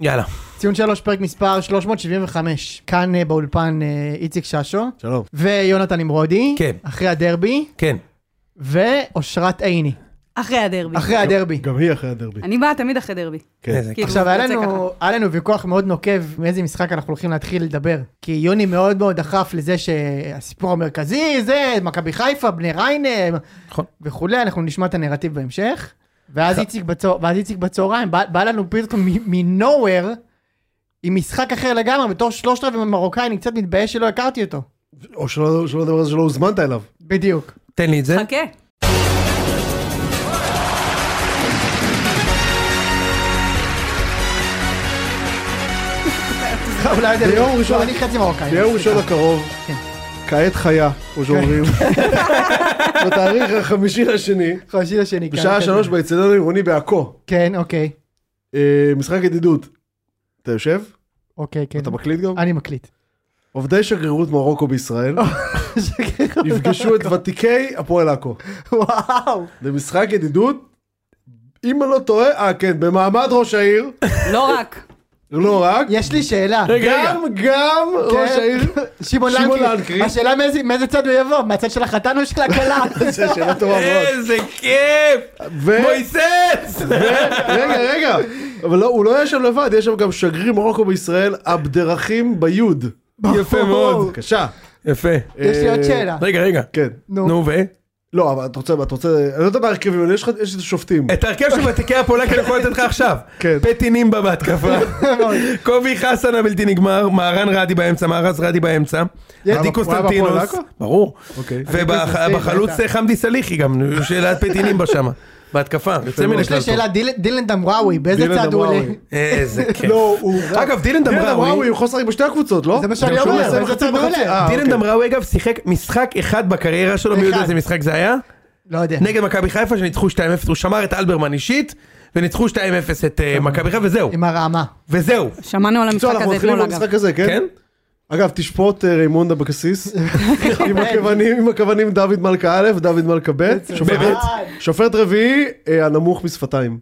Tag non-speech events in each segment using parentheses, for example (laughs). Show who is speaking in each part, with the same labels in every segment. Speaker 1: יאללה.
Speaker 2: ציון שלוש, פרק מספר 375. כאן אה, באולפן אה, איציק ששו,
Speaker 3: שלום.
Speaker 2: ויונתן נמרודי,
Speaker 1: כן.
Speaker 2: אחרי הדרבי,
Speaker 1: כן.
Speaker 2: ואושרת עיני,
Speaker 4: אחרי הדרבי.
Speaker 2: אחרי הדרבי.
Speaker 3: גם היא אחרי הדרבי.
Speaker 4: אני באה תמיד אחרי דרבי.
Speaker 3: כן.
Speaker 1: איזה-
Speaker 4: כאילו,
Speaker 2: עכשיו,
Speaker 4: זה
Speaker 2: היה
Speaker 4: יוצא
Speaker 2: לנו, היה לנו ויכוח מאוד נוקב מאיזה משחק אנחנו הולכים להתחיל לדבר. כי יוני מאוד מאוד דחף לזה שהסיפור המרכזי זה מכבי חיפה, בני ריינה
Speaker 1: נכון.
Speaker 2: וכולי, אנחנו נשמע את הנרטיב בהמשך. ואז איציק בצה- ואז איציק בצהריים, בא בא לנו פתאום מנוהוור עם משחק אחר לגמרי, בתור שלושת רבעי מרוקאי, אני קצת מתבייש שלא הכרתי אותו.
Speaker 3: או שלא שלא לדבר על זה שלא הוזמנת אליו.
Speaker 2: בדיוק.
Speaker 1: תן לי את זה.
Speaker 4: חכה.
Speaker 2: (laughs) אולי זה
Speaker 3: ביום ראשון-
Speaker 2: לא, אני חצי מרוקאי.
Speaker 3: ביום ראשון הקרוב,
Speaker 2: כן.
Speaker 3: כעת חיה, כמו שאומרים, (laughs) בתאריך החמישי לשני,
Speaker 2: חמישי לשני. כן,
Speaker 3: בשעה
Speaker 2: כן.
Speaker 3: שלוש באצטדיון העירוני בעכו,
Speaker 2: כן, אוקיי.
Speaker 3: אה, משחק ידידות. אתה יושב?
Speaker 2: אוקיי, כן.
Speaker 3: אתה מקליט גם?
Speaker 2: אני
Speaker 3: (laughs)
Speaker 2: מקליט.
Speaker 3: עובדי שגרירות מרוקו
Speaker 2: (laughs)
Speaker 3: בישראל יפגשו את ותיקי הפועל עכו.
Speaker 2: וואו.
Speaker 3: זה משחק ידידות, אם אני לא טועה, אה כן, במעמד ראש העיר,
Speaker 4: לא רק.
Speaker 3: לא רק,
Speaker 2: יש לי שאלה.
Speaker 3: גם גם ראש
Speaker 1: כן.
Speaker 3: העיר,
Speaker 2: שמעון
Speaker 3: שמעון
Speaker 2: לנקרי.
Speaker 3: לנקרי.
Speaker 2: השאלה מאיזה- מאיזה צד הוא יבוא, מהצד של החתן או של הכלה?
Speaker 3: זו שאלה טובה מאוד.
Speaker 1: איזה כיף!
Speaker 3: ו-
Speaker 1: מויסס!
Speaker 3: רגע, רגע, אבל לא, הוא לא יהיה שם לבד, יש שם גם שגריר מרוקו בישראל, עבדרכים ביוד.
Speaker 1: יפה מאוד.
Speaker 3: בבקשה.
Speaker 1: יפה.
Speaker 2: יש לי עוד
Speaker 3: אה,
Speaker 2: שאלה.
Speaker 1: רגע, רגע.
Speaker 3: כן.
Speaker 1: נו, ו?
Speaker 3: לא, אבל אתה רוצה, אתה רוצה, אני לא יודע בהרכבים, אבל יש לך, יש איזה שופטים.
Speaker 1: את ההרכב של ותיקי הפולק אני יכול לתת לך עכשיו.
Speaker 3: כן.
Speaker 1: פטי נימבה
Speaker 3: (laughs)
Speaker 1: בהתקפה. קובי חסן הבלתי נגמר. מהרן רדי באמצע. מהרז רדי באמצע. עדי
Speaker 3: היה בהפועל
Speaker 1: קוסטנטינוס.
Speaker 3: עכו?
Speaker 1: ברור.
Speaker 3: אוקיי.
Speaker 1: ובחלוץ חמדי סליחי גם. שאלת פטי נימבה שם. בהתקפה. יוצא מן
Speaker 3: מאוד.
Speaker 2: יש לי
Speaker 1: הכלל טוב.
Speaker 2: שאלה, דיל- דילן דמראווי, באיזה
Speaker 3: דילן
Speaker 2: צד הוא
Speaker 3: דמראווי.
Speaker 2: עולה?
Speaker 1: איזה כיף.
Speaker 3: לא, הוא...
Speaker 1: אגב, דילן
Speaker 3: דילן
Speaker 1: דמראווי.
Speaker 3: אמראווי, הוא יכול לשחק בשתי הקבוצות, לא?
Speaker 2: זה מה שאני
Speaker 3: גם שהוא
Speaker 2: אומר,
Speaker 3: יעשה
Speaker 2: אבל זה
Speaker 3: מחצית
Speaker 2: מעולה.
Speaker 3: מחצית. אה,
Speaker 1: דילן
Speaker 3: אוקיי.
Speaker 1: דמראווי אגב שיחק משחק אחד בקריירה שלו, מי יודע
Speaker 2: אחד.
Speaker 1: איזה משחק זה היה?
Speaker 2: לא יודע.
Speaker 1: נגד מכבי חיפה שניצחו 2-0, הוא שמר את אלברמן אישית, וניצחו 2-0 את אה, מכבי חיפה, וזהו,
Speaker 2: עם הרעמה.
Speaker 1: אה, וזהו. (laughs)
Speaker 4: שמענו על
Speaker 3: בקיצור,
Speaker 4: המשחק
Speaker 3: אנחנו
Speaker 4: הזה
Speaker 3: מתחילים
Speaker 4: אתמול אגב.
Speaker 3: במשחק הזה, כן?
Speaker 1: כן?
Speaker 3: אגב, תשפוט אה, ריימונד
Speaker 4: (laughs)
Speaker 3: אבקסיס,
Speaker 4: נכון.
Speaker 3: עם הכוונים, עם הכוונים דוד מלכה א', דוד מלכה ב', שופט-
Speaker 1: באמת?
Speaker 3: שופט רביעי, אה,
Speaker 2: (laughs)
Speaker 3: הנמוך משפתיים.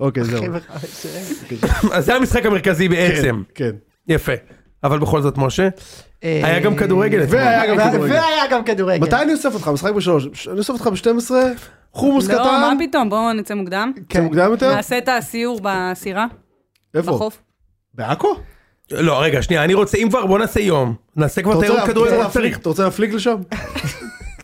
Speaker 3: אוקיי, זהו.
Speaker 1: אז זה המשחק המרכזי בעצם.
Speaker 3: כן.
Speaker 1: יפה. אבל בכל זאת, משה,
Speaker 2: אה,
Speaker 1: היה גם כדורגל אתמול.
Speaker 3: והיה גם
Speaker 2: וה-
Speaker 3: כדורגל.
Speaker 2: והיה גם כדורגל.
Speaker 3: מתי אני אוסף אותך? משחק בשלוש. אני אוסף אותך ב-12, חומוס
Speaker 4: לא, מה
Speaker 3: קטן.
Speaker 4: פתאום, בואו נצא מוקדם.
Speaker 3: זה מוקדם יותר?
Speaker 4: נעשה את הסיור בסירה,
Speaker 3: איפה?
Speaker 4: בחוף.
Speaker 3: בעכו?
Speaker 1: לא, רגע, שנייה, אני רוצה, אם כבר, בוא נעשה יום. נעשה
Speaker 3: אתה
Speaker 1: כבר
Speaker 3: רוצה
Speaker 1: תיירות
Speaker 3: להפליג-
Speaker 1: כדורגל, לא
Speaker 3: להפליג-
Speaker 1: צריך.
Speaker 3: אתה רוצה להפליג לשם?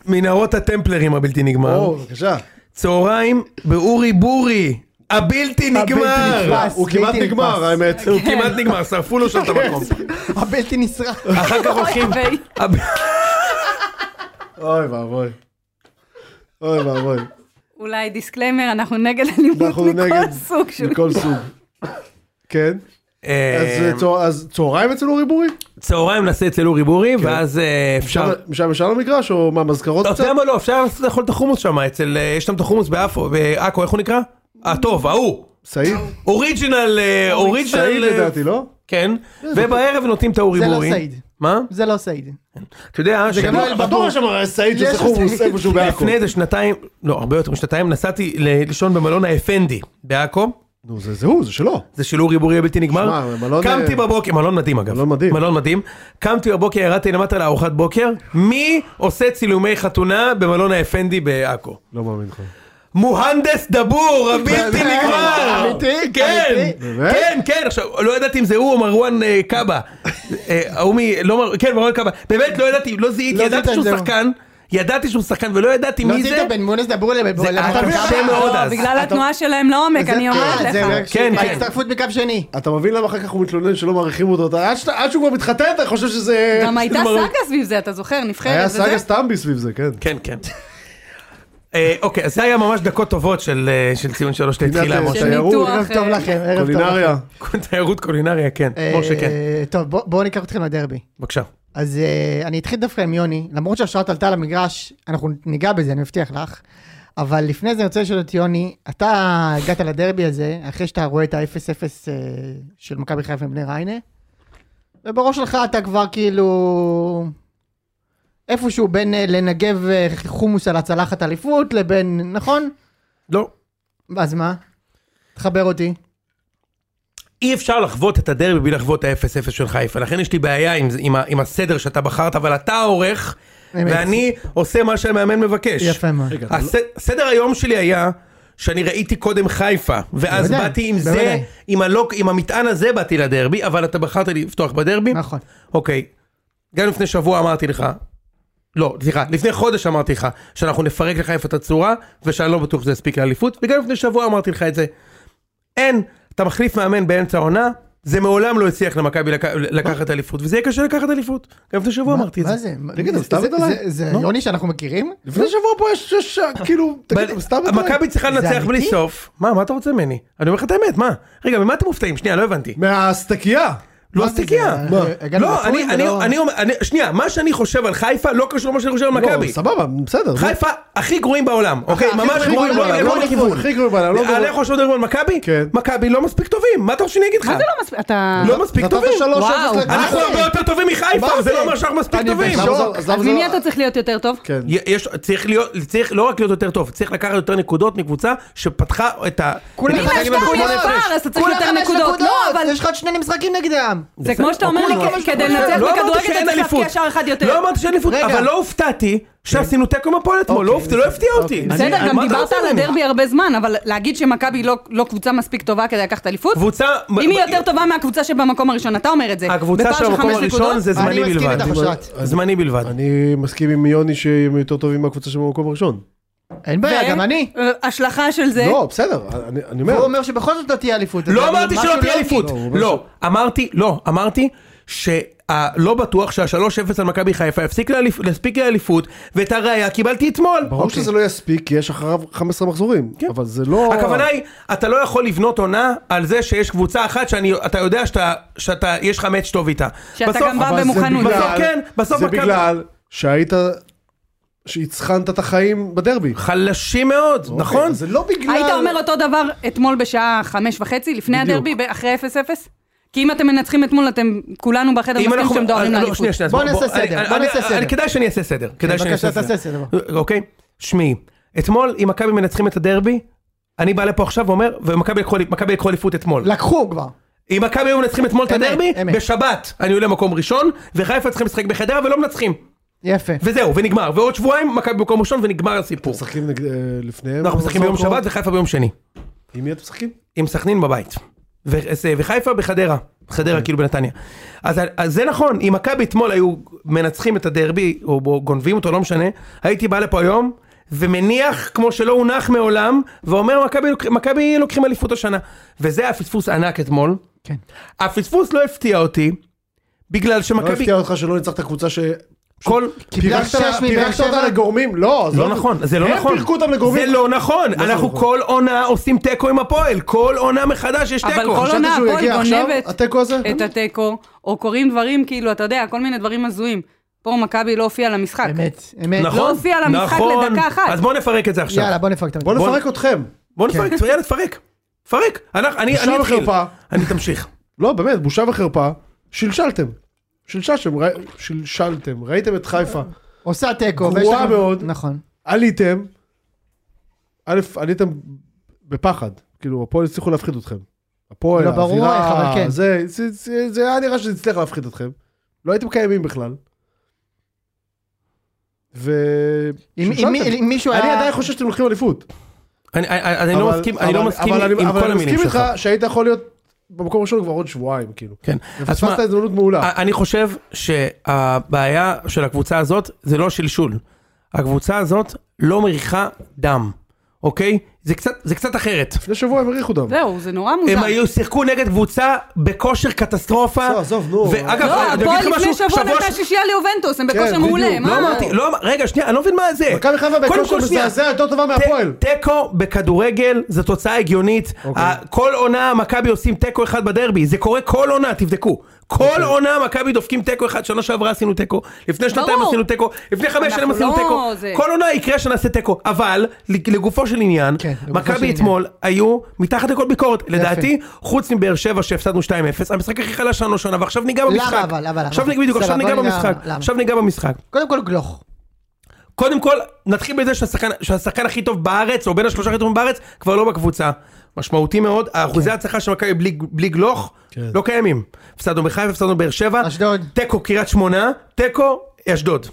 Speaker 1: מנהרות הטמפלרים הבלתי
Speaker 2: אה.
Speaker 1: נגמר.
Speaker 3: או, בבקשה.
Speaker 1: צהריים באורי בורי, הבלתי נגמר.
Speaker 2: נתפס,
Speaker 3: הוא כמעט
Speaker 2: בלתי
Speaker 3: נגמר,
Speaker 2: נתפס.
Speaker 3: האמת.
Speaker 1: הוא כמעט נגמר, שרפו לו שם את
Speaker 3: (laughs)
Speaker 1: המקום.
Speaker 2: הבלתי נשרף.
Speaker 1: אחר כך הולכים...
Speaker 4: אוי, ואי.
Speaker 1: הב-
Speaker 3: אוי ואבוי. אוי ואבוי.
Speaker 4: אולי דיסקליימר, אנחנו נגד אלימות
Speaker 3: אנחנו
Speaker 4: מכל
Speaker 3: נגד.
Speaker 4: סוג שהוא.
Speaker 3: מכל סוג. כן? אז,
Speaker 1: אה,
Speaker 3: אה, צהר- אז צהריים אצל אורי בורי?
Speaker 1: צהריים נעשה אצל אורי בורי,
Speaker 3: כן.
Speaker 1: ואז אה, אפשר...
Speaker 3: משם ישר למגרש או מה, מזכרות
Speaker 1: אתה
Speaker 3: קצת?
Speaker 1: יודע מה לא, אפשר לעשות- לאכול את החומוס שם, אצל... אה, יש שם את החומוס בעפו, בעכו, איך הוא נקרא? אה, טוב, ההוא.
Speaker 3: סעיד?
Speaker 1: אוריג'ינל, אה,
Speaker 3: סעיד
Speaker 1: אוריג'ינל... אה,
Speaker 3: לדעתי, לא?
Speaker 1: כן. ובערב נותנים את האורי
Speaker 2: זה לא
Speaker 1: בורי.
Speaker 2: סעיד.
Speaker 1: מה?
Speaker 2: זה לא סעיד.
Speaker 1: אתה יודע,
Speaker 2: גם
Speaker 1: שאני-
Speaker 2: לא-
Speaker 3: כן, בדור יש שם סעיד
Speaker 2: יש
Speaker 3: שעושה חומוס
Speaker 2: סעיד.
Speaker 3: איפשהו בעכו.
Speaker 1: לפני איזה שנתיים, לא, הרבה יותר משנתיים, נסעתי ל- לישון במלון האפנדי בעכו.
Speaker 3: נו, זה זה הוא, זה שלו.
Speaker 1: זה של אורי בורי הבלתי נגמר.
Speaker 3: שמע, מלון-
Speaker 2: אה,
Speaker 1: קמתי בבוקר, מלון מדהים אגב.
Speaker 3: מלון מדהים.
Speaker 1: מלון מדהים. קמתי בבוקר, ירדתי למטה לארוחת בוקר. מי עושה צילומי חתונה במלון האפנדי בעכו?
Speaker 3: לא מאמין לך.
Speaker 1: מוהנדס דבור,
Speaker 2: (laughs)
Speaker 1: הבלתי
Speaker 2: באמת?
Speaker 1: נגמר.
Speaker 2: אמיתי?
Speaker 1: כן,
Speaker 2: אמיתי?
Speaker 3: באמת?
Speaker 1: כן, כן. עכשיו, לא ידעתי אם זה הוא או מרואן אה, קאבה. אה, ההוא מ... לא מר... כן, מרואן קאבה. באמת, לא ידעתי, לא
Speaker 2: לא
Speaker 1: זיהיתי,
Speaker 2: זיהית
Speaker 1: ידעתי
Speaker 2: את
Speaker 1: שהוא
Speaker 2: זה.
Speaker 1: שחקן. ידעתי שהוא שחקן ולא ידעתי מי
Speaker 2: לא
Speaker 1: זה.
Speaker 2: עשית בן מונס דברו לבן
Speaker 1: זה היה קשה מאוד אז.
Speaker 4: לא, בגלל
Speaker 2: אתה-
Speaker 4: התנועה שלהם לעומק, אני אומרת לך.
Speaker 1: כן,
Speaker 2: כן,
Speaker 1: כן.
Speaker 2: ההצטרפות בקו שני.
Speaker 3: אתה מבין למה אחר כך הוא מתלונן שלא מעריכים אותו? אתה- עד שאתה- עד שהוא כבר מתחתן אתה חושב שזה...
Speaker 4: גם הייתה
Speaker 1: זה מראה-
Speaker 4: סאגה סביב זה, אתה זוכר?
Speaker 3: היה
Speaker 4: נבחרת
Speaker 3: סאגה
Speaker 4: וזה.
Speaker 3: סטמבי סביב זה, כן.
Speaker 1: כן, כן. אה, אוקיי, אז זה היה ממש דקות טובות של אה, של ציון שלוש
Speaker 3: פינת,
Speaker 1: תתחילה,
Speaker 3: אה,
Speaker 1: משה.
Speaker 4: של
Speaker 3: תיירות,
Speaker 4: ניתוח,
Speaker 2: ערב טוב
Speaker 4: אה,
Speaker 2: לכם, ערב טוב.
Speaker 3: קולינריה.
Speaker 1: תיירות קולינריה, כן.
Speaker 2: לכם.
Speaker 1: משה, כן.
Speaker 2: אה, טוב, בוא- בואו ניקח אתכם לדרבי.
Speaker 1: בבקשה.
Speaker 2: אז אה, אני אתחיל דווקא עם יוני, למרות שהשעת עלתה למגרש, אנחנו ניגע בזה, אני מבטיח לך. אבל לפני זה אני רוצה לשאול את יוני, אתה הגעת לדרבי הזה, אחרי שאתה רואה את ה-0-0 אה, של מכבי חיפה עם בני ריינה, ובראש שלך אתה כבר כאילו... איפשהו בין אה, לנגב אה, חומוס על הצלחת אליפות לבין, נכון?
Speaker 1: לא.
Speaker 2: אז מה? תחבר אותי.
Speaker 1: אי אפשר לחוות את הדרבי בלי לחוות את ה-0-0 של חיפה, לכן יש לי בעיה עם, זה- עם, ה- עם הסדר שאתה בחרת, אבל אתה העורך,
Speaker 2: אמת.
Speaker 1: ואני עושה מה שהמאמן מבקש.
Speaker 2: יפה מאוד.
Speaker 3: רגע,
Speaker 1: הס... סדר היום שלי היה שאני ראיתי קודם חיפה, ואז
Speaker 2: בוודאי,
Speaker 1: באתי עם זה,
Speaker 2: בוודאי.
Speaker 1: עם, הלוק, עם המטען הזה באתי לדרבי, אבל אתה בחרת לפתוח בדרבי.
Speaker 2: נכון.
Speaker 1: אוקיי, גם לפני שבוע אמרתי לך, לא, סליחה, לפני חודש אמרתי לך שאנחנו נפרק לחיפה את הצורה, ושאני לא בטוח שזה יספיק לאליפות, וגם לפני שבוע אמרתי לך את זה. אין, אתה מחליף מאמן באמצע העונה, זה מעולם לא הצליח למכבי לק... לקחת אליפות, וזה יהיה קשה לקחת אליפות. גם לפני שבוע
Speaker 2: מה-
Speaker 1: אמרתי את זה.
Speaker 2: מה זה?
Speaker 3: תגיד, אבל סתם
Speaker 2: זה-
Speaker 3: אתה עליי?
Speaker 2: זה- זה
Speaker 3: נו.
Speaker 2: יוני שאנחנו מכירים?
Speaker 3: לפני שבוע פה יש יש- כאילו, תגיד, אבל סתם אתה...
Speaker 1: מכבי צריכה
Speaker 2: זה
Speaker 1: לנצח בלי
Speaker 2: אמיתי?
Speaker 1: סוף. מה, מה אתה רוצה ממני? אני אומר לך את האמת, מה? רגע, ממה אתם מופתעים? שנייה, לא הבנתי.
Speaker 3: מהסטקייה.
Speaker 1: לא
Speaker 2: מה זה,
Speaker 1: סטיקייה.
Speaker 2: זה- אה, הגענו
Speaker 1: לא,
Speaker 2: לפורים
Speaker 1: אני, אני,
Speaker 2: ולא-
Speaker 1: אני אומר, אני- שנייה, מה שאני חושב על חיפה לא קשור למה שאני חושב על
Speaker 3: לא,
Speaker 1: מכבי.
Speaker 3: סבבה, בסדר.
Speaker 1: חיפה הכי גרועים בעולם, אוקיי?
Speaker 3: הכי
Speaker 1: ממש
Speaker 3: גרועים
Speaker 1: גרועים
Speaker 3: בעולם,
Speaker 1: בעולם,
Speaker 3: לא
Speaker 1: לא לכיוון.
Speaker 3: הכי גרועים בעולם, לא גרועים.
Speaker 1: עליך עכשיו מדברים על מכבי?
Speaker 3: כן.
Speaker 1: מכבי לא מספיק טובים, מה אתה רוצה שאני אגיד לך?
Speaker 4: מה זה לא מספיק? אתה...
Speaker 1: לא מספיק
Speaker 3: נתת
Speaker 1: טובים.
Speaker 3: 3-0
Speaker 4: וואו.
Speaker 3: לכ-
Speaker 1: אנחנו לא הרבה יותר טובים מחיפה,
Speaker 3: מה
Speaker 1: זה
Speaker 3: זה?
Speaker 1: לא אומר שאנחנו מספיק
Speaker 3: אני
Speaker 1: טובים.
Speaker 3: בשוק. אז למה
Speaker 4: אז
Speaker 3: זה
Speaker 4: ממי
Speaker 3: לא-
Speaker 4: אתה צריך להיות יותר טוב?
Speaker 3: כן.
Speaker 1: יש, צריך להיות, צריך לא רק להיות יותר טוב, צריך לקחת יותר נקודות מקבוצה שפתחה את ה...
Speaker 2: כולם
Speaker 1: את
Speaker 4: אם
Speaker 1: המשחקים
Speaker 4: ההשקעה הוא
Speaker 1: בשמונה
Speaker 2: נפש.
Speaker 4: נפער, אז אתה צריך
Speaker 2: כולה
Speaker 4: יותר
Speaker 2: חמש
Speaker 4: נקודות. לא, אבל
Speaker 2: יש לך עוד שני משחקים נגדם.
Speaker 4: זה כמו שאתה אומר לי,
Speaker 1: לא,
Speaker 4: כ- כדי לנצח
Speaker 1: לא אמרתי
Speaker 4: בכדורגל
Speaker 1: שאין
Speaker 4: אתה צריך להפקיע
Speaker 1: אליפות.
Speaker 4: שער אחד יותר.
Speaker 1: לא אמרתי שאין אליפות,
Speaker 2: רגע.
Speaker 1: אבל לא הופתעתי שעשינו
Speaker 3: כן.
Speaker 1: תיקו עם הפועל אתמול,
Speaker 3: אוקיי,
Speaker 1: לא הופ- זה לא הפתיע אותי.
Speaker 4: בסדר,
Speaker 1: אני-
Speaker 4: גם
Speaker 1: מה אתה
Speaker 4: דיברת
Speaker 1: רוצה
Speaker 4: על
Speaker 1: ממני?
Speaker 4: הדרבי הרבה זמן, אבל להגיד שמכבי לא- לא קבוצה מספיק טובה כדי לקחת אליפות?
Speaker 1: קבוצה...
Speaker 4: אם היא יותר טובה מהקבוצה שבמקום הראשון, אתה אומר את זה.
Speaker 1: הקבוצה
Speaker 4: בפער
Speaker 1: של המקום
Speaker 4: חמש
Speaker 1: הראשון
Speaker 4: נקודות?
Speaker 1: זה
Speaker 2: אני
Speaker 1: זמני
Speaker 2: מסכים
Speaker 1: בלבד.
Speaker 2: איתך, אושרת.
Speaker 1: זמני בלבד.
Speaker 3: אני מסכים עם יוני שהם יותר טובים מהקבוצה שבמקום הראשון.
Speaker 2: אין
Speaker 4: ו-
Speaker 2: בעיה, גם אני.
Speaker 4: אה, השלכה של זה,
Speaker 3: לא, בסדר, אני אני אומר.
Speaker 2: הוא אומר שבכל זאת לא תהיה אליפות. אז
Speaker 1: לא
Speaker 2: זה
Speaker 1: אמרתי
Speaker 2: משהו
Speaker 1: שלא תהיה
Speaker 2: לא-
Speaker 1: אליפות.
Speaker 3: לא, הוא אומר
Speaker 1: לא, אמרתי, לא, אמרתי שלא בטוח שה-3-0 על מכבי חיפה יפסיק לאליפ- להספיק לאליפות, ואת הראייה קיבלתי אתמול. אוקיי.
Speaker 3: ברור שזה לא יספיק, כי יש אחריו 15 מחזורים. אבל זה לא...
Speaker 1: כן. הכוונה היא, אתה לא יכול לבנות עונה על זה שיש קבוצה אחת שאתה יודע שאתה, שאתה, יש לך מאץ' טוב איתה.
Speaker 4: שאתה
Speaker 1: בסוף-
Speaker 4: גם בא
Speaker 3: אבל זה
Speaker 4: במוכנות.
Speaker 3: בגלל-
Speaker 1: בסוף כן, בסוף
Speaker 3: זה
Speaker 1: מכבי-
Speaker 3: בגלל שהיית... שהצחנת את החיים בדרבי.
Speaker 1: חלשים מאוד, נכון?
Speaker 3: אוקיי, זה לא בגלל...
Speaker 4: היית אומר אותו דבר אתמול בשעה חמש וחצי, לפני
Speaker 3: בדיוק.
Speaker 4: הדרבי, ב- אחרי 0-0? כי אם אתם מנצחים אתמול, אתם כולנו בחדר
Speaker 1: אם
Speaker 4: מסכים
Speaker 1: אנחנו...
Speaker 4: שהם דוהרים
Speaker 1: אה, לא,
Speaker 4: לאליפות.
Speaker 1: שנייה, שנייה, אז
Speaker 2: בוא
Speaker 1: בוא-
Speaker 2: נעשה
Speaker 1: בוא- אני-
Speaker 2: סדר,
Speaker 1: אני-
Speaker 2: בוא נעשה
Speaker 1: אני-
Speaker 2: סדר.
Speaker 1: אני- כדאי שאני אעשה סדר. כדאי שאני
Speaker 2: בבקשה,
Speaker 1: אעשה סדר.
Speaker 2: תעשה סדר.
Speaker 1: אוקיי? שמעי, אתמול, אם מכבי מנצחים את הדרבי, אני בא לפה עכשיו ואומר, ומכבי לקחו- מכבי לקחו אליפות אתמול.
Speaker 2: לא. לקחו כבר.
Speaker 1: אם מכבי היו מנצחים אתמול את
Speaker 2: אמת,
Speaker 1: הדרבי,
Speaker 2: אמת.
Speaker 1: בשבת אני עולה מקום ראשון, וחיפה צריכים לשחק בחדרה ולא מנצחים.
Speaker 2: יפה.
Speaker 1: וזהו, ונגמר. ועוד שבועיים מכבי במקום ראשון ונגמר הסיפור.
Speaker 3: משחקים נגד... אה, לפני...
Speaker 1: אנחנו משחקים ביום
Speaker 3: מחזור
Speaker 1: שבת וחיפה ביום שני.
Speaker 3: הקרוב? עם מי אתם משחקים?
Speaker 1: עם סכנין בבית. ו- אה, וחיפה בחדרה,
Speaker 3: אוקיי.
Speaker 1: חדרה כאילו בנתניה. אז, אז זה נכון, אם מכבי אתמול היו מנצחים את הדרבי, או בו- גונבים אותו, לא משנה, הייתי בא לפה היום, ומניח כמו שלא הונח מעולם, ואומר מכבי לוק- מכבי לוקחים אליפות השנה. וזה היה פספוס ענק אתמול.
Speaker 2: כן.
Speaker 1: הפספוס לא הפתיע אותי, בגלל
Speaker 3: לא
Speaker 1: שמכבי,
Speaker 3: הפתיע אותך שלא ניצחת קבוצה ש...
Speaker 1: כל...
Speaker 2: קיבלה
Speaker 3: פירקת
Speaker 2: שש מבאר
Speaker 3: פירקת אותה
Speaker 2: שבע?
Speaker 3: לגורמים? לא, זה
Speaker 1: לא נכון, זה לא
Speaker 3: הם
Speaker 1: נכון.
Speaker 3: פירקו אותם לגורמים.
Speaker 1: זה לא נכון,
Speaker 3: זה
Speaker 1: אנחנו
Speaker 3: נכון.
Speaker 1: כל עונה עושים תיקו עם הפועל, כל עונה מחדש יש
Speaker 4: אבל
Speaker 1: תיקו.
Speaker 4: כל
Speaker 3: חשבת
Speaker 4: עונה
Speaker 3: שהוא
Speaker 4: הפועל
Speaker 3: יגיע עכשיו,
Speaker 4: גונבת
Speaker 3: התיקו הזה?
Speaker 4: את התיקו, או קוראים דברים, כאילו, אתה יודע, כל מיני דברים הזויים. פה מכבי לא הופיעה למשחק.
Speaker 2: אמת, אמת.
Speaker 1: נכון,
Speaker 4: לא הופיע למשחק
Speaker 1: נכון.
Speaker 4: לדקה אחת.
Speaker 1: אז בואו נפרק את זה עכשיו.
Speaker 2: יאללה, בוא נפרק את
Speaker 3: בוא
Speaker 2: המשחק.
Speaker 3: נפרק אתכם.
Speaker 1: בוא
Speaker 3: כן.
Speaker 1: נפרק, יאללה תפרק. תפרק. אנחנו- אני
Speaker 3: בושה
Speaker 1: אני אתחיל.
Speaker 3: וחרפה.
Speaker 1: אני תמשיך.
Speaker 3: לא, באמת, בושה וחרפה. שלשלתם. שלשלתם, ראי- שלשלתם. ראיתם את חיפה.
Speaker 2: עושה תיקו.
Speaker 3: גרועה
Speaker 2: ויש לנו-
Speaker 3: מאוד.
Speaker 2: נכון.
Speaker 3: עליתם. א', עליתם בפחד. כאילו, הפועל הצליחו להפחיד אתכם. הפועל,
Speaker 2: לא, ברור איך, אבל כן.
Speaker 3: זה, זה, זה, זה היה נראה שזה הצליח להפחיד אתכם. לא הייתם קיימים בכלל. ו...
Speaker 2: אם-
Speaker 3: שלשלתם.
Speaker 2: אם מי- אם מישהו
Speaker 3: אני
Speaker 2: היה-
Speaker 3: עדיין חושב שאתם לוקחים אליפות.
Speaker 1: אה, אני- אני אני לא
Speaker 3: אבל-
Speaker 1: מסכים, אני לא
Speaker 3: אבל-
Speaker 1: מסכים
Speaker 3: אבל
Speaker 1: עם
Speaker 3: אני-
Speaker 1: עם
Speaker 3: אבל
Speaker 1: כל
Speaker 3: אני
Speaker 1: המילים
Speaker 3: מסכים
Speaker 1: שלך.
Speaker 3: איתך שהיית יכול להיות במקום ראשון כבר עוד שבועיים, כאילו.
Speaker 1: כן. אז מה, אה,
Speaker 3: ופספסת הזדמנות מעולה.
Speaker 1: אני חושב שהבעיה של הקבוצה הזאת זה לא שלשול. הקבוצה הזאת לא מריחה דם, אוקיי? זה קצת- זה קצת אחרת.
Speaker 3: לפני שבוע הם הריחו דם.
Speaker 1: אה,
Speaker 4: זהו, זה נורא מוזר.
Speaker 1: הם היו שיחקו נגד קבוצה בכושר קטסטרופה.
Speaker 3: עזוב, עזוב, נו.
Speaker 1: ואגב,
Speaker 4: לא,
Speaker 1: אני אגיד
Speaker 4: הפועל
Speaker 1: לך
Speaker 4: לפני
Speaker 1: משהו,
Speaker 4: שבוע נתן שישייה ליובנטוס, הם בכושר
Speaker 3: בדיוק.
Speaker 4: מעולה,
Speaker 1: לא
Speaker 4: מה?
Speaker 1: אמרתי, לא אמר- רגע, שנייה, אני לא מבין מה זה.
Speaker 3: מכבי חיפה
Speaker 1: קודם כל,
Speaker 3: בכושר
Speaker 1: שנייה.
Speaker 3: מזעזע יותר טובה
Speaker 1: ת-
Speaker 3: מהפועל.
Speaker 1: תיקו בכדורגל זה תוצאה הגיונית.
Speaker 2: אוקיי.
Speaker 1: ה- כל עונה מכבי עושים תיקו אחד בדרבי, זה קורה כל עונה, תבדקו.
Speaker 2: אוקיי.
Speaker 1: כל עונה מכבי דופקים תיקו אחד, שנה שעברה עשינו תיקו, לפני שנתיים
Speaker 4: ברור.
Speaker 1: עשינו תיקו, לפני חמש
Speaker 4: אנחנו
Speaker 1: שנים עשינו
Speaker 4: לא
Speaker 1: תיקו.
Speaker 4: זה.
Speaker 1: כל עונה יקרה שנעשה תיקו, אבל לגופו של עניין,
Speaker 2: כן, לגופו של
Speaker 1: מכבי
Speaker 2: עניין.
Speaker 1: אתמול היו מתחת לכל ביקורת, לדעתי, חוץ מבאר שבע שהפסדנו 2-0, המשחק הכי חלש שלנו השנה, ועכשיו ניגע
Speaker 2: למה
Speaker 1: במשחק.
Speaker 2: אבל? אבל,
Speaker 1: עכשיו
Speaker 2: אבל.
Speaker 1: ניגע- בדיוק, עכשיו
Speaker 2: סבבה,
Speaker 1: ניגע
Speaker 2: בוא ניגע
Speaker 1: במשחק.
Speaker 2: למה.
Speaker 1: עכשיו ניגע במשחק.
Speaker 2: קודם כל גלוך.
Speaker 1: קודם כל, נתחיל בזה שהשחקן, שהשחקן הכי טוב בארץ, או בין השלושה הכי טובים בארץ, כבר לא בקבוצה. משמעותי מאוד. האחוזי ההצלחה של מכבי בלי- בלי גלוך
Speaker 3: כן.
Speaker 1: לא קיימים. הפסדנו בחיפה, הפסדנו בבאר שבע,
Speaker 2: אשדוד.
Speaker 1: תיקו קריית שמונה, תיקו אשדוד.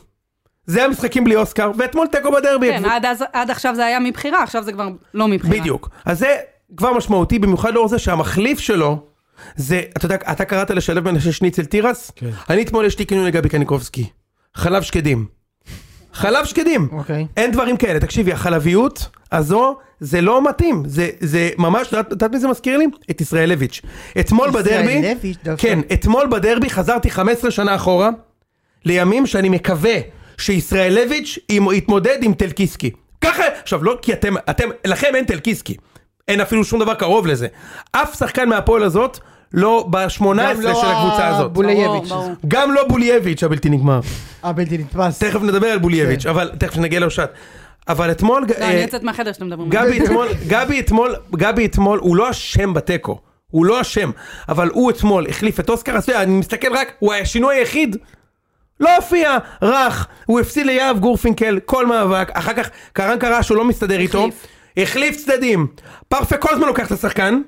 Speaker 1: זה המשחקים בלי אוסקר, ואתמול תיקו בדרבי.
Speaker 4: כן, עד אז- עד עכשיו זה היה מבחירה, עכשיו זה כבר לא מבחירה.
Speaker 1: אה, בדיוק. אז זה כבר משמעותי, במיוחד לאור זה שהמחליף שלו, זה, אתה יודע, אתה קראת לשלב מנשה שניצל תירס?
Speaker 3: כן.
Speaker 1: אני אתמול יש לי כינוי לגבי קניקובסקי. חלב שקדים. חלב שקדים.
Speaker 2: אוקיי.
Speaker 1: אין דברים כאלה. תקשיבי, החלביות הזו, זה לא מתאים. זה, זה ממש, את יודעת- את יודעת מי זה מזכיר לי? את ישראלביץ'. אתמול בדרבי...
Speaker 2: ישראלביץ' דווקא.
Speaker 1: כן, אתמול בדרבי חזרתי 15 שנה אחורה, לימים שאני מקווה שישראלביץ' ימ- יתמודד עם טלקיסקי. ככה, עכשיו לא כי אתם, אתם, לכם אין טלקיסקי. אין אפילו שום דבר קרוב לזה. אף שחקן מהפועל הזאת לא ב-18
Speaker 2: גם לא
Speaker 1: של הקבוצה הזאת.
Speaker 2: הבול- בולייביץ'.
Speaker 4: ברור, ברור.
Speaker 1: גם לא בולייביץ' הבלתי נגמר. כן.
Speaker 2: הבלתי נתפס. לא
Speaker 1: תכף נדבר על בולייביץ', אבל תכף נגיע לאושת. אבל אתמול...
Speaker 4: לא,
Speaker 1: אה,
Speaker 4: אני יוצאת מהחדר שאתם מדברים. על זה.
Speaker 1: (laughs) גבי אתמול, גבי אתמול, גבי אתמול, הוא לא אשם בתיקו. הוא לא אשם. אבל הוא אתמול החליף את אוסקר, אז אני מסתכל רק, הוא השינוי היחיד. לא הופיע, רך, הוא הפסיד ליהב גורפינקל, כל מאבק, אחר כך קרן קרא שהוא לא מסתדר איתו,
Speaker 4: החליף.
Speaker 1: החליף צדדים, פרפה כל הזמן לוקח את השחקן,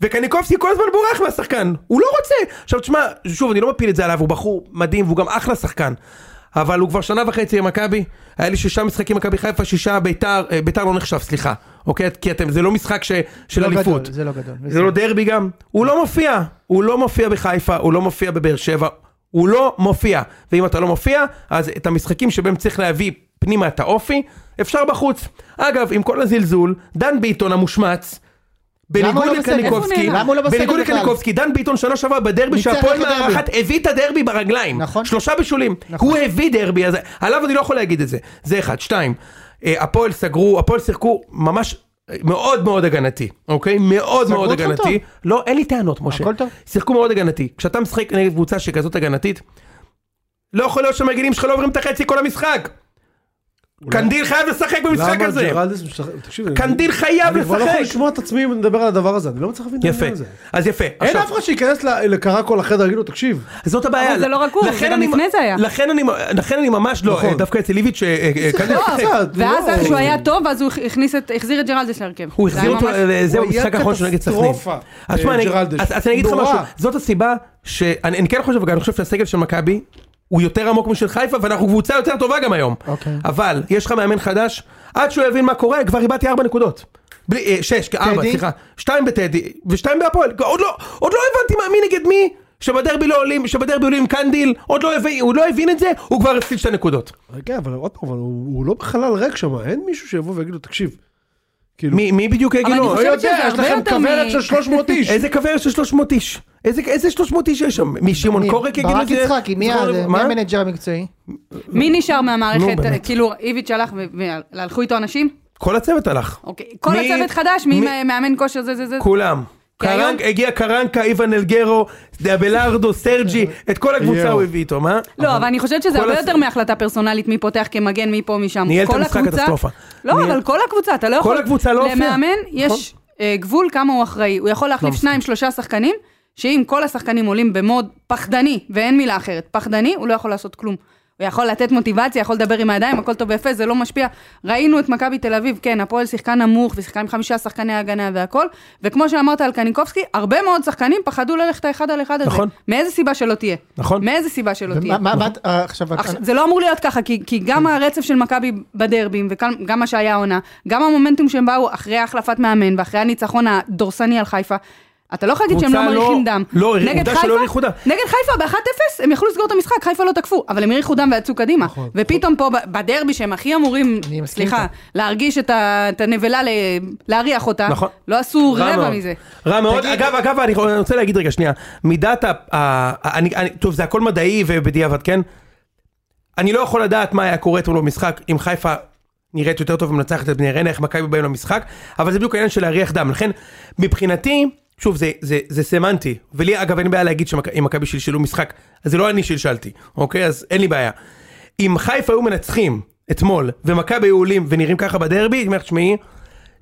Speaker 1: וקניקובסקי כל הזמן בורח מהשחקן, הוא לא רוצה. עכשיו תשמע, שוב, אני לא מפיל את זה עליו, הוא בחור מדהים, והוא גם אחלה שחקן. אבל הוא כבר שנה וחצי עם מכבי, היה לי שישה משחקים עם מכבי חיפה, שישה ביתר, אה, ביתר לא נחשב, סליחה. אוקיי? כי אתם, זה לא משחק ש, של
Speaker 2: לא
Speaker 1: אליפות.
Speaker 2: גדול, זה לא גדול.
Speaker 1: זה לא דרבי גם. הוא לא מופיע. הוא לא מופיע בחיפה, הוא לא מופיע בבאר שבע. הוא לא מופיע. ואם אתה לא מופיע, אז את המשחקים שבהם צריך להביא פנימה את האופי, אפשר בחוץ. אגב, עם כל הזלזול, דן ביטון המושמץ,
Speaker 2: למה
Speaker 1: בניגוד
Speaker 2: הוא לא בסגל?
Speaker 4: איפה
Speaker 1: לקניקובסקי,
Speaker 4: הוא נעלם?
Speaker 2: למה הוא לא בסגל
Speaker 1: בניגוד
Speaker 2: בכלל?
Speaker 1: לקניקובסקי, דן ביטון שנה שעברה בדרבי
Speaker 2: ניצח
Speaker 1: שהפועל
Speaker 2: את הדרבי.
Speaker 1: מארחת הביא את הדרבי ברגליים.
Speaker 2: נכון.
Speaker 1: שלושה בישולים.
Speaker 2: נכון.
Speaker 1: הוא הביא דרבי, אז עליו אני לא יכול להגיד את זה. זה אחד. שתיים, אה, הפועל סגרו, הפועל שיחקו ממש אה, מאוד מאוד הגנתי, אוקיי? מאוד
Speaker 2: סגרו
Speaker 1: מאוד
Speaker 2: אותך
Speaker 1: הגנתי.
Speaker 2: טוב.
Speaker 1: לא, אין לי טענות, משה.
Speaker 2: הכל טוב.
Speaker 1: שיחקו מאוד הגנתי. כשאתה משחק נגד קבוצה שכזאת הגנתית, לא יכול להיות שהמגינים שלך לא עוברים את החצי כל המשחק. קנדיל חייב לשחק במשחק
Speaker 3: למה
Speaker 1: הזה.
Speaker 3: ג'רלדס משחק... תקשיב, אני-
Speaker 1: קנדיל חייב
Speaker 3: אני כבר לא יכול
Speaker 1: לשחק.
Speaker 3: לשמוע את עצמי מדבר על הדבר הזה, אני לא מצליח להבין את
Speaker 1: יפה.
Speaker 3: העניין הזה.
Speaker 1: אז יפה.
Speaker 3: אין
Speaker 1: עכשיו-
Speaker 3: אף אחד שייכנס ל- לקרקו לחדר, יגיד לו, תקשיב,
Speaker 1: זאת הבעיה.
Speaker 4: אבל זה לא רק הוא,
Speaker 1: לכן
Speaker 4: זה גם
Speaker 1: אני-
Speaker 4: לפני זה היה.
Speaker 1: לכן אני, לכן אני ממש לא,
Speaker 3: נכון.
Speaker 1: אה, דווקא אצל איביץ', אה, אה, כנראה-
Speaker 4: לא,
Speaker 3: קצת,
Speaker 4: ואז
Speaker 3: לא.
Speaker 4: כשהוא היה טוב, אז הוא הכניס את, החזיר את ג'רלדס להרכב.
Speaker 1: הוא
Speaker 4: זה
Speaker 1: החזיר
Speaker 4: היה
Speaker 1: אותו,
Speaker 4: ממש-
Speaker 1: אה, זהו,
Speaker 3: הוא היה
Speaker 1: המשחק האחרון שלו נגד סכנין.
Speaker 3: קטסטרופה,
Speaker 1: אז תשמע,
Speaker 3: אה,
Speaker 1: אני-
Speaker 3: ג'רלדש.
Speaker 1: אז- אז אני אגיד לך
Speaker 3: נורא.
Speaker 1: משהו, זאת הסיבה שאני אני כן חושב, וגם אני חושב שהסגל של מכבי הוא יותר עמוק משל חיפה, ואנחנו קבוצה יותר טובה גם היום.
Speaker 2: אוקיי.
Speaker 1: אבל יש לך מאמן חדש, עד שהוא יבין מה קורה, כבר איבדתי ארבע נקודות. בלי, אה, שש, אה, ארבע,
Speaker 2: טדי?
Speaker 1: סליחה. שתיים בטדי, ושתיים בהפועל. עוד לא, עוד לא הבנתי מה, מי נגד מי, שבדרבי לא עולים, שבדרבי עולים עם קנדיל, עוד לא הבין, הוא לא הבין את זה, הוא כבר הפסיד שתי נקודות.
Speaker 3: רגע, אבל עוד פעם, אבל הוא הוא לא בחלל ריק שם, אין מישהו שיבוא ויגיד לו, תקשיב, כאילו,
Speaker 1: מי מי בדיוק יגיד
Speaker 4: אני
Speaker 1: לו?
Speaker 3: לא
Speaker 4: חושבת
Speaker 3: יודע,
Speaker 4: שזה
Speaker 3: יש
Speaker 4: הרבה
Speaker 3: לכם
Speaker 4: יותר
Speaker 3: כוורת
Speaker 4: מ-
Speaker 3: של (laughs) 300 איש.
Speaker 1: איזה כוורת של 300 איש? איזה, איזה 300 איש יש שם? מי שמעון
Speaker 2: מי?
Speaker 1: קורק יגיד את
Speaker 2: ברק
Speaker 1: זה?
Speaker 2: יצחקי, מי
Speaker 1: זכור-
Speaker 2: ה- מי
Speaker 1: מה?
Speaker 2: המנג'ר המקצועי?
Speaker 4: מי נשאר
Speaker 1: אה, נו,
Speaker 4: מהמערכת,
Speaker 1: באמת.
Speaker 4: כאילו איביץ' הלך ו- והלכו איתו אנשים?
Speaker 1: כל הצוות הלך.
Speaker 4: אוקיי. כל
Speaker 1: מי-
Speaker 4: הצוות חדש, מי
Speaker 1: מי-
Speaker 4: מאמן כושר זה זה זה?
Speaker 1: כולם.
Speaker 4: כי היום-
Speaker 1: קרנק, הגיע קרנקה, איוון אלגרו, דאבלארדו, סרג'י, את כל הקבוצה
Speaker 3: יואו.
Speaker 1: הוא הביא איתו, מה? נכון.
Speaker 4: לא, אבל אני חושבת שזה
Speaker 1: כל
Speaker 4: הרבה
Speaker 1: הס-
Speaker 4: יותר מהחלטה פרסונלית, מי פותח כמגן, מי פה, מי שם.
Speaker 1: ניהל את
Speaker 4: כל
Speaker 1: המשחק
Speaker 4: הקבוצה-
Speaker 1: קטסטרופה.
Speaker 4: לא,
Speaker 1: ניהל-
Speaker 4: אבל כל הקבוצה, אתה לא
Speaker 1: כל
Speaker 4: יכול...
Speaker 1: הקבוצה לא הופיעה. לא
Speaker 4: למאמן יש אה, גבול כמה הוא אחראי. הוא יכול להחליף שניים, שלושה שחקנים, שאם כל השחקנים עולים במוד פחדני, ואין מילה אחרת, פחדני, הוא לא יכול לעשות כלום. הוא יכול לתת מוטיבציה, יכול לדבר עם הידיים, הכל טוב ויפה, זה לא משפיע. ראינו את מכבי תל אביב, כן, הפועל שיחקה נמוך, ושיחקה עם חמישה שחקני הגנה והכל, וכמו שאמרת על קניקובסקי, הרבה מאוד שחקנים פחדו ללכת האחד על אחד הזה.
Speaker 1: נכון.
Speaker 4: מאיזה סיבה שלא תהיה.
Speaker 1: נכון.
Speaker 4: מאיזה סיבה שלא תהיה.
Speaker 2: ומה- מה- מה- אה, עכשיו,
Speaker 4: עכשיו, זה לא אמור להיות ככה, כי, כי גם הרצף של מכבי בדרבים, וגם מה שהיה העונה, גם המומנטום שהם באו אחרי החלפת מאמן, ואחרי הניצחון הדורסני על חיפה, אתה לא יכול להגיד שהם לא
Speaker 1: קבוצה לא-
Speaker 4: מריחים דם.
Speaker 1: לא,
Speaker 4: נגד
Speaker 1: עובדה
Speaker 4: חיפה-
Speaker 1: שלא הריחו דם.
Speaker 4: נגד חיפה ב-1-0, הם יכלו לסגור את המשחק, חיפה לא תקפו, אבל הם הריחו דם ויצאו קדימה.
Speaker 1: נכון.
Speaker 4: ופתאום פה ב- בדרבי, שהם הכי אמורים,
Speaker 2: אני מסכים
Speaker 4: סליחה,
Speaker 2: איתך.
Speaker 4: להרגיש את ה- את הנבלה, ל- להריח אותה,
Speaker 1: נכון.
Speaker 4: לא עשו
Speaker 1: רע
Speaker 4: רבע
Speaker 1: מאוד.
Speaker 4: מזה.
Speaker 1: רע מאוד. אגב, אגב, אני רוצה להגיד רגע, שנייה. מידת ה... ה- אני- אני- טוב, זה הכל מדעי ובדיעבד, כן? אני לא יכול לדעת מה היה קורה אתמול במשחק, אם חיפה נראית יותר טוב ומנצחת את בני ריינה, איך מכבי באים למשחק, אבל זה בדיוק העניין של להריח דם. לכן, מבחינתי, שוב, זה, זה, זה סמנטי, ולי אגב אין בעיה להגיד שמכ- אם מכבי שלשלו משחק, אז זה לא אני שלשלתי, אוקיי? אז אין לי בעיה. אם חיפה היו מנצחים אתמול, ומכבי היו עולים ונראים ככה בדרבי, הייתי אומר, לך, תשמעי,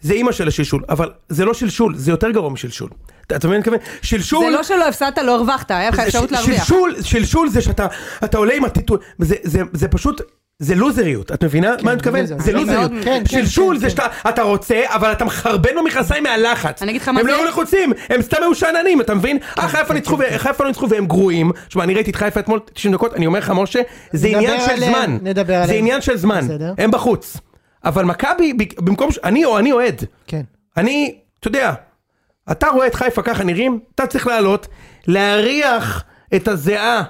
Speaker 1: זה אימא של השלשול, אבל זה לא שלשול, זה יותר גרוע משלשול. אתה אתה מבין מה אני מתכוון? שלשול...
Speaker 4: זה לא שלא הפסדת, לא הרווחת, היה לך
Speaker 1: זה
Speaker 4: אפשרות
Speaker 1: ש-
Speaker 4: להרוויח.
Speaker 1: שלשול, שלשול זה שאתה אתה עולה עם הטיטול, זה, זה, זה פשוט זה לוזריות, את מבינה?
Speaker 4: כן,
Speaker 1: מה אני מתכוון?
Speaker 2: לוזר.
Speaker 1: זה
Speaker 4: לא,
Speaker 2: אני
Speaker 1: לוזריות.
Speaker 2: מאוד- כן, כן,
Speaker 1: שלשול
Speaker 2: כן,
Speaker 1: זה
Speaker 2: כן.
Speaker 1: שאתה אתה רוצה, אבל אתה מחרבן במכנסיים מהלחץ.
Speaker 4: אני אגיד לך מה
Speaker 1: הם
Speaker 4: זה? כן,
Speaker 1: לא היו לחוצים, הם סתם היו שאננים, אתה מבין? אה, חיפה ניצחו, ו- חיפה לא ניצחו והם גרועים. תשמע, אני ראיתי את חיפה אתמול 90 דקות, אני אומר לך, משה, זה
Speaker 2: נדבר
Speaker 1: עניין של
Speaker 2: עליהם,
Speaker 1: זמן.
Speaker 2: נדבר
Speaker 1: זה
Speaker 2: עליהם.
Speaker 1: עניין של זמן.
Speaker 2: בסדר.
Speaker 1: הם בחוץ. אבל מכבי, ב- במקום ש... אני או אני אוהד.
Speaker 2: כן.
Speaker 1: אני, אתה יודע, אתה רואה את חיפה ככה נראים, אתה צריך לעלות, להריח את הזיעה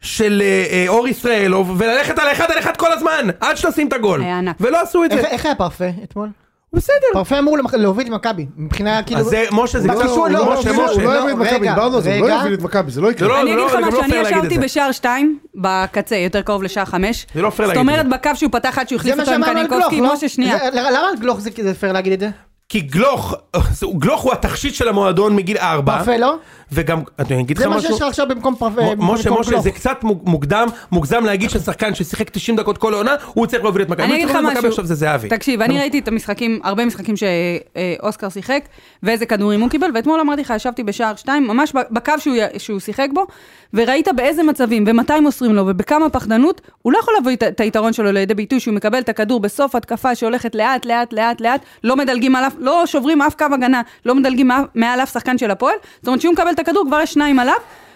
Speaker 1: של אה, אה, אור ישראלוב, וללכת על אחד על אחד כל הזמן, עד שתשים את הגול.
Speaker 4: היה ענק.
Speaker 1: ולא עשו את זה.
Speaker 2: איך- איך היה פרפה אתמול?
Speaker 1: בסדר.
Speaker 2: פרפה אמור למח- להוביל את מכבי, מבחינה כאילו...
Speaker 1: אז זה, משה, זה
Speaker 2: הוא
Speaker 1: קצת...
Speaker 2: לא- הוא
Speaker 1: משה,
Speaker 2: לא-
Speaker 1: משה,
Speaker 2: הוא
Speaker 1: משה.
Speaker 3: הוא לא
Speaker 2: לא,
Speaker 3: יוביל את מכבי,
Speaker 2: רגע,
Speaker 3: דיברנו על זה, הוא לא
Speaker 2: רגע.
Speaker 3: יוביל את מכבי, זה לא
Speaker 1: זה
Speaker 3: יקרה.
Speaker 1: לא-
Speaker 4: אני אגיד לך
Speaker 1: זה גם לא
Speaker 4: משהו, אני
Speaker 1: פייר להגיד את
Speaker 4: ישבתי
Speaker 1: זה.
Speaker 4: בשער 2, בקצה, יותר קרוב לשעה 5.
Speaker 1: זה לא פייר
Speaker 4: זאת
Speaker 1: להגיד את
Speaker 4: אומרת, בקו שהוא פתח עד שהוא
Speaker 2: זה
Speaker 4: החליף
Speaker 2: מה
Speaker 4: אותו עם
Speaker 2: שאמרנו על גלוך,
Speaker 4: קניקובסקי,
Speaker 2: לא?
Speaker 4: משה, שנייה.
Speaker 2: זה- למה על גלוך זה זה פייר להגיד את זה?
Speaker 1: כי גלוך, (laughs) גלוך הוא התכשיט של המועדון מגיל ארבע.
Speaker 2: פרפה לא?
Speaker 1: וגם, אני אגיד לך
Speaker 2: זה מה
Speaker 1: משהו.
Speaker 2: שיש לך עכשיו במקום פרפה.
Speaker 1: מ-
Speaker 2: במקום
Speaker 1: משה, משה,
Speaker 2: גלוך.
Speaker 1: זה קצת מוג- מוקדם, מוגזם להגיד ששחקן ששיחק 90 דקות כל העונה, הוא צריך להוביל את מכבי.
Speaker 4: אני
Speaker 1: מי
Speaker 4: אגיד
Speaker 1: צריך
Speaker 4: לך
Speaker 1: להוביל את מכבי
Speaker 4: משהו.
Speaker 1: עכשיו זה זהבי.
Speaker 4: תקשיב, אני ראיתי את המשחקים, הרבה משחקים שאוסקר שיחק, ואיזה כדורים הוא קיבל, ואתמול אמרתי לך, ישבתי בשער 2, ממש ב- בקו שהוא י- שהוא שיחק בו, וראית באיזה מצבים, ומתי מוסרים לו, ובכמה פחדנות, הוא לא יכול להביא את- את היתרון שלו לידי ביטוי, שהוא מקבל את הכדור בסוף התקפה שהולכת לאט, לאט, לאט, לאט, לא מדלגים על אף, לא שוברים אף קו הגנה, לא מדלגים מע- מעל אף שחקן של הפועל, זאת אומרת שהוא מקבל את הכדור, כבר יש שניים עליו.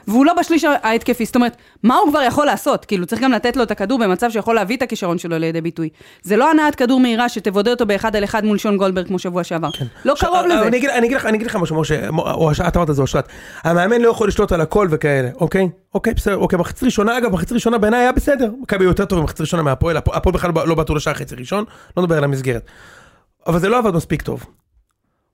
Speaker 4: והוא לא בשליש ההתקפי, זאת אומרת, מה הוא כבר יכול לעשות? כאילו, צריך גם לתת לו את הכדור במצב שיכול להביא את הכישרון שלו לידי ביטוי. זה לא הנעת כדור מהירה שתבודד אותו באחד על אחד מול שון גולדברג כמו שבוע שעבר. לא
Speaker 1: כן. ש-
Speaker 4: קרוב
Speaker 1: אבל
Speaker 4: לזה.
Speaker 1: אני אגיד, אני, אגיד לך, אני אגיד לך משהו, משה, מו- או הש- אתה אמרת את זה אושרת. המאמן לא יכול לשלוט על הכל וכאלה, אוקיי? אוקיי, בסדר, אוקיי, מחצית ראשונה, אגב, מחצית ראשונה בעיניי היה בסדר. מכבי יותר טוב במחצית ראשונה מהפועל, הפ- הפועל בכלל לא בעטו לשער חצי ראשון, לא נדבר על המסגרת. אבל זה לא עבד מספיק טוב.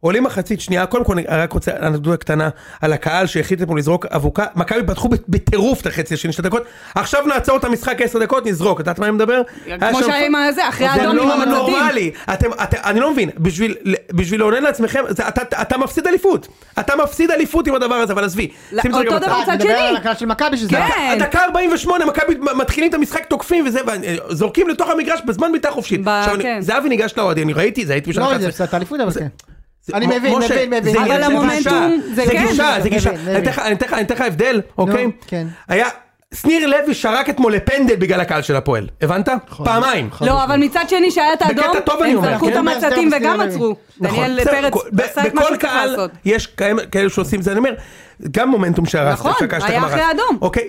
Speaker 1: עולים מחצית שנייה, קודם כל אני רק רוצה אנדודה קטנה על הקהל שהחליט אתמול לזרוק אבוקה, מכבי פתחו בט- בטירוף את החצי השני של הדקות, עכשיו נעצור את המשחק 10 דקות, נזרוק, את יודעת מה אני מדבר? היה
Speaker 4: כמו
Speaker 1: שם-
Speaker 4: שהיה עם הזה, אחרי
Speaker 1: אה, זה
Speaker 4: האדום עם
Speaker 1: לא
Speaker 4: המצתים.
Speaker 1: נורמלי, אתם, אתם, אני לא מבין, בשביל, בשביל לעונן לעצמכם, זה, אתה, אתה מפסיד אליפות, אתה מפסיד אליפות עם הדבר הזה, אבל עזבי,
Speaker 4: לא,
Speaker 1: שים את זה רגע
Speaker 4: אותו
Speaker 1: בצד.
Speaker 4: דבר
Speaker 2: אה, אתה
Speaker 4: מצד
Speaker 2: מדבר
Speaker 4: שני.
Speaker 2: על הקהל של מכבי שזה... לא,
Speaker 4: כן.
Speaker 1: הדקה 48 מכבי מתחילים את המשחק תוקפים וזה וזורקים לתוך המגרש בזמן בעיטה חופשית.
Speaker 4: ב-
Speaker 1: עכשיו, אני-
Speaker 4: כן.
Speaker 1: זאבי ניגש לאוהדים, אני ראיתי את זה, הייתי בשנה
Speaker 2: לא,
Speaker 1: 11.
Speaker 2: זה הפסדת אליפות אבל כן.
Speaker 1: זה-
Speaker 2: אני
Speaker 1: מ-
Speaker 2: מבין,
Speaker 1: משה,
Speaker 2: מבין, מבין.
Speaker 1: זה
Speaker 2: אבל
Speaker 1: גישה,
Speaker 4: המומנטום, זה כן.
Speaker 1: גישה, זה
Speaker 2: מבין,
Speaker 1: גישה.
Speaker 2: מבין.
Speaker 1: אני אתן לך- אני אתן לך- אני אתן לך הבדל, אוקיי?
Speaker 2: כן.
Speaker 1: היה, שניר לוי שרק אתמול לפנדל בגלל הקהל של הפועל, הבנת?
Speaker 2: נכון,
Speaker 1: פעמיים.
Speaker 4: לא, אבל מצד שני שהיה את
Speaker 1: בקטע
Speaker 4: האדום,
Speaker 1: טוב אני
Speaker 4: הם
Speaker 1: אומר,
Speaker 4: זרקו
Speaker 1: כן? נכון.
Speaker 4: את המצתים
Speaker 2: זה
Speaker 4: וגם
Speaker 2: בסדר.
Speaker 4: עצרו. דניאל
Speaker 1: בסדר,
Speaker 4: פרץ
Speaker 1: כל- ב-
Speaker 4: עשה את מה
Speaker 1: בכל
Speaker 4: שצריך
Speaker 1: קהל
Speaker 4: לעשות.
Speaker 1: יש כאלה- כאלה שעושים זה, אני אומר, גם מומנטום שהרסת.
Speaker 4: נכון,
Speaker 1: שהקהל שלך
Speaker 4: היה
Speaker 1: גם הרס.
Speaker 4: אחרי האדום.
Speaker 1: אוקיי.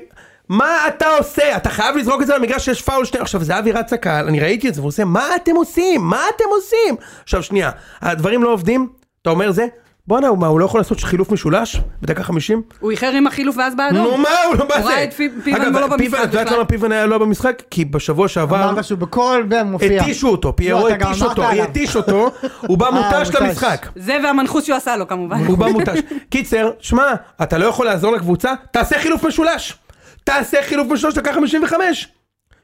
Speaker 1: מה אתה עושה? אתה חייב לזרוק את זה למגרש שיש פאול שני... עכשיו, זהבי רץ לקהל, אני ראיתי את זה, והוא עושה, מה אתם עושים? מה אתם עושים? עכשיו, שנייה, הדברים לא עובדים, אתה אומר זה, בואנה, הוא- מה, הוא לא יכול לעשות חילוף משולש? בדקה חמישים?
Speaker 4: הוא איחר עם החילוף ואז באדום.
Speaker 1: נו, מה, הוא לא, מה זה?
Speaker 4: הוא ראה את פי- פיבן
Speaker 1: אגב,
Speaker 4: לא במשחק
Speaker 1: את יודעת
Speaker 4: בכלל.
Speaker 1: למה פיבן היה לא במשחק? כי בשבוע שעבר...
Speaker 2: אמרת שהוא בכל בן מופיע. לא,
Speaker 1: התישו אותו, פיירו
Speaker 2: אתה גם
Speaker 1: התיש
Speaker 2: אמרת
Speaker 1: אותו,
Speaker 2: עליו.
Speaker 1: התיש אותו, הוא בא
Speaker 2: אה,
Speaker 1: מותש
Speaker 2: מותש.
Speaker 1: למשחק.
Speaker 4: זה והמנחוס שהוא עשה לו כמובן.
Speaker 1: הוא בא מותש. קיצר, שמע, אתה לא יכול לעזור לקבוצה, תעשה חילוף משולש. תעשה חילוף משולש דקה 55.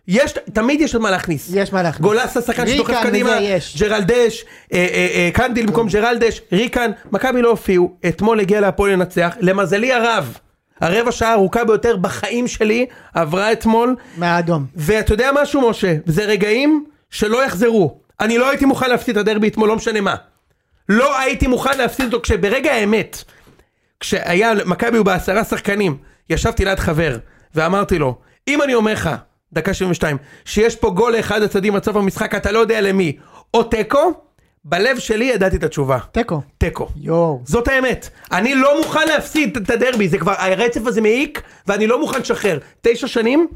Speaker 1: יש, תמיד יש עוד מה להכניס.
Speaker 2: יש מה להכניס.
Speaker 1: גולסה שחקן שדוחף
Speaker 2: ריקן
Speaker 1: קדימה,
Speaker 2: וזה יש.
Speaker 1: ג'רלדש, אה, אה, אה, קנדיל במקום ג'רלדש, ריקן, מכבי לא הופיעו, אתמול הגיע להפועל לנצח, למזלי הרב, הרבע שעה הארוכה ביותר בחיים שלי עברה אתמול,
Speaker 2: מהאדום.
Speaker 1: ואתה יודע משהו משה, זה רגעים שלא יחזרו. אני לא הייתי מוכן להפסיד את הדרבי אתמול, לא משנה מה. לא הייתי מוכן להפסיד אותו כשברגע האמת, כשהיה מכבי הוא בעשרה שחקנים, ישבתי ליד חבר ואמרתי לו, אם אני אומר לך, דקה 72, שיש פה גול לאחד הצדדים עד סוף המשחק, אתה לא יודע למי, או תיקו, בלב שלי ידעתי את התשובה.
Speaker 2: תיקו.
Speaker 1: תיקו.
Speaker 2: יואו.
Speaker 1: זאת האמת. אני לא מוכן להפסיד את הדרבי, זה כבר, הרצף הזה מעיק, ואני לא מוכן לשחרר. תשע שנים,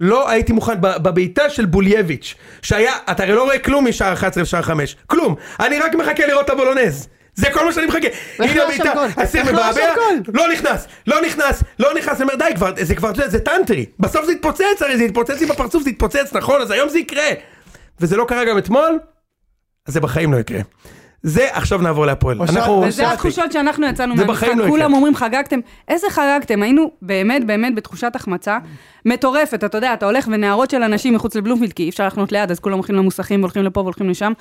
Speaker 1: לא הייתי מוכן ב- בבעיטה של בולייביץ', שהיה, אתה הרי לא רואה כלום משער 11 לשער 5, כלום. אני רק מחכה לראות את הבולונז. זה כל מה שאני מחכה. הנה
Speaker 2: לא
Speaker 1: הבעיטה,
Speaker 2: שם גול? איך
Speaker 1: הסיר
Speaker 2: לא
Speaker 1: מבעבע,
Speaker 2: שם גול?
Speaker 1: לא נכנס, לא נכנס, לא נכנס, אני אומר די כבר, זה כבר, אתה יודע, זה טנטרי. בסוף זה יתפוצץ, הרי זה יתפוצץ לי בפרצוף, זה יתפוצץ, נכון? אז היום זה יקרה. וזה לא קרה גם אתמול, אז זה בחיים לא יקרה. זה, עכשיו נעבור להפועל.
Speaker 2: אושרת,
Speaker 1: אנחנו...
Speaker 4: וזה התחושות שאנחנו יצאנו
Speaker 1: אוקיי. זה
Speaker 4: מהמשחק,
Speaker 1: בחיים לא יקרה.
Speaker 4: כולם אומרים חגגתם, איזה חגגתם, היינו באמת באמת בתחושת החמצה מטורפת, אתה יודע, אתה הולך ונערות של אנשים מחוץ לבלומפילד, כי אי אפשר לחנות ליד, אז כולם הולכים למוסכים והולכים לפה והולכים לשם.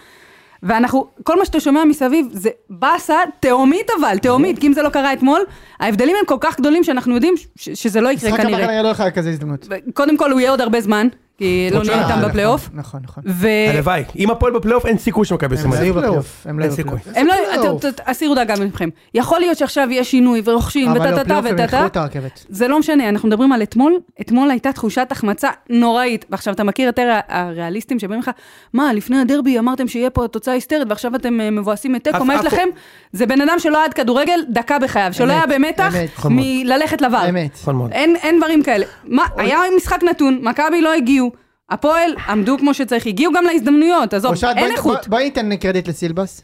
Speaker 4: ואנחנו, כל מה שאתה שומע מסביב זה באסה תהומית אבל, תהומית, כי אם זה לא קרה אתמול, ההבדלים הם כל כך גדולים שאנחנו יודעים ש- שזה לא יקרה
Speaker 2: משחק הבא
Speaker 4: כנראה.
Speaker 2: כנראה לא יהיה לך כזה הזדמנות.
Speaker 4: קודם כל הוא יהיה עוד הרבה זמן, כי לא
Speaker 1: עוד
Speaker 4: נהיה
Speaker 1: שנה,
Speaker 4: איתם
Speaker 1: נכון.
Speaker 4: בפלייאוף.
Speaker 2: נכון, נכון.
Speaker 4: ו...
Speaker 1: הלוואי. אם הפועל בפלייאוף, אין סיכוי שמכבי
Speaker 2: הם
Speaker 1: ישימו
Speaker 2: לא
Speaker 1: את זה.
Speaker 2: יהיו בפלייאוף, הם לא
Speaker 1: אין
Speaker 2: יהיו
Speaker 1: סיכוי.
Speaker 2: בפלייאוף.
Speaker 4: הם לא,
Speaker 3: פלייאוף?
Speaker 4: ת- ת- הסירו דאגה מכם. יכול להיות שעכשיו יש שינוי ורוכשים
Speaker 2: אבל
Speaker 4: וטה טה טה
Speaker 2: בפלייאוף הם
Speaker 4: וטה
Speaker 2: יקחו
Speaker 4: טה.
Speaker 2: את הרכבת.
Speaker 4: זה לא משנה, אנחנו מדברים על אתמול, אתמול הייתה תחושת החמצה נוראית. ועכשיו, אתה מכיר יותר ה- הריאליסטים שבאים לך, מה, לפני הדרבי אמרתם שיהיה פה תוצאה היסטרית, ועכשיו אתם אה, מבואסים מתיקו,
Speaker 1: אף-
Speaker 4: מה יש
Speaker 1: אף-
Speaker 4: לכם? זה בן אדם שלא עד כדורגל דקה בחייו, שלא
Speaker 2: אמת,
Speaker 4: היה במתח
Speaker 2: אמת.
Speaker 1: נכון מאוד.
Speaker 4: מללכת לבר.
Speaker 2: אמת.
Speaker 1: נכון מאוד.
Speaker 4: אין, אין דברים כאלה. מה, היה משחק נתון, מכבי לא הגיעו, הפועל עמדו כמו שצריך, הגיעו גם להזדמנויות, עזוב,
Speaker 2: ראשת,
Speaker 4: אין
Speaker 2: בואי-
Speaker 4: איכות.
Speaker 2: בואי ניתן קרדיט לסילבס.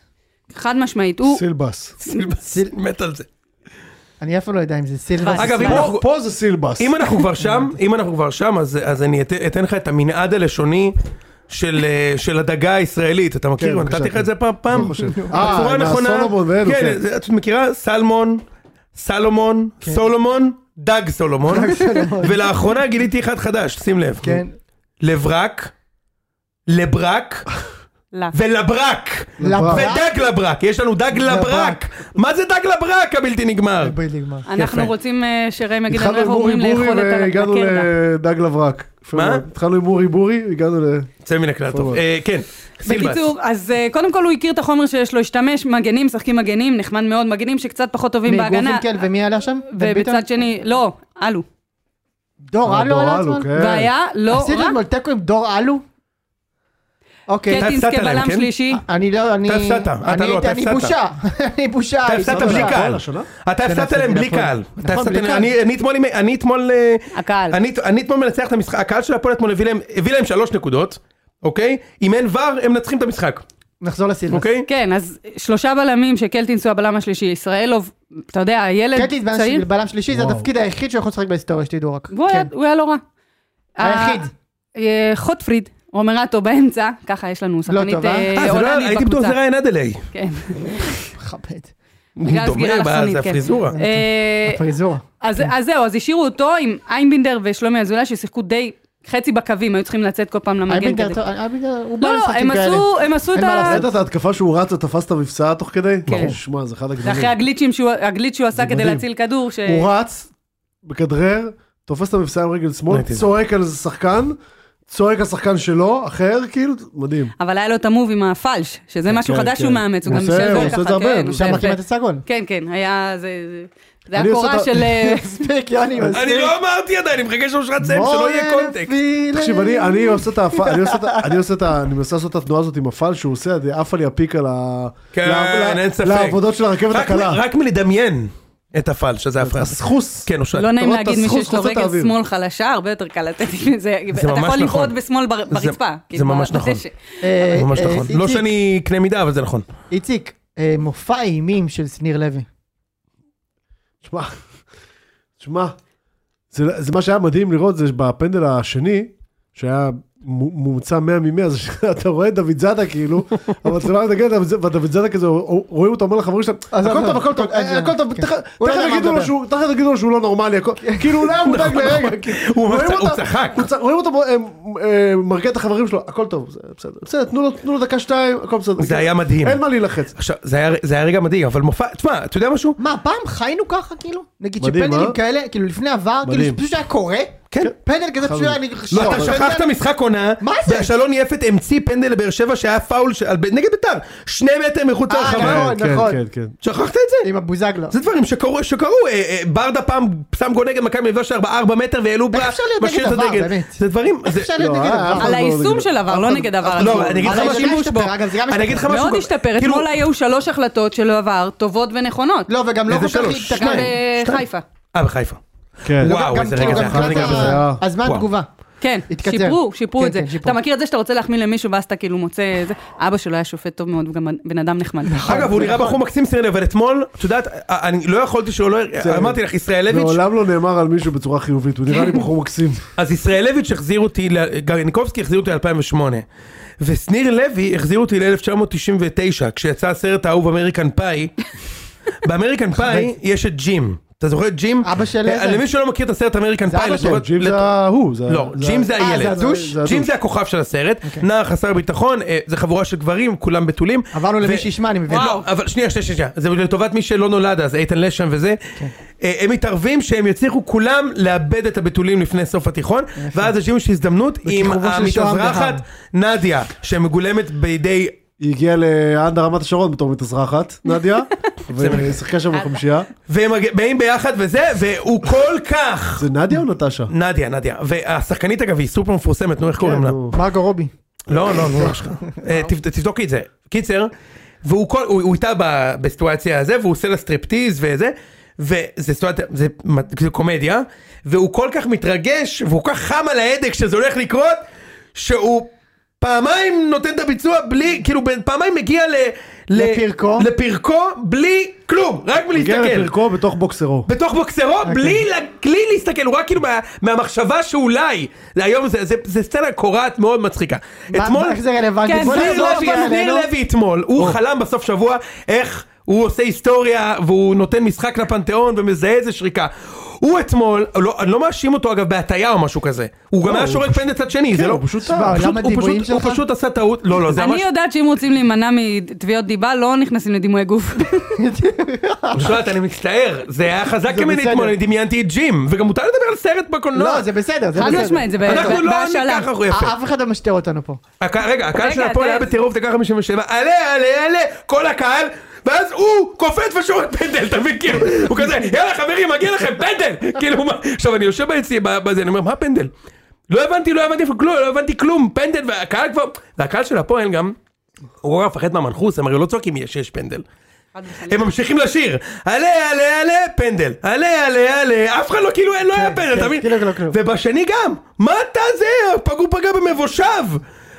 Speaker 4: חד משמעית, הוא...
Speaker 3: סילבס.
Speaker 1: מת על זה.
Speaker 2: אני אף פעם לא יודע אם זה סילבס.
Speaker 1: אגב, אם
Speaker 4: סילבס.
Speaker 1: אנחנו-
Speaker 3: פה זה סילבס.
Speaker 1: אם אנחנו כבר שם, אם אנחנו כבר שם, אז- אז אני אתן- אתן לך את המנעד הלשוני. של, אה, של הדגה הישראלית, אתה מכיר?
Speaker 3: בבקשה,
Speaker 1: נתתי לך
Speaker 3: כן.
Speaker 1: את זה פעם, פעם,
Speaker 3: לא חושב. אה,
Speaker 1: בצורה
Speaker 3: עם
Speaker 1: נכונה.
Speaker 3: הסולומון ואלו,
Speaker 1: כן,
Speaker 3: כן.
Speaker 1: זה- את מכירה? סלמון, סלומון, סולומון, דג סולומון, (laughs) ולאחרונה גיליתי אחד חדש, שים לב.
Speaker 2: כן.
Speaker 1: לברק, לברק
Speaker 4: לא.
Speaker 1: ולברק.
Speaker 2: לברק.
Speaker 1: ודג לברק, יש לנו דג לברק. מה זה דג לברק הבלתי נגמר?
Speaker 2: בואי נגמר.
Speaker 1: יפה.
Speaker 4: אנחנו רוצים אה, שראם יגיד לנו
Speaker 3: התחלנו
Speaker 4: איך
Speaker 3: עם אורי
Speaker 4: אומרים
Speaker 3: בורי
Speaker 4: לאכול את כן,
Speaker 3: והגענו
Speaker 4: הקרדה.
Speaker 3: לדג לברק. יפה
Speaker 1: מה?
Speaker 3: מאוד. התחלנו עם אורי בורי, הגענו ל...
Speaker 1: יוצא מן הכלל טוב.
Speaker 3: פורוורד.
Speaker 1: אה, כן, סילבס.
Speaker 4: בקיצור, אז אה, קודם כל הוא הכיר את החומר שיש לו, השתמש, מגנים, משחקים מגנים, נחמד מאוד, מגנים שקצת פחות טובים
Speaker 2: מי
Speaker 4: בהגנה,
Speaker 2: גורפינקל ומי עלה שם? בן ביטון?
Speaker 4: ובצד שני, לא, אלו.
Speaker 1: אה,
Speaker 2: דור אלו עלה אתמול?
Speaker 3: כן.
Speaker 4: והיה לא
Speaker 2: עשיתם
Speaker 4: רע.
Speaker 2: אתמול תיקו עם דור אלו? אוקיי.
Speaker 1: אתה
Speaker 4: קטינס
Speaker 1: הפסדת להם,
Speaker 4: כבלם
Speaker 1: כן?
Speaker 4: שלישי,
Speaker 2: אני לא, אני...
Speaker 1: אתה הפסדת, אתה
Speaker 2: אני-
Speaker 1: לא, אתה
Speaker 2: אני
Speaker 1: הפסדת.
Speaker 2: בושה, (laughs) אני בושה. לא,
Speaker 1: אתה
Speaker 2: אני
Speaker 1: הפסדת
Speaker 2: בושה.
Speaker 1: בלי קהל.
Speaker 3: השנה?
Speaker 1: אתה הפסדת
Speaker 2: הפסדתי
Speaker 1: להם בלי
Speaker 2: להפועל.
Speaker 1: קהל.
Speaker 2: נכון,
Speaker 1: אתה הפסדת
Speaker 2: בלי
Speaker 1: להם-
Speaker 2: קהל.
Speaker 1: אני- אני אתמול, עם- אני אתמול, אה,
Speaker 4: הקהל.
Speaker 1: אני- אני אתמול מנצח את המשחק. הקהל של הפועל אתמול הביא להם- הביא להם שלוש נקודות, אוקיי? אם אין ור, הם מנצחים את המשחק,
Speaker 2: נחזור לסילבס.
Speaker 1: אוקיי?
Speaker 4: כן, אז שלושה בלמים שקלטינס הוא הבלם השלישי, ישראלוב, אתה יודע, ילד
Speaker 2: קטליס בן-
Speaker 4: צעיר,
Speaker 2: בלם שלישי, זה
Speaker 3: וואו.
Speaker 2: התפקיד היחיד שהוא יכול לשחק בהיסטוריה, שתדעו רק.
Speaker 4: והוא היה-
Speaker 2: כן.
Speaker 4: הוא היה לא רע.
Speaker 2: היחיד.
Speaker 4: אה, חוטפריד, רומרטו באמצע, ככה יש לנו שחקנית
Speaker 2: טוב, אה?
Speaker 4: אה,
Speaker 1: אה, זה לא היה-
Speaker 4: הולנדית
Speaker 1: הייתי בטוח
Speaker 4: בקבוצה.
Speaker 1: שזה ראיין אדלי.
Speaker 4: כן.
Speaker 2: מכבד.
Speaker 1: דומה,
Speaker 4: בגלל הסגירה
Speaker 1: מה,
Speaker 4: אלכסונית,
Speaker 1: זה
Speaker 4: כן.
Speaker 1: הפריזורה.
Speaker 4: אה,
Speaker 2: הפריזורה.
Speaker 4: אז, אז זהו, אז השאירו אותו עם איינבינדר ושלומי אזולאי, ששיחקו די חצי בקווים, היו צריכים לצאת כל פעם למגן
Speaker 2: אייבינדר,
Speaker 4: כזה.
Speaker 2: טוב, אייבינדר, הוא בא
Speaker 4: לא, לא,
Speaker 2: למשחקים
Speaker 4: הם
Speaker 2: כאלה.
Speaker 4: עשו, הם עשו
Speaker 2: אין
Speaker 4: את
Speaker 2: מה
Speaker 4: ה...
Speaker 3: ראית את ההתקפה שהוא רץ ותפס את המבצעה תוך כדי?
Speaker 4: כן.
Speaker 3: שמע, זה אחד
Speaker 4: זה
Speaker 3: הגדולים.
Speaker 4: אחרי הגליצ'ים שהוא, הגליץ' שהוא עשה
Speaker 3: זה
Speaker 4: כדי
Speaker 3: מדהים.
Speaker 4: להציל כדור, ש...
Speaker 3: הוא רץ, מכדרר, תופס את המבצע עם רגל שמאל,
Speaker 1: ראיתי את זה.
Speaker 3: צועק על איזה שחקן, צועק על שחקן שלו, אחר, כאילו, מדהים.
Speaker 4: אבל היה לו את המוב עם הפלש, שזה משהו
Speaker 3: כן,
Speaker 4: חדש
Speaker 3: כן.
Speaker 4: שהוא מאמץ, הוא
Speaker 3: הוא
Speaker 4: גם
Speaker 3: עושה-
Speaker 4: משלגול
Speaker 3: הוא עושה את זה
Speaker 4: ככה,
Speaker 3: הרבה,
Speaker 4: כן,
Speaker 3: הוא
Speaker 4: הוא
Speaker 2: שם
Speaker 4: יפה.
Speaker 2: כמעט עשה גול.
Speaker 4: כן, כן, היה... זה- זה- זה
Speaker 3: אני
Speaker 4: היה
Speaker 3: עושה
Speaker 4: קורה
Speaker 3: את ה- (laughs)
Speaker 4: של... אה,
Speaker 2: מספיק, יוני, מספיק.
Speaker 1: אני לא אמרתי עדיין, אני מחכה שהוא שרץ סיים, שלא יהיה קונטקסט.
Speaker 3: תקשיב, אני- אני עושה את ההפ- אני עושה את ה... אני עושה את ה... אני מנסה לעשות את התנועה הזאת עם הפעל שהוא עושה, זה עפה לי הפיק על ה...
Speaker 1: כן,
Speaker 3: ל- ל-
Speaker 1: אין ספק.
Speaker 3: לעבודות של הרכבת
Speaker 1: רק מ-
Speaker 3: הקלה.
Speaker 1: רק מלדמיין את הפעל, שזה הפרעה.
Speaker 3: הסחוס.
Speaker 1: כן, אושרת.
Speaker 4: לא נעים
Speaker 3: אתה
Speaker 4: להגיד
Speaker 3: חוץ-
Speaker 4: מישהו שיש לו
Speaker 3: חוץ את
Speaker 4: רגל
Speaker 3: האוויר.
Speaker 4: שמאל חלשה, הרבה יותר קל לתת עם זה. אתה
Speaker 1: ממש
Speaker 4: יכול לבעוט
Speaker 1: נכון.
Speaker 4: בשמאל בר-
Speaker 1: זה-
Speaker 4: ברצפה.
Speaker 1: זה
Speaker 4: כאילו,
Speaker 1: ממש נכון.
Speaker 4: בדשא.
Speaker 2: אה,
Speaker 1: ממש
Speaker 2: אה,
Speaker 1: נכון. לא
Speaker 2: איציק,
Speaker 1: שאני אקנה מידה, אבל זה נכון.
Speaker 2: איציק, אה, מופע אימים של שניר לוי.
Speaker 3: תשמע, תשמע, זה, זה מה שהיה מדהים לראות, זה בפנדל השני, שהיה מ- ממוצע 100 מ-100, אז (laughs) אתה רואה את דוד זאדה כאילו, אבל אתה לא מתנגד, ודוד זאדה כזה, רואים אותו אומר לחברים שלו,
Speaker 2: אז
Speaker 3: הכל
Speaker 2: עזוב,
Speaker 3: טוב, הכל טוב,
Speaker 2: אז
Speaker 3: אה, הכל טוב,
Speaker 2: כן.
Speaker 3: תכף
Speaker 2: הוא לא
Speaker 3: תכף
Speaker 2: יודע מה
Speaker 3: יגידו לו
Speaker 2: לדבר.
Speaker 3: שהוא- תכף יגידו לו שהוא לא נורמלי, הכל- כאילו אולי הוא מודאג לרגע,
Speaker 1: הוא ממש
Speaker 3: רואים
Speaker 1: צ- הוא
Speaker 3: אותו-
Speaker 1: צחק.
Speaker 3: הוא צ- רואים אותו אה, אה, מרגיע את החברים שלו, הכל טוב, זה בסדר, בסדר, תנו לו- תנו לו דקה שתיים, הכל בסדר,
Speaker 1: זה היה מדהים.
Speaker 3: אין מה להילחץ,
Speaker 1: עכשיו, זה היה- זה היה רגע מדהים, אבל מופע, תשמע, אתה יודע משהו?
Speaker 2: מה, פעם חיינו ככה, כאילו? נגיד
Speaker 3: מדהים,
Speaker 2: שפנדלים
Speaker 3: אה?
Speaker 2: כאלה, כאילו לפני עבר, כאילו
Speaker 3: מדהים.
Speaker 2: שפשוט היה קורה?
Speaker 1: כן.
Speaker 2: פנדל כזה פשוט היה
Speaker 1: לא,
Speaker 2: נרשם.
Speaker 1: אתה שכחת משחק עונה,
Speaker 2: מה זה?
Speaker 1: והשלון יפת המציא פנדל לבאר שבע שהיה פאול ש- על- נגד ביתר, שני מטר מחוץ
Speaker 2: אה,
Speaker 1: לרחבה,
Speaker 2: נכון,
Speaker 3: כן, כן,
Speaker 2: נכון.
Speaker 3: כן, כן,
Speaker 1: שכחת את זה?
Speaker 2: לא, עם הבוזגלו.
Speaker 1: זה דברים שקרו, שקרו, אה, אה, ברדה פעם שם גול נגד מכבי לבאר שלו ארבע מטר והעלו
Speaker 2: איך
Speaker 1: בה,
Speaker 2: אפשר להיות
Speaker 1: משאיר
Speaker 2: נגד
Speaker 1: את
Speaker 2: עבר,
Speaker 1: הדגל.
Speaker 2: באמת?
Speaker 1: זה דברים, זה-
Speaker 2: אפשר להיות
Speaker 3: לא,
Speaker 2: נגד
Speaker 3: אה,
Speaker 2: עבר.
Speaker 4: על
Speaker 3: לא
Speaker 4: היישום
Speaker 3: נגד-
Speaker 4: של עבר, לא נגד עבר. עצמו.
Speaker 1: לא, אני אגיד לך
Speaker 2: אבל זה גם
Speaker 1: משהו,
Speaker 2: השתפר, אגב, זה גם
Speaker 1: אני אגיד לך
Speaker 2: השתפר.
Speaker 1: משהו,
Speaker 4: מאוד
Speaker 1: גם-
Speaker 4: השתפר,
Speaker 1: כאילו-
Speaker 4: אתמול היו שלוש החלטות שלא עבר, טובות ונכונות.
Speaker 2: לא, וגם לא
Speaker 1: איזה
Speaker 2: כל כך
Speaker 1: שלוש?
Speaker 4: גם
Speaker 2: התקדם.
Speaker 4: בחיפה.
Speaker 1: אה, בחיפה.
Speaker 3: כן,
Speaker 1: וואו. איזה רגע זה היה,
Speaker 2: מבחינת
Speaker 3: רגע זה
Speaker 2: ה-
Speaker 3: היה.
Speaker 2: הזמן
Speaker 1: וואו.
Speaker 2: תגובה.
Speaker 4: כן,
Speaker 2: התקצר.
Speaker 4: שיפרו, שיפרו
Speaker 2: כן,
Speaker 4: את זה.
Speaker 2: כן, שיפרו.
Speaker 4: אתה מכיר את זה שאתה רוצה להחמיא למישהו ואז אתה כאילו מוצא... זה- אבא שלו היה שופט טוב מאוד וגם בן אדם נחמד.
Speaker 1: נכון.
Speaker 2: נכון,
Speaker 1: אגב, הוא נראה בחור מקסים, שימי לב, אבל אתמול, את יודעת, אה, אני לא יכולתי שלא, לא-
Speaker 3: בסדר.
Speaker 1: אמרתי לך, כן. ישראל
Speaker 3: מעולם לא נאמר על מישהו בצורה חיובית, הוא נראה לי בחור
Speaker 1: (laughs)
Speaker 3: מקסים.
Speaker 1: אז ישראלביץ' החזיר אותי, ל- גרניקובסקי החזיר אותי ל-2008, ושניר לוי החזיר אותי
Speaker 2: (laughs)
Speaker 1: ל-1999, כשיצא הסרט האהוב אמריקן פאי. באמריקן פאי יש את ג'ים, אתה זוכר את ג'ים?
Speaker 2: אבא של
Speaker 1: אה,
Speaker 2: זה.
Speaker 1: למי שלא מכיר את הסרט אמריקן
Speaker 2: זה אבא
Speaker 1: פיילוט.
Speaker 2: שלו,
Speaker 1: הוא-
Speaker 3: כן, ג'ים זה
Speaker 1: לת-
Speaker 3: ההוא.
Speaker 1: לא, ג'ים זה הילד.
Speaker 2: זה אוקיי. הדוש?
Speaker 1: ג'ים זה הכוכב של הסרט, נער חסר ביטחון, אה, זה חבורה של גברים, כולם בתולים.
Speaker 2: עברנו
Speaker 1: ו-
Speaker 2: למי שישמע, אני מבין.
Speaker 1: לא, אבל שנייה, שנייה, שנייה, זה לטובת מי שלא נולד אז, איתן לשם וזה.
Speaker 2: כן.
Speaker 1: אה, הם מתערבים שהם יצליחו כולם לאבד את הבתולים לפני סוף התיכון, ואז יש איזושהי הזדמנות עם
Speaker 2: בכיכובו של שוהם
Speaker 1: המתאזרחת נדיה, שמגולמת בידי...
Speaker 3: היא הגיעה לעד רמת השרון בתור
Speaker 1: (laughs)
Speaker 3: מתאזרחת, נדיה, ושיחקה שם בחמישייה.
Speaker 1: והם מג- באים ביחד וזה, והוא כל כך...
Speaker 3: זה נדיה או
Speaker 1: (laughs)
Speaker 3: נטשה? כן,
Speaker 1: נדיה, נדיה. והשחקנית אגב, היא סופר מפורסמת, נו, איך
Speaker 2: כן,
Speaker 1: קוראים לה?
Speaker 3: נו.
Speaker 2: מרגו רובי.
Speaker 1: לא, לא,
Speaker 2: (laughs)
Speaker 1: נו, אח שלך. אה, תבד- תבדוקי את זה. קיצר, והוא כל, הוא, הוא איתה ב- בסיטואציה הזה, והוא עושה לה סטריפטיז וזה, וזה סיטואציה, זה, מ- זה קומדיה, והוא כל כך מתרגש, והוא כל כך חם על ההדק שזה הולך לקרות, שהוא פעמיים נותן את הביצוע בלי, כאילו בין- פעמיים מגיע ל... ל-
Speaker 2: לפרקו.
Speaker 1: לפרקו בלי כלום, רק
Speaker 3: הגיעה
Speaker 1: מלהסתכל.
Speaker 3: לפרקו בתוך בוקסרו.
Speaker 1: בתוך בוקסרו,
Speaker 2: כן.
Speaker 1: בלי, לה- בלי להסתכל, הוא רק כאילו מה, מהמחשבה שאולי, זה היום זה, זה, זה סצנה קורעת מאוד מצחיקה. אתמול,
Speaker 2: מה- איך זה רלוונטי?
Speaker 4: כן,
Speaker 2: בוא
Speaker 4: זה
Speaker 2: נחזור
Speaker 4: לא
Speaker 2: שנייה
Speaker 4: אבל
Speaker 1: ניר
Speaker 2: אלינו.
Speaker 1: לוי אתמול, הוא חלם בסוף שבוע איך הוא עושה היסטוריה והוא נותן משחק לפנתיאון ומזהה איזה שריקה. הוא אתמול, לא- אני לא מאשים אותו אגב בהטייה או משהו כזה, הוא גם היה שורק פנדל צד שני, זה
Speaker 3: כן,
Speaker 1: לא,
Speaker 3: הוא פשוט
Speaker 2: שמע,
Speaker 3: טעה.
Speaker 1: הוא פשוט-
Speaker 2: למה
Speaker 1: הוא פשוט-
Speaker 2: דימויים
Speaker 1: הוא
Speaker 2: שלך?
Speaker 1: פשוט עשה טעות, לא לא זה
Speaker 4: אני
Speaker 1: ממש,
Speaker 4: יודעת שאם רוצים להימנע מתביעות דיבה, לא נכנסים לדימויי גוף. (laughs)
Speaker 1: אושרת אני מצטער, זה היה חזק
Speaker 2: זה
Speaker 1: ממני
Speaker 2: בסדר.
Speaker 1: אתמול, אני דמיינתי את ג'ים, וגם מותר לדבר על סרט בקולנוע,
Speaker 2: לא, זה בסדר, זה
Speaker 4: חד משמעית,
Speaker 2: בסדר.
Speaker 4: זה ב-
Speaker 1: אנחנו
Speaker 4: ב-
Speaker 1: לא
Speaker 4: בהשאלה.
Speaker 1: ניקח אחרי יפה.
Speaker 2: אף אחד לא משטר אותנו פה.
Speaker 1: הק... רגע, הקהל
Speaker 4: רגע,
Speaker 1: של הפועל
Speaker 4: אתה-
Speaker 1: היה בטירוף דקה 57, עלה, עלה, עלה, כל הקהל, ואז הוא קופץ ושורק פנדל, אתה מבין? כאילו, הוא כזה, יאללה חברים, מגיע לכם פנדל! כאילו, מה... עכשיו אני יושב ביציע, ב- בזה, אני אומר, מה פנדל? לא הבנתי, לא הבנתי כלום, לא הבנתי כלום, פנדל, והקהל כבר... והקהל של הפועל גם, הוא נורא מפחד מהמנחוס, הם הרי לא צועקים יש, יש פנדל. הם ממשיכים לשיר, עלה, עלה, עלה, פנדל, עלה, עלה, עלה, אף אחד לא, כאילו, אין, לא היה פנדל,
Speaker 2: כן,
Speaker 1: אתה מבין?
Speaker 2: כאילו, כאילו, כאילו.
Speaker 1: ובשני גם, מה אתה זה, פג- הוא פגע במבושב.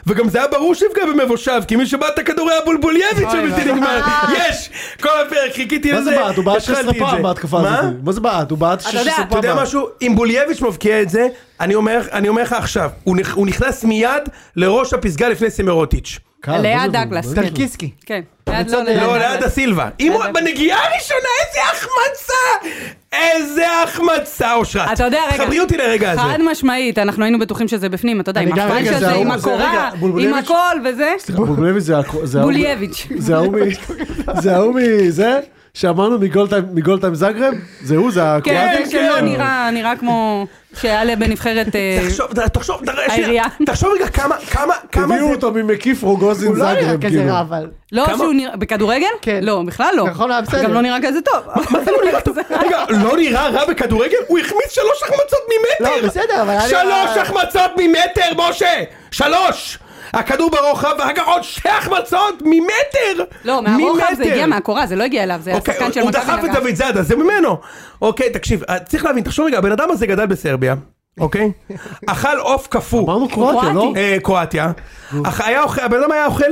Speaker 1: וגם זה היה ברור שיפגע במבושב, כי מי שבעט את הכדור היה בולבולייביץ' שבלתי נגמר, יש! כל הפרק חיכיתי
Speaker 3: מה
Speaker 1: לזה,
Speaker 3: זה בעט? הוא בעט 16
Speaker 1: התחלתי את
Speaker 3: פעם
Speaker 1: זה.
Speaker 3: בהתקפה
Speaker 1: מה?
Speaker 3: הזאת. מה זה בעט? הוא בעט 16 פעם.
Speaker 1: אתה יודע
Speaker 3: בעט.
Speaker 1: משהו? אם בולייביץ' מבקיע את זה, אני אומר אני אומר לך עכשיו, הוא נכ- הוא נכנס מיד לראש הפסגה לפני סימרוטיץ'.
Speaker 3: קהל,
Speaker 4: לאה
Speaker 3: מה זה-
Speaker 4: דאגלס.
Speaker 3: מה זה-
Speaker 2: טרקיסקי.
Speaker 4: כן. ליד
Speaker 2: בצד-
Speaker 4: ליד
Speaker 1: לא,
Speaker 4: ליד.
Speaker 1: ליד הסילבה. אם
Speaker 4: לא,
Speaker 1: הוא בנגיעה הראשונה, איזה החמצה! איזה החמצה, אושרת.
Speaker 4: אתה יודע, רגע.
Speaker 1: חברי אותי לרגע הזה.
Speaker 4: חד משמעית, אנחנו היינו בטוחים שזה בפנים, אתה יודע,
Speaker 2: אני
Speaker 4: עם
Speaker 2: גם-
Speaker 4: הפרש
Speaker 2: רגע, זה
Speaker 4: הזה, עם
Speaker 2: ההוא,
Speaker 3: זה רגע,
Speaker 4: הקורה, עם
Speaker 3: בולבולביץ'.
Speaker 4: הכל וזה.
Speaker 3: בולבולביץ' זה הכ- זה ההוא-
Speaker 4: בולייביץ'.
Speaker 3: זה ההוא
Speaker 4: (laughs)
Speaker 3: מ- זה ההוא מזה שאמרנו מגול טיים- מגול טיים זגרב, זה הוא, זה
Speaker 4: כן,
Speaker 3: הקרואטי.
Speaker 4: שלא נראה נראה כמו שיעלה בנבחרת... אה,
Speaker 1: תחשוב, תחשוב,
Speaker 4: העירייה.
Speaker 1: תחשוב רגע כמה, כמה, כמה
Speaker 3: הביאו אותו ממקיף רוגוזין
Speaker 2: הוא לא נראה
Speaker 3: זגרב,
Speaker 2: כזה
Speaker 3: כאילו.
Speaker 2: רע, אבל...
Speaker 4: לא
Speaker 1: כמה? אה,
Speaker 4: שהוא נראה... בכדורגל?
Speaker 2: כן.
Speaker 4: לא, בכלל לא.
Speaker 2: נכון, היה בסדר.
Speaker 4: גם לא נראה כזה טוב.
Speaker 1: מה זה לא נראה
Speaker 4: (laughs)
Speaker 1: טוב? רגע, לא נראה רע בכדורגל? הוא החמיץ שלוש החמצות ממטר!
Speaker 2: לא, בסדר, אבל היה נראה-
Speaker 1: שלוש החמצות ממטר, משה! שלוש! הכדור ברוחב, ואחר כך עוד שתי החמצות ממטר!
Speaker 4: לא, מהרוחב זה
Speaker 1: ממטר.
Speaker 4: הגיע מהקורה, זה לא הגיע אליו, זה
Speaker 1: אוקיי,
Speaker 4: השחקן של
Speaker 1: הוא
Speaker 4: מכבי
Speaker 1: דחף את
Speaker 4: נגח.
Speaker 1: דוד זאדה, זה ממנו. אוקיי, תקשיב, אה, צריך להבין, תחשוב רגע, הבן אדם הזה גדל בסרביה,
Speaker 4: (laughs)
Speaker 1: אוקיי? אכל עוף קפוא.
Speaker 3: אמרנו קרואטיה, לא?
Speaker 4: קרואטי.
Speaker 1: אה, קרואטיה. אך היה אוכל- הבן אדם היה אוכל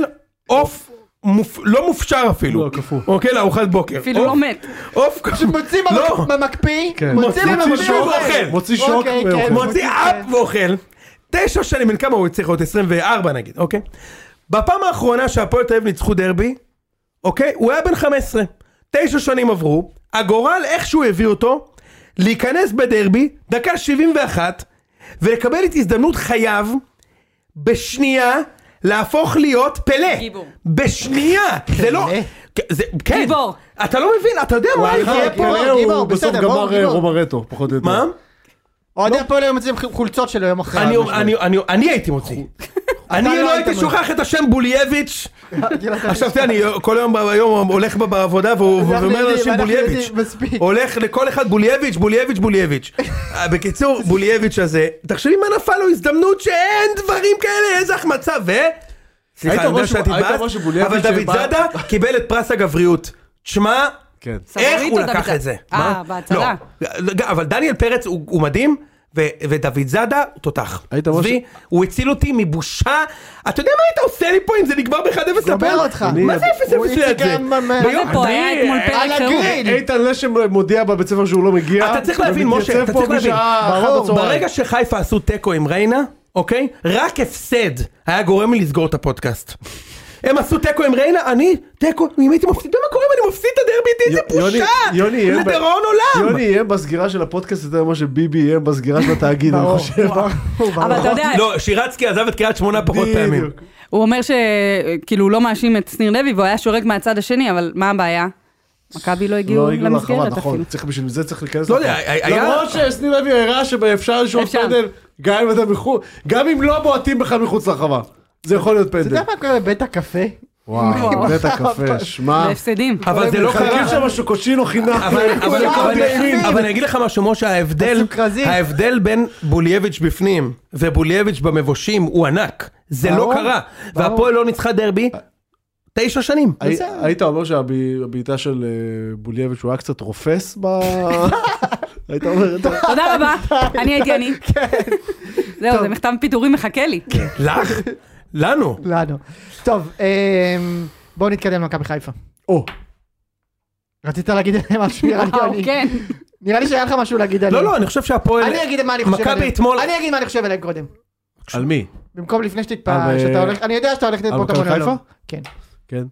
Speaker 1: עוף. מופ- לא מופשר אפילו,
Speaker 3: לא, קפוא.
Speaker 1: אוקיי, לארוחת בוקר.
Speaker 4: אפילו
Speaker 1: עוף-
Speaker 4: לא מת.
Speaker 1: עוף קפוא.
Speaker 2: מוציא
Speaker 1: לא,
Speaker 2: במקפיא,
Speaker 3: כן.
Speaker 2: מוציא
Speaker 1: מוציא
Speaker 2: במקפיא,
Speaker 1: שור
Speaker 2: ואוכל.
Speaker 1: אוכל.
Speaker 3: מוציא שוק
Speaker 2: אוקיי, כן,
Speaker 3: ואוכל.
Speaker 2: מוציא-
Speaker 1: מוציא אפ ואוכל. תשע שנים, בן כמה הוא צריך להיות? 24 נגיד, אוקיי? בפעם האחרונה שהפועל תל אביב ניצחו דרבי, אוקיי? הוא היה בן 15. תשע שנים עברו, הגורל איכשהו הביא אותו להיכנס בדרבי, דקה 71, ולקבל את הזדמנות חייו, בשנייה, להפוך להיות פלא.
Speaker 4: גיבור.
Speaker 1: בשנייה. זה לא...
Speaker 2: פלא?
Speaker 1: זה- כן.
Speaker 4: גיבור.
Speaker 1: אתה לא מבין, אתה יודע מה
Speaker 3: אחר
Speaker 1: יקרה
Speaker 3: כך
Speaker 1: פה?
Speaker 3: כנראה
Speaker 2: גיבור,
Speaker 3: הוא בסוף
Speaker 2: בסדר, ברור,
Speaker 3: גמר אה,
Speaker 2: גיבור.
Speaker 3: רומרטו, פחות או יותר.
Speaker 1: מה?
Speaker 2: אוהדי הפועל היו מוצאים חולצות שלו יום אחרי.
Speaker 1: לא. אני-
Speaker 2: משהו.
Speaker 1: אני- אני- אני הייתי מוציא. אני
Speaker 2: אתה לא
Speaker 1: לא
Speaker 2: היית
Speaker 1: הייתי
Speaker 2: מוציא. (laughs)
Speaker 1: שוכח את השם בולייביץ'.
Speaker 2: גיל, אתה- לא
Speaker 1: עכשיו תראה, אני כל יום היום הולך ב- בעבודה והוא
Speaker 2: אנחנו
Speaker 1: ואומר
Speaker 2: יודעים,
Speaker 1: לאנשים
Speaker 2: אנחנו
Speaker 1: בולייביץ'.
Speaker 2: יודעים, מספיק.
Speaker 1: הולך לכל אחד בולייביץ', בולייביץ',
Speaker 2: (laughs)
Speaker 1: בולייביץ'. אה, בקיצור, בולייביץ' הזה, תחשבי מה נפל לו הזדמנות שאין דברים כאלה, איזה החמצה, ו... סליחה, אני יודע
Speaker 3: רואה
Speaker 1: שאת
Speaker 3: שהוא- היית רואה
Speaker 1: התבאסת,
Speaker 3: שבולייביץ'
Speaker 1: אבל דוד
Speaker 3: שבא-
Speaker 1: זאדה קיבל את פרס הגבריות. תשמע,
Speaker 3: כן.
Speaker 1: איך
Speaker 4: סבורית
Speaker 1: הוא
Speaker 4: או
Speaker 1: לקח
Speaker 4: דוד?
Speaker 1: את זה?
Speaker 4: אה,
Speaker 1: מה?
Speaker 4: בהצלה.
Speaker 1: לא, לא, לא, אבל דניאל פרץ הוא הוא מדהים, ו- ודוד זאדה הוא תותח.
Speaker 3: היית ממש-
Speaker 1: צבי, הוא הציל אותי מבושה. אתה יודע מה היית עושה לי פה אם זה נגמר ב-1-0
Speaker 2: גומר אותך.
Speaker 1: מה זה 0-0
Speaker 2: הוא
Speaker 1: ליד
Speaker 2: הציג
Speaker 1: זה?
Speaker 2: גם, אה,
Speaker 1: ביום-
Speaker 4: פה היה
Speaker 1: אני-
Speaker 4: אתמול פרק
Speaker 2: על
Speaker 4: חירום.
Speaker 2: הגריל.
Speaker 3: איתן לשם מודיע בבית ספר שהוא לא מגיע.
Speaker 2: אה,
Speaker 1: אתה צריך להבין,
Speaker 3: ומתייצב
Speaker 1: משה, אתה
Speaker 3: פה
Speaker 1: צריך להבין.
Speaker 3: בשעה אחת
Speaker 2: ברור,
Speaker 3: בצהריים.
Speaker 1: ברגע שחיפה עשו תיקו עם ריינה, אוקיי? רק הפסד היה גורם לי לסגור את הפודקאסט. הם עשו תיקו עם ריינה, אני תיקו, אם הייתי מפסיד, אתה יודע מה קורה אם אני מפסיד את הדרבי איתי? איזה
Speaker 3: יוני-
Speaker 1: בושה!
Speaker 3: יוני איים
Speaker 1: זה
Speaker 3: ב-
Speaker 1: דיראון עולם!
Speaker 3: יוני איים בסגירה של הפודקאסט יותר ממה שביבי איים בסגירה של התאגיד, אני
Speaker 2: ברור,
Speaker 3: חושב.
Speaker 2: ברור, ברור.
Speaker 4: אבל אתה יודע,
Speaker 1: לא, שירצקי עזב את קריית שמונה פחות פעמים.
Speaker 3: בדיוק.
Speaker 4: הוא אומר שכאילו הוא לא מאשים את שניר לוי והוא היה שורק מהצד השני, אבל מה הבעיה? מכבי לא הגיעו
Speaker 3: לא הגיעו להרחבה,
Speaker 4: למסגרת אפילו.
Speaker 3: נכון. צריך- בשביל זה צריך להיכנס
Speaker 1: לא יודע,
Speaker 3: להרחבה.
Speaker 1: היה-
Speaker 3: למרות ששניר לוי הראה שאפשר לשאול
Speaker 4: אפשר.
Speaker 3: פנדל, גם אם אתה מחוץ, גם אם לא בועטים בכלל מחוץ לרחבה. זה יכול להיות
Speaker 2: אתה
Speaker 3: פנדל.
Speaker 2: יודע מה קורה בבית הקפה?
Speaker 3: וואו,
Speaker 4: וואו.
Speaker 3: בית הקפה, שמע.
Speaker 4: והפסדים.
Speaker 1: אבל זה לא
Speaker 3: מחלקים
Speaker 1: קרה.
Speaker 3: שם שקוצ'ינו חינם.
Speaker 1: אבל- אבל-
Speaker 2: כולם
Speaker 1: אבל-
Speaker 2: נעלמים.
Speaker 1: אבל אני אגיד לך משהו, משה, ההבדל,
Speaker 2: הסוכרזים.
Speaker 1: ההבדל בין בולייביץ' בפנים ובולייביץ' במבושים הוא ענק. זה לא
Speaker 2: ברור,
Speaker 1: קרה. והפועל לא ניצחה דרבי תשע שנים.
Speaker 3: הי-
Speaker 2: בסדר.
Speaker 3: היית אומר שהבעיטה של אה, בולייביץ' הוא היה קצת רופס ב...
Speaker 4: (laughs)
Speaker 3: היית אומר את זה?
Speaker 4: תודה
Speaker 1: (laughs)
Speaker 4: רבה, אני הייתי אני.
Speaker 1: כן.
Speaker 4: זהו, זה מכתב פיטורים מחכה לי. (laughs)
Speaker 1: לך? לנו.
Speaker 2: לנו. טוב, אמ, בואו נתקדם למכבי חיפה.
Speaker 3: או,
Speaker 2: רצית להגיד עליהם משהו, נראה לי,
Speaker 4: (laughs) וואו,
Speaker 2: יוני.
Speaker 4: כן.
Speaker 2: נראה לי שהיה לך משהו להגיד עליהם.
Speaker 1: לא, לא, אני חושב שהפועל...
Speaker 2: אני אגיד מה אני חושב
Speaker 1: מכבי
Speaker 2: עליהם.
Speaker 1: אתמול-
Speaker 2: אני אגיד מה אני חושב עליהם קודם.
Speaker 3: על מי?
Speaker 2: במקום לפני
Speaker 3: אבל- אה,
Speaker 2: שתתפעל, שאתה הולך, אני יודע שאתה הולך
Speaker 3: אבל
Speaker 2: לדבר את
Speaker 3: מכבי
Speaker 2: המונולוג.
Speaker 3: חיפה?
Speaker 2: כן.
Speaker 3: כן.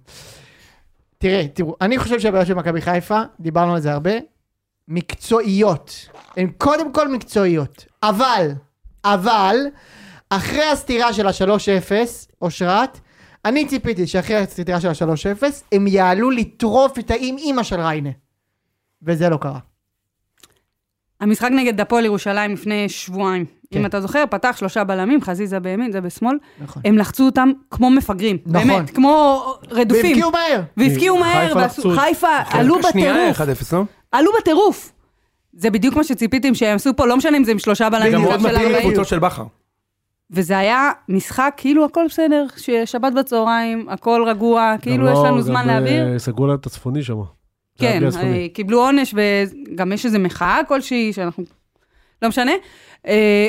Speaker 2: תראה, תראו, אני חושב שהבעיה של מכבי חיפה, דיברנו על זה הרבה, מקצועיות. הן קודם כל מקצועיות. אבל, אבל, אחרי הסתירה של ה-3-0, אושרת, אני ציפיתי שאחרי הסתירה של ה-3-0, הם יעלו לטרוף את האם אימא של ריינה. וזה לא קרה.
Speaker 4: המשחק נגד הפועל ירושלים לפני שבועיים,
Speaker 2: כן.
Speaker 4: אם אתה זוכר, פתח שלושה בלמים, חזיזה בימין, זה בשמאל.
Speaker 2: נכון.
Speaker 4: הם לחצו אותם כמו מפגרים,
Speaker 2: נכון.
Speaker 4: באמת, כמו רדופים.
Speaker 2: והבקיעו מהר.
Speaker 4: והבקיעו מהר,
Speaker 3: חיפה
Speaker 4: ועשו-
Speaker 3: לחצו-
Speaker 4: חיפה עלו
Speaker 1: כן, שנייה
Speaker 4: בטירוף,
Speaker 1: 1-0, לא?
Speaker 4: עלו בטירוף. זה בדיוק מה שציפיתם שהם עשו פה, לא משנה אם זה עם שלושה
Speaker 1: וגם
Speaker 4: בלמים, זה
Speaker 1: עוד
Speaker 4: של
Speaker 1: מפיל
Speaker 4: ארבעים.
Speaker 1: לקבוצות של בכר.
Speaker 4: וזה היה משחק, כאילו הכל בסדר, ששבת בצהריים, הכל רגוע, כאילו
Speaker 3: גם
Speaker 4: יש
Speaker 3: לא-
Speaker 4: לנו
Speaker 3: גם,
Speaker 4: זמן
Speaker 3: אה,
Speaker 4: להעביר.
Speaker 3: סגרו להם את הצפוני שם. זה היה
Speaker 4: כן,
Speaker 3: בלי הצפוני.
Speaker 4: אה, קיבלו עונש, וגם יש איזו מחאה כלשהי, שאנחנו... לא משנה. אה,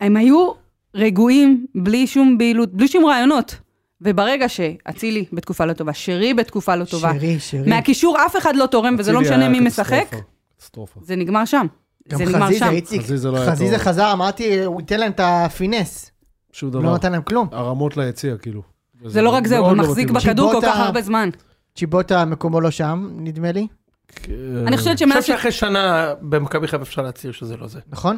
Speaker 4: הם היו רגועים, בלי שום בהילות, בלי שום רעיונות. וברגע שאצילי בתקופה לא טובה, שרי בתקופה לא טובה,
Speaker 2: שירי, שירי.
Speaker 4: מהקישור אף אחד לא תורם, וזה לא
Speaker 3: אצילי
Speaker 4: משנה
Speaker 3: היה
Speaker 4: מי משחק,
Speaker 3: קטסטרופה, קטסטרופה.
Speaker 4: זה נגמר שם.
Speaker 2: גם
Speaker 4: זה נגמר
Speaker 2: חזיזה,
Speaker 4: שם.
Speaker 2: איציק.
Speaker 3: חזיזה לא היה
Speaker 2: חזיזה
Speaker 3: טוב.
Speaker 2: חזר, אמרתי, הוא ייתן להם את הפינס.
Speaker 3: שום
Speaker 2: לא
Speaker 3: דבר.
Speaker 2: נתן להם כלום.
Speaker 3: הרמות ליציע, כאילו.
Speaker 4: זה לא רק זה, הוא
Speaker 3: מאוד לא
Speaker 4: מחזיק
Speaker 3: מתאים.
Speaker 4: בכדור כל
Speaker 2: צ'יבוטה-
Speaker 4: כך הרבה זמן.
Speaker 2: צ'יבוטה מקומו לא שם, נדמה לי,
Speaker 3: אה,
Speaker 4: אני חושבת
Speaker 1: אני
Speaker 4: שמאז
Speaker 1: חושב
Speaker 4: ש...
Speaker 1: שאחרי שנה במכבי חיפה אפשר להצהיר שזה לא זה.
Speaker 2: נכון?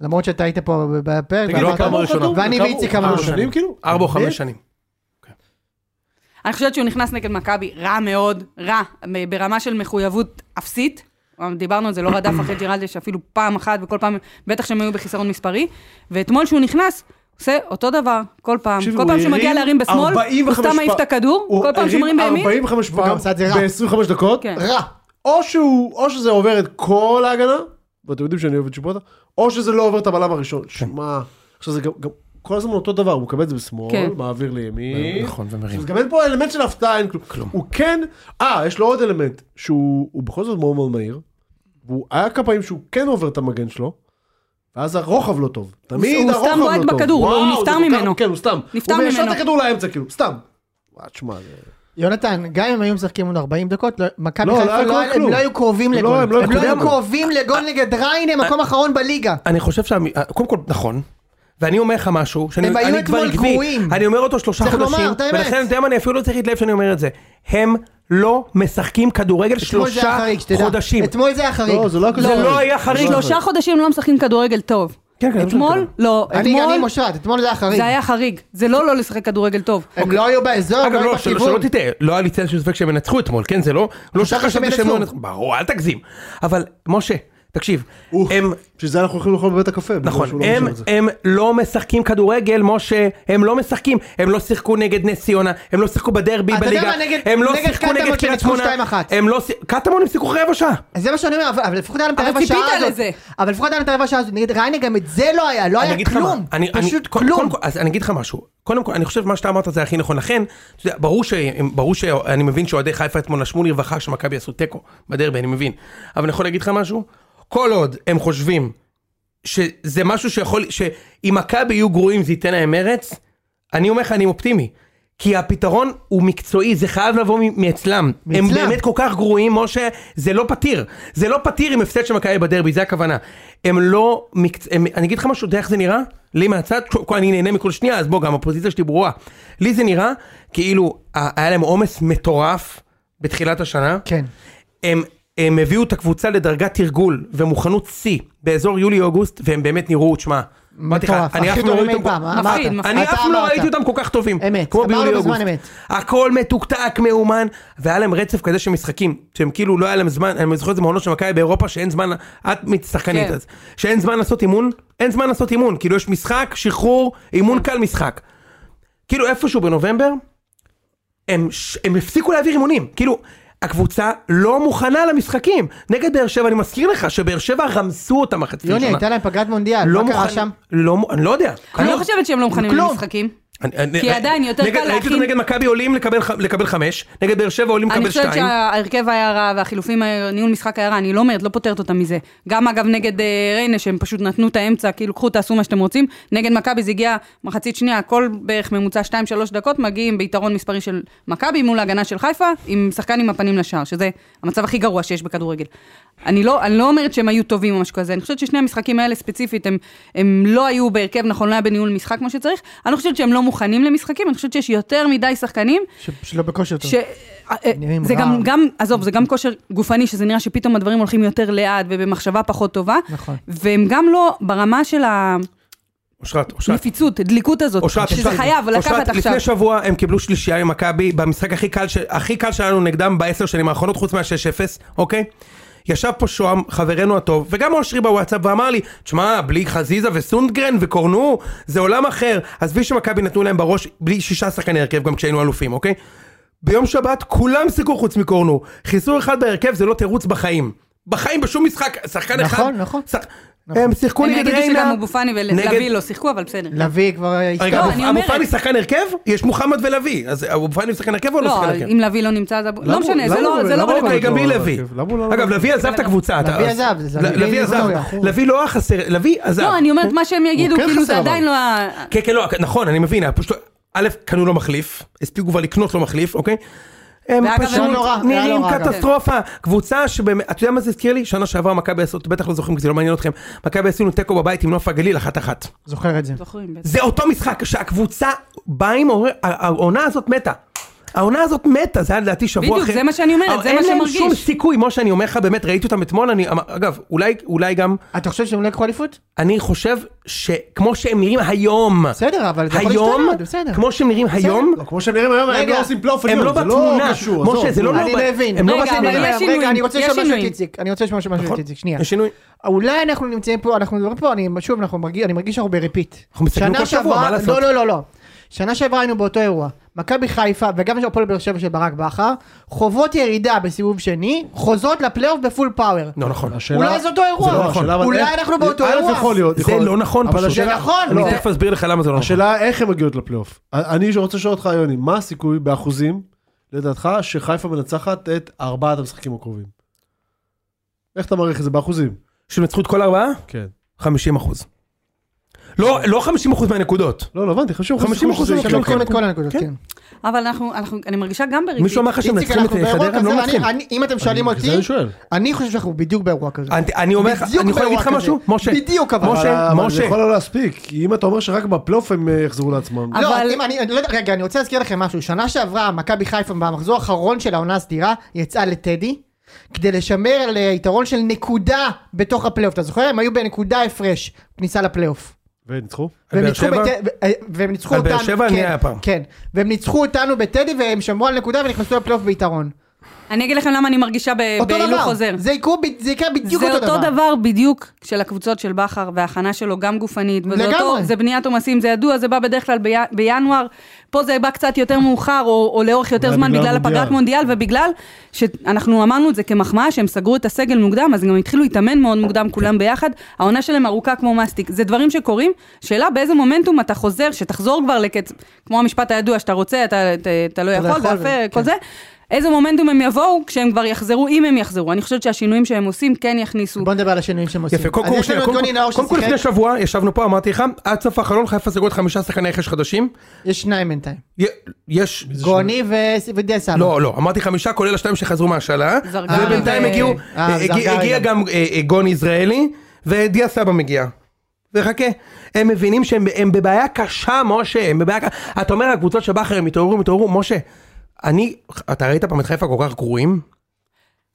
Speaker 2: למרות שאתה היית פה בפרק,
Speaker 1: תגיד,
Speaker 2: ואמרת-
Speaker 1: כמה הוא ראשונה?
Speaker 2: ואני ואיציק
Speaker 1: כמה
Speaker 2: אמרנו,
Speaker 1: הוא
Speaker 3: שנים כאילו?
Speaker 1: ארבע או
Speaker 3: באמת?
Speaker 1: חמש שנים.
Speaker 4: אני חושבת שהוא נכנס נגד מכבי רע מאוד, רע, מ- ברמה של מחויבות אפסית. דיברנו על זה, לא רדף אחרי ג'ירלדש אפילו פעם אחת, וכל פעם, בטח שהם היו בחיסרון מספרי. ואתמול שהוא נכנס, עושה אותו דבר, כל פעם.
Speaker 3: תקשיבי,
Speaker 4: כל
Speaker 3: הוא
Speaker 4: פעם שהוא מגיע
Speaker 3: הרים
Speaker 4: להרים בשמאל, הוא
Speaker 3: 45
Speaker 4: סתם מעיף את
Speaker 3: פעם.
Speaker 4: הכדור,
Speaker 3: הוא
Speaker 4: כל פעם
Speaker 3: הרים
Speaker 4: שמרים בימין.
Speaker 3: 45
Speaker 2: גם
Speaker 3: פעם
Speaker 2: עשה את זה רע.
Speaker 3: ב-25 דקות.
Speaker 4: כן.
Speaker 2: רע.
Speaker 3: או שהוא, או שזה עובר את כל ההגנה, ואתם יודעים שאני אוהב את צ'יפוטה, או שזה לא עובר את הבלם הראשון.
Speaker 1: כן.
Speaker 3: שמע, עכשיו זה גם, גם כל הזמן אותו דבר, הוא מקבל את זה בשמאל,
Speaker 4: כן.
Speaker 3: מעביר לימין.
Speaker 1: נכון, ומרים.
Speaker 3: אז גם אין פה אלמנט של הפתעה, אין כלום.
Speaker 1: כלום.
Speaker 3: הוא כן, אה, יש לו עוד אלמנט, שהוא הוא בכל זאת מאוד מאוד מהיר, והוא היה כמה פעמים שהוא כן עובר את המגן שלו, ואז הרוחב לא טוב. תמיד
Speaker 4: הוא סתם
Speaker 3: הרוחב לא טוב.
Speaker 4: בועט בכדור, הוא
Speaker 3: וואו, זה
Speaker 4: נפטר
Speaker 3: כל כך-
Speaker 4: ממנו.
Speaker 3: כן, הוא סתם.
Speaker 4: נפטר
Speaker 3: הוא מיישר את
Speaker 4: ממנו.
Speaker 3: הכדור לאמצע, כאילו, סתם. וואי, תשמע, זה-
Speaker 2: יונתן, גם אם היו משחקים עוד 40 דקות, לא- מכבי
Speaker 3: לא, לא
Speaker 2: חיפה
Speaker 3: היה
Speaker 2: לא
Speaker 3: קורה
Speaker 2: היה-
Speaker 3: כלום.
Speaker 2: הם לא היו קרובים
Speaker 3: לא,
Speaker 2: לגול.
Speaker 3: הם לא
Speaker 2: הם לא
Speaker 3: היו
Speaker 2: היו
Speaker 3: קרובים. אה,
Speaker 2: קרובים לגול נגד ריינה, מקום אחרון בליגה.
Speaker 1: אני חושב שה... קודם כל, נכון. ואני אומר לך משהו, שאני
Speaker 2: הם היו
Speaker 1: אני
Speaker 2: אתמול
Speaker 1: עקבי.
Speaker 2: גרועים.
Speaker 1: אני אומר אותו שלושה
Speaker 2: צריך לומר
Speaker 1: חודשים,
Speaker 2: את האמת.
Speaker 1: ולכן, אתה יודע מה, אני אפילו לא צריך להתלהב שאני אומר את זה. הם לא משחקים כדורגל
Speaker 2: אתמול זה היה
Speaker 1: שלושה
Speaker 2: חריג, שתדע.
Speaker 1: חודשים.
Speaker 2: אתמול זה היה חריג.
Speaker 3: לא, זה לא היה
Speaker 1: זה
Speaker 3: כזה חריג.
Speaker 1: לא היה חריג.
Speaker 4: שלושה חודשים לא משחקים כדורגל טוב.
Speaker 1: כן, כן, זה מה שאני
Speaker 4: אתמול,
Speaker 1: מתכוון.
Speaker 4: לא,
Speaker 2: אני אני עם
Speaker 4: אתמול
Speaker 2: אושרת, אתמול זה היה חריג.
Speaker 4: זה היה חריג. זה לא לא לשחק כדורגל טוב.
Speaker 2: הם לא היו באזור, הם
Speaker 1: אגב,
Speaker 2: לא היו
Speaker 1: לא, שלא שלא
Speaker 2: בכיוון.
Speaker 1: תטעה, לא היה לי צל של ספק שהם ינצחו אתמול, כן? זה לא... לא שחשבתי שהם
Speaker 2: ינצחו.
Speaker 1: לא ינצחו. ברור, אל תגזים. אבל, משה, תקשיב,
Speaker 3: אוף.
Speaker 1: הם...
Speaker 3: בשביל זה אנחנו הולכים לאכול בבית הקפה. בגלל שהוא
Speaker 1: נכון,
Speaker 3: לא
Speaker 1: הם,
Speaker 3: משאיר את זה.
Speaker 1: הם לא משחקים כדורגל, משה, הם לא משחקים, הם לא שיחקו נגד נס ציונה, הם לא שיחקו בדרבי
Speaker 2: אתה יודע
Speaker 1: בליגה,
Speaker 2: מה, נגד-
Speaker 1: הם לא
Speaker 2: נגד
Speaker 1: שיחקו
Speaker 2: קטמון
Speaker 1: נגד קריית
Speaker 2: שניצחו
Speaker 1: שמונה,
Speaker 2: 2-1.
Speaker 1: הם לא, ש- קטמון הם שיחקו רבע שעה,
Speaker 2: אז זה מה שאני אומר, אבל- אבל לפחות היה להם את
Speaker 4: אבל
Speaker 2: הרבע שעה
Speaker 4: ציפית
Speaker 2: הזאת.
Speaker 4: לזה.
Speaker 2: אבל לפחות היה להם את הרבע שעה הזאת. נגד ריינה גם את זה לא היה, לא
Speaker 1: אני
Speaker 2: היה
Speaker 1: אגיד לך מה,
Speaker 2: כלום.
Speaker 1: אני- אני-
Speaker 2: פשוט
Speaker 1: קודם-
Speaker 2: כלום.
Speaker 1: קודם כל, אז אני אגיד לך משהו, קודם כל, אני חושב מה שאתה אמרת זה הכי נכון, לכן, אתה יודע, ברור ש- ברור שאני מבין שאוהדי חיפה אתמול נשמו לרווחה שמכבי עשו תיקו בדרבי, אני מבין, אבל אני יכול להגיד לך משהו? כל עוד הם חושבים שזה משהו שיכול, שאם מכבי יהיו גרועים זה ייתן להם מרץ, אני אומר לך, אני אופטימי. כי הפתרון הוא מקצועי, זה חייב לבוא מ- מאצלם. הם
Speaker 2: מאצלם.
Speaker 1: באמת כל כך גרועים, משה, זה לא פתיר. זה לא פתיר עם הפסד של מכבי בדרבי, זה הכוונה. הם לא מקצ... הם... אני אגיד לך משהו, אתה יודע איך זה נראה? לי מהצד, כל- כל- אני נהנה מכל שנייה, אז בוא, גם הפוזיציה שלי ברורה. לי זה נראה כאילו ה- היה להם עומס מטורף בתחילת השנה.
Speaker 2: כן.
Speaker 1: הם, הם הביאו את הקבוצה לדרגת תרגול ומוכנות שיא באזור יולי-אוגוסט, והם באמת נראו, תשמע, אמרתי לך,
Speaker 2: מטורף,
Speaker 1: אני אף
Speaker 2: הכי
Speaker 1: פעם לא
Speaker 2: טובים
Speaker 1: ראיתי
Speaker 2: אי פעם,
Speaker 1: אותם,
Speaker 2: אה?
Speaker 4: מפחיד,
Speaker 2: אמרת.
Speaker 4: מפחיד.
Speaker 1: אני
Speaker 2: אתה
Speaker 1: אף פעם לא
Speaker 2: אמרת.
Speaker 1: ראיתי אותם כל כך טובים.
Speaker 2: אמת,
Speaker 1: כמו
Speaker 2: אמרנו
Speaker 1: ביולי
Speaker 2: בזמן
Speaker 1: אוגוסט.
Speaker 2: אמת.
Speaker 1: הכל מתוקתק, מאומן, והיה להם רצף כזה של משחקים, שהם כאילו לא היה להם זמן, אני זוכר את זה מעונות של מכבי באירופה, שאין זמן, את מצטחקנית
Speaker 4: כן.
Speaker 1: אז, שאין זמן לעשות אימון, אין זמן לעשות אימון, כאילו יש משחק, שחרור, אימון קל משחק. כאילו איפשהו בנובמבר, הם, ש- הם הפסיקו להעביר אימונים, כאילו... הקבוצה לא מוכנה למשחקים. נגד באר שבע, אני מזכיר לך שבאר שבע רמסו אותם מחצי ראשונה.
Speaker 2: יוני, הייתה להם פגרת מונדיאל,
Speaker 1: לא
Speaker 2: מה קרה
Speaker 1: מוכן,
Speaker 2: שם?
Speaker 1: לא, מ- אני לא יודע.
Speaker 4: אני לא חושבת שהם לא מוכנים
Speaker 1: כלום.
Speaker 4: למשחקים.
Speaker 1: אני- אני-
Speaker 4: כי עדיין יותר
Speaker 1: נגד-
Speaker 4: קל
Speaker 1: ראיתי
Speaker 4: להכין-
Speaker 1: אותו נגד מכבי עולים לקבל ח- לקבל חמש, נגד באר שבע עולים
Speaker 4: אני
Speaker 1: לקבל
Speaker 4: חושבת
Speaker 1: שתיים.
Speaker 4: שההרכב היה רע והחילופים, היה- ניהול משחק היה רע, אני לא אומרת, לא פותרת אותם מזה. גם אגב נגד אה, ריינה, שהם פשוט נתנו את האמצע, כאילו קחו תעשו מה שאתם רוצים. נגד מכבי זה הגיע מחצית שנייה, כל בערך ממוצע 2-3 דקות, מגיעים ביתרון מספרי של מכבי מול ההגנה של חיפה, עם שחקן עם הפנים לשער, שזה המצב הכי גרוע שיש בכדורגל. אני לא, אני לא אומרת שהם היו טובים או משהו כזה, אני חושבת ששני המשחקים האלה ספציפית, הם, הם לא היו בהרכב נכון, לא היה בניהול משחק כמו שצריך. אני לא חושבת שהם לא מוכנים למשחקים, אני חושבת שיש יותר מדי שחקנים
Speaker 2: ש- שלא בכושר טוב.
Speaker 4: ש... לא, אה,
Speaker 2: נראים
Speaker 4: זה
Speaker 2: רע.
Speaker 4: גם, גם, עזוב, זה גם כושר גופני, שזה נראה שפתאום הדברים הולכים יותר לאט ובמחשבה פחות טובה.
Speaker 2: נכון.
Speaker 4: והם גם לא ברמה של
Speaker 1: אושרת, אושרת.
Speaker 4: הנפיצות, דליקות הזאת,
Speaker 1: אושרת,
Speaker 4: שזה
Speaker 1: אושרת,
Speaker 4: חייב
Speaker 1: אושרת,
Speaker 4: לקחת עכשיו.
Speaker 1: לפני שבוע הם קיבלו שלישייה עם מכבי במשחק הכי קל, ש- הכי קל שלנו נגדם בעשר שנים האחרונות חוץ מה-6-0, אוקיי? ישב פה שוהם, חברנו הטוב, וגם אושרי בוואטסאפ, ואמר לי, תשמע, בלי חזיזה וסונדגרן וקורנו, זה עולם אחר. עזבי שמכבי נתנו להם בראש בלי שישה שחקני הרכב, גם כשהיינו אלופים, אוקיי? ביום שבת כולם שיחקו חוץ מקורנו. חיסור אחד בהרכב זה לא תירוץ בחיים. בחיים בשום משחק, שחקן אחד...
Speaker 2: נכון, נכון.
Speaker 1: שח- הם שיחקו
Speaker 4: הם
Speaker 1: נגד
Speaker 4: יגידו
Speaker 1: ריינה...
Speaker 4: שגם אבו פאני
Speaker 1: נגד-
Speaker 4: ולוי לא שיחקו, אבל בסדר.
Speaker 2: לביא כבר...
Speaker 1: רגע,
Speaker 2: לא,
Speaker 1: אבו-
Speaker 4: אני
Speaker 1: אבו
Speaker 4: אומרת.
Speaker 1: פאני שחקן הרכב? יש מוחמד ולוי, אז אבו פאני הוא שחקן הרכב או לא
Speaker 4: לא,
Speaker 1: שחקן הרכב?
Speaker 4: אם לביא לא נמצא, אז... אבו- לא
Speaker 3: למה-
Speaker 4: משנה,
Speaker 3: למה
Speaker 4: זה לא
Speaker 3: הוא-
Speaker 4: זה לא
Speaker 3: למה
Speaker 1: אוקיי,
Speaker 3: הוא
Speaker 4: רלוונטי.
Speaker 1: גם
Speaker 3: לא
Speaker 1: בלי
Speaker 3: לא
Speaker 1: לוי.
Speaker 3: הרכב, למה הוא לא-
Speaker 1: אגב, לוי עזב את הקבוצה. אתה-
Speaker 2: לביא
Speaker 1: אז-
Speaker 2: עזב, זה
Speaker 1: ל-
Speaker 2: לביא
Speaker 1: לביא עזב.
Speaker 2: היסטוריה.
Speaker 1: לביא לא היה חסר, לביא עזב.
Speaker 4: לא, אני אומרת מה שהם יגידו,
Speaker 3: כן
Speaker 4: כאילו
Speaker 3: חסר,
Speaker 4: זה
Speaker 3: אבל.
Speaker 4: עדיין לא... ה-
Speaker 1: כן, כן, לא, נכון, אני מבין, היה פשוט... א', קנו לו מחליף, הספיקו כבר לקנות לו מחליף, אוקיי? הם
Speaker 4: ואגב,
Speaker 1: פשוט
Speaker 4: היה לא
Speaker 2: נורא, היה
Speaker 1: נראים
Speaker 2: נורא, אגב.
Speaker 1: קטסטרופה. קבוצה שבאמת, אתה יודע מה זה הזכיר לי? שנה שעברה מכבי עשו, אתם בטח לא זוכרים כי זה לא מעניין אתכם, מכבי עשינו תיקו בבית עם נוף הגליל אחת אחת.
Speaker 2: זוכר את זה.
Speaker 4: זוכרים, בטח.
Speaker 1: זה אותו משחק שהקבוצה באה עם עורר- העונה הזאת מתה. העונה הזאת מתה, זה היה לדעתי שבוע
Speaker 4: בדיוק,
Speaker 1: אחרי.
Speaker 4: זה מה שאני אומרת,
Speaker 1: אבל
Speaker 4: זה מה
Speaker 1: אין להם
Speaker 4: שמרגיש.
Speaker 1: שום סיכוי, משה, אני אומר לך, באמת, ראיתי אותם אתמול, אני, אמר- אגב, אולי, אולי גם,
Speaker 2: אתה חושב שהם לא יקחו אליפות?
Speaker 1: אני חושב שכמו שהם נראים היום,
Speaker 2: בסדר, אבל זה יכול
Speaker 1: היום,
Speaker 2: להשתנות, בסדר.
Speaker 1: כמו שהם נראים היום,
Speaker 3: לא, כמו שהם נראים היום, הם
Speaker 2: רגע,
Speaker 3: לא עושים פלייאוף
Speaker 1: הם
Speaker 3: עליון,
Speaker 1: לא
Speaker 3: זה לא
Speaker 1: בתמונה.
Speaker 3: קשור.
Speaker 1: משה,
Speaker 3: עזוב,
Speaker 1: זה לא
Speaker 3: נו.
Speaker 2: אני
Speaker 1: לא-
Speaker 2: לא מבין.
Speaker 1: הם לא
Speaker 4: רגע,
Speaker 1: בתמונה.
Speaker 4: אבל יש
Speaker 2: רגע,
Speaker 4: שינויים,
Speaker 2: אני רוצה
Speaker 4: יש
Speaker 2: לשאול משהו את
Speaker 4: שינויים.
Speaker 2: איציק. אני רוצה לשאול משהו את
Speaker 1: נכון?
Speaker 2: איציק.
Speaker 4: כן.
Speaker 2: שנייה.
Speaker 1: יש שינוי.
Speaker 2: אולי אנחנו נמצאים פה, אנחנו מדברים פה, אני שוב, אנחנו מרגיש, אני מרגיש שאנחנו בריפיט.
Speaker 1: אנחנו מסתכלים
Speaker 2: שנה
Speaker 1: כל שבוע,
Speaker 2: שעברה-
Speaker 1: מה לעשות?
Speaker 2: לא, לא, לא, לא. שנה שעברה היינו באותו אירוע. מכבי חיפה, וגם הפועל באר שבע של ברק בכר, חוות ירידה בסיבוב שני, חוזות לפלייאוף בפול פאוור.
Speaker 1: לא נכון.
Speaker 3: השאלה-
Speaker 2: אולי זה אותו אירוע.
Speaker 3: זה לא נכון. אבל
Speaker 2: אולי
Speaker 3: איך-
Speaker 2: אנחנו באותו
Speaker 3: א',
Speaker 2: אירוע.
Speaker 3: יכול להיות,
Speaker 1: זה
Speaker 3: יכול להיות.
Speaker 1: לא נכון
Speaker 3: אבל
Speaker 1: פשוט.
Speaker 3: השאלה-
Speaker 2: זה נכון,
Speaker 1: אני
Speaker 2: לא.
Speaker 1: תכף אסביר לך למה זה לא נכון.
Speaker 3: השאלה איך הן מגיעות לפלייאוף. אני רוצה לשאול אותך, יוני, מה הסיכוי באחוזים, לדעתך, שחיפה מנצחת את ארבעת המשחקים הקרובים? איך אתה מעריך את זה באחוזים?
Speaker 1: שהם ניצחו את כל ארבעה?
Speaker 3: כן.
Speaker 1: 50 אחוז. לא לא 50 אחוז מהנקודות.
Speaker 3: לא, לא הבנתי, חשוב
Speaker 1: 50%
Speaker 3: שזה
Speaker 1: הם
Speaker 3: יקרה.
Speaker 2: שהם לוקחים את כל הנקודות,
Speaker 1: כן.
Speaker 2: כן.
Speaker 4: אבל אנחנו, אנחנו- אני מרגישה גם בריבית.
Speaker 1: מישהו אמר לך שהם
Speaker 2: איציק,
Speaker 1: מנצחים את
Speaker 2: אנחנו באירוע
Speaker 1: חדרה? הם לא
Speaker 2: כזה,
Speaker 1: מנצחים. לא
Speaker 2: אני- אני- אם אתם שואלים
Speaker 3: אני- זה
Speaker 2: אותי,
Speaker 3: אני שואל.
Speaker 2: אני חושב שאנחנו בדיוק באירוע כזה.
Speaker 1: אני- אני אומר לך,
Speaker 2: בדיוק
Speaker 1: אני יכול להגיד לך
Speaker 2: באירוע
Speaker 1: משהו?
Speaker 2: כזה.
Speaker 1: משה,
Speaker 2: בדיוק אבל.
Speaker 1: משה,
Speaker 3: אבל- אבל זה
Speaker 1: משה.
Speaker 3: יכול לא להספיק, כי אם אתה אומר שרק בפלייאוף הם אה, יחזרו לעצמם.
Speaker 4: אבל-
Speaker 2: לא, אם אני, אני לא יודע, רגע, אני רוצה להזכיר לכם משהו. שנה שעברה, מכבי חיפה במחזור האחרון של העונה הסדירה, יצאה לטדי, כדי לשמר על אה, יתרון של נקודה בתוך הפלייאוף. אתה זוכר? הם היו בנקודה הפרש כניסה לפלייאוף.
Speaker 3: וניצחו?
Speaker 1: על
Speaker 2: והם
Speaker 1: באר
Speaker 2: ניצחו
Speaker 1: שבע?
Speaker 2: בט- ו- אה, והם ניצחו
Speaker 1: על
Speaker 2: אותנו,
Speaker 1: באר שבע? אני
Speaker 2: כן,
Speaker 1: היה הפעם.
Speaker 2: כן, והם ניצחו אותנו בטדי והם שמרו על נקודה ונכנסו לפלייאוף ביתרון.
Speaker 4: אני אגיד לכם למה אני מרגישה ב-
Speaker 2: אותו
Speaker 4: בהילוך
Speaker 2: דבר,
Speaker 4: אה, חוזר.
Speaker 2: זה יקרו ב- זה יקרה בדיוק
Speaker 4: זה
Speaker 2: אותו דבר.
Speaker 4: אותו דבר בדיוק של הקבוצות של בכר וההכנה שלו גם גופנית. וזה
Speaker 2: לגמרי.
Speaker 4: אותו, זה בניית עומסים, זה ידוע, זה בא בדרך כלל ביה- בינואר. פה זה בא קצת יותר מאוחר או, או לאורך יותר
Speaker 3: אולי
Speaker 4: זמן
Speaker 3: בגלל
Speaker 4: בגלל
Speaker 3: המונדיאל.
Speaker 4: הפגרת מונדיאל ובגלל שאנחנו אמרנו את זה כמחמאה שהם סגרו את הסגל מוקדם אז הם גם התחילו להתאמן מאוד מוקדם כולם ביחד. העונה שלהם ארוכה כמו מסטיק. זה דברים שקורים. שאלה באיזה מומנטום אתה חוזר, שתחזור כבר לקץ, כמו המשפט הידוע שאתה רוצה, אתה, אתה, אתה לא יכול,
Speaker 2: יכול, כן.
Speaker 4: ואף- כל זה. איזה מומנטום הם יבואו כשהם כבר יחזרו, אם הם יחזרו. אני חושבת שהשינויים שהם עושים כן יכניסו.
Speaker 2: בוא נדבר על השינויים שהם עושים.
Speaker 1: יפה, קודם
Speaker 2: אז
Speaker 1: כל,
Speaker 2: יש לנו
Speaker 1: שנייה,
Speaker 2: את
Speaker 1: קודם
Speaker 2: יוני נאור
Speaker 1: כל- קודם כל
Speaker 2: ששיחק,
Speaker 1: לפני שבוע ישבנו פה, אמרתי לך, עד סוף החלון חיפה סגרו את חמישה שחקני רכש חדשים.
Speaker 2: יש שניים בינתיים.
Speaker 1: י- יש...
Speaker 2: גוני ו- ודיה סבא.
Speaker 1: לא, לא, אמרתי חמישה כולל השתיים שחזרו מהשאלה.
Speaker 4: זרגרי
Speaker 1: ובינתיים
Speaker 4: ו-
Speaker 1: הגיעו,
Speaker 2: אה,
Speaker 1: אה, הגיע-
Speaker 2: זרגרי
Speaker 1: הגיע גם אה, אה, גוני יזרעאלי, ודיה סבא מגיע. וחכה, הם מבינים שהם הם בבעיה קשה, משה, הם בבעיה קשה. אתה אומר, הקבוצות של בכר הם התעוררו, הם התעוררו, משה, אני, אתה ראית פעם את חיפה כל כך גרועים?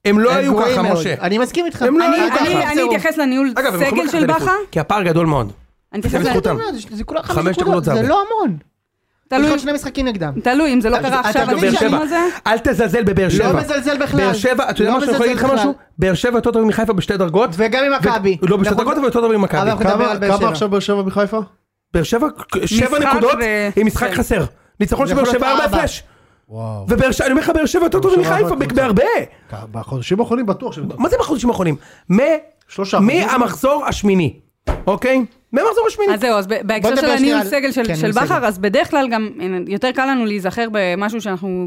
Speaker 1: הם לא
Speaker 2: הם
Speaker 1: היו
Speaker 2: גרועים
Speaker 1: ככה,
Speaker 2: מאוד.
Speaker 1: משה.
Speaker 2: אני מסכים איתך.
Speaker 1: הם לא
Speaker 4: אני-
Speaker 1: היו
Speaker 2: אגב,
Speaker 4: אני-
Speaker 1: ככה.
Speaker 4: אני אתייחס לניהול
Speaker 1: אגב, הם יכולים
Speaker 4: סגל
Speaker 1: לקחת
Speaker 4: של
Speaker 1: את האליפות,
Speaker 4: בכר.
Speaker 1: כי הפער גדול מאוד.
Speaker 4: אני אתייחס
Speaker 1: זה בזכותם.
Speaker 4: לניהול.
Speaker 2: לא, לא, זה- זה כולה
Speaker 1: חמש
Speaker 2: חמש
Speaker 1: נקודות
Speaker 2: נקודות,
Speaker 1: זה
Speaker 2: זה
Speaker 1: הרבה.
Speaker 2: לא המון. יש
Speaker 4: תלוי-
Speaker 2: עוד שני משחקים נגדם.
Speaker 4: תלוי, אם זה לא
Speaker 2: אתה-
Speaker 4: קרה
Speaker 2: אתה
Speaker 4: עכשיו,
Speaker 2: מדבר
Speaker 1: באר
Speaker 4: אז
Speaker 2: שבע.
Speaker 4: השנים
Speaker 1: שבע,
Speaker 4: הזה...
Speaker 1: אל תזלזל בבאר שבע.
Speaker 2: לא מזלזל בכלל.
Speaker 1: באר שבע, אתה יודע
Speaker 2: לא
Speaker 1: מה שאני יכול
Speaker 2: מזלזל
Speaker 1: להגיד לך
Speaker 2: בכלל.
Speaker 1: משהו? באר שבע יותר טוב מחיפה בשתי דרגות.
Speaker 2: וגם עם מכבי.
Speaker 1: לא, בשתי
Speaker 2: נכון?
Speaker 1: דרגות אבל יותר טוב ממכבי.
Speaker 2: אבל אנחנו נדבר
Speaker 3: כמה
Speaker 2: על באר
Speaker 3: כמה
Speaker 2: שבע.
Speaker 3: עכשיו באר שבע מחיפה?
Speaker 1: באר שבע, שבע
Speaker 4: משחק
Speaker 1: נקודות
Speaker 4: ו-
Speaker 1: עם משחק
Speaker 4: כן.
Speaker 1: חסר. ניצחון של
Speaker 2: זה
Speaker 1: באר
Speaker 2: יכול להיות
Speaker 1: שבע ארבע
Speaker 2: ארבע.
Speaker 1: הפרש.
Speaker 3: וואו.
Speaker 1: ובאר שבע, אני אומר לך, באר שבע יותר טוב
Speaker 3: באר שבע
Speaker 1: מחיפה
Speaker 3: אחת קבוצה.
Speaker 1: בהרבה.
Speaker 3: בחודשים האחרונים בטוח שהם...
Speaker 1: מה זה בחודשים האחרונים? מ-
Speaker 3: שלושה.
Speaker 1: מהמחזור השמיני, אוקיי? מהמחזור השמיני.
Speaker 4: אז זהו, אז ב- בהקשר
Speaker 2: נדבר
Speaker 4: של
Speaker 2: שנייה
Speaker 4: הניהול
Speaker 2: על-
Speaker 4: סגל של,
Speaker 2: כן,
Speaker 4: של
Speaker 2: ניהול
Speaker 4: בכר,
Speaker 2: סגל.
Speaker 4: אז בדרך כלל גם הנה, יותר קל לנו להיזכר במשהו שאנחנו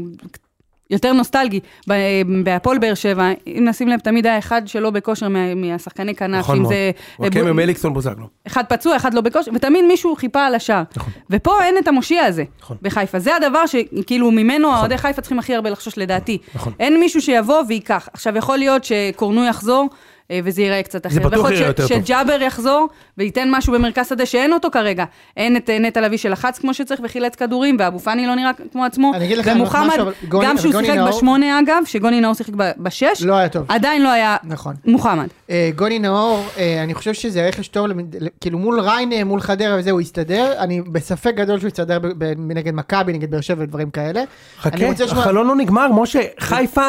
Speaker 4: יותר נוסטלגי. ב- בהפועל באר שבע, אם נשים לב, תמיד היה אחד שלא בכושר מה- מהשחקני כנף,
Speaker 1: נכון
Speaker 4: אם
Speaker 1: מאוד.
Speaker 4: זה...
Speaker 1: אוקיי,
Speaker 4: בו-
Speaker 1: ממליקסון בוזגלו.
Speaker 4: אחד פצוע, אחד לא בכושר, ותמיד מישהו חיפה על השער. נכון. ופה אין את המושיע הזה
Speaker 1: נכון.
Speaker 4: בחיפה. זה הדבר שכאילו ממנו האוהדי חיפה צריכים הכי הרבה לחשוש לדעתי.
Speaker 1: נכון.
Speaker 4: אין מישהו שיבוא וייקח. עכשיו, יכול להיות שקורנו יחזור, אה, וזה ייראה קצת אחרת.
Speaker 1: בטוח
Speaker 4: ויכול
Speaker 1: ייראה
Speaker 4: להיות
Speaker 1: יותר טוב.
Speaker 4: שג'אבר יחזור וייתן משהו במרכז שדה שאין אותו כרגע. אין את אה, נטע לביא שלחץ כמו שצריך וחילץ כדורים, ואבו פאני לא נראה כמו עצמו.
Speaker 2: אני אגיד לך
Speaker 4: ומוחמד,
Speaker 2: משהו, אבל גוני-
Speaker 4: גם
Speaker 2: אבל
Speaker 4: שהוא
Speaker 2: גוני
Speaker 4: שיחק
Speaker 2: נאור-
Speaker 4: בשמונה אגב, שגוני נאור שיחק ב- בשש,
Speaker 2: לא היה טוב.
Speaker 4: עדיין לא היה
Speaker 2: נכון.
Speaker 4: מוחמד.
Speaker 2: אה, גוני נאור, אה, אני חושב שזה רכש טוב, למד- ל- כאילו מול ריינה, מול חדרה וזה, הוא הסתדר. אני בספק גדול שהוא יסתדר ב- ב- נגד מכבי, נגד באר שבע ודברים כאלה. אני
Speaker 1: חכה,
Speaker 2: רוצה לשמוע-
Speaker 1: החלון לא נגמר, משה, חיפה,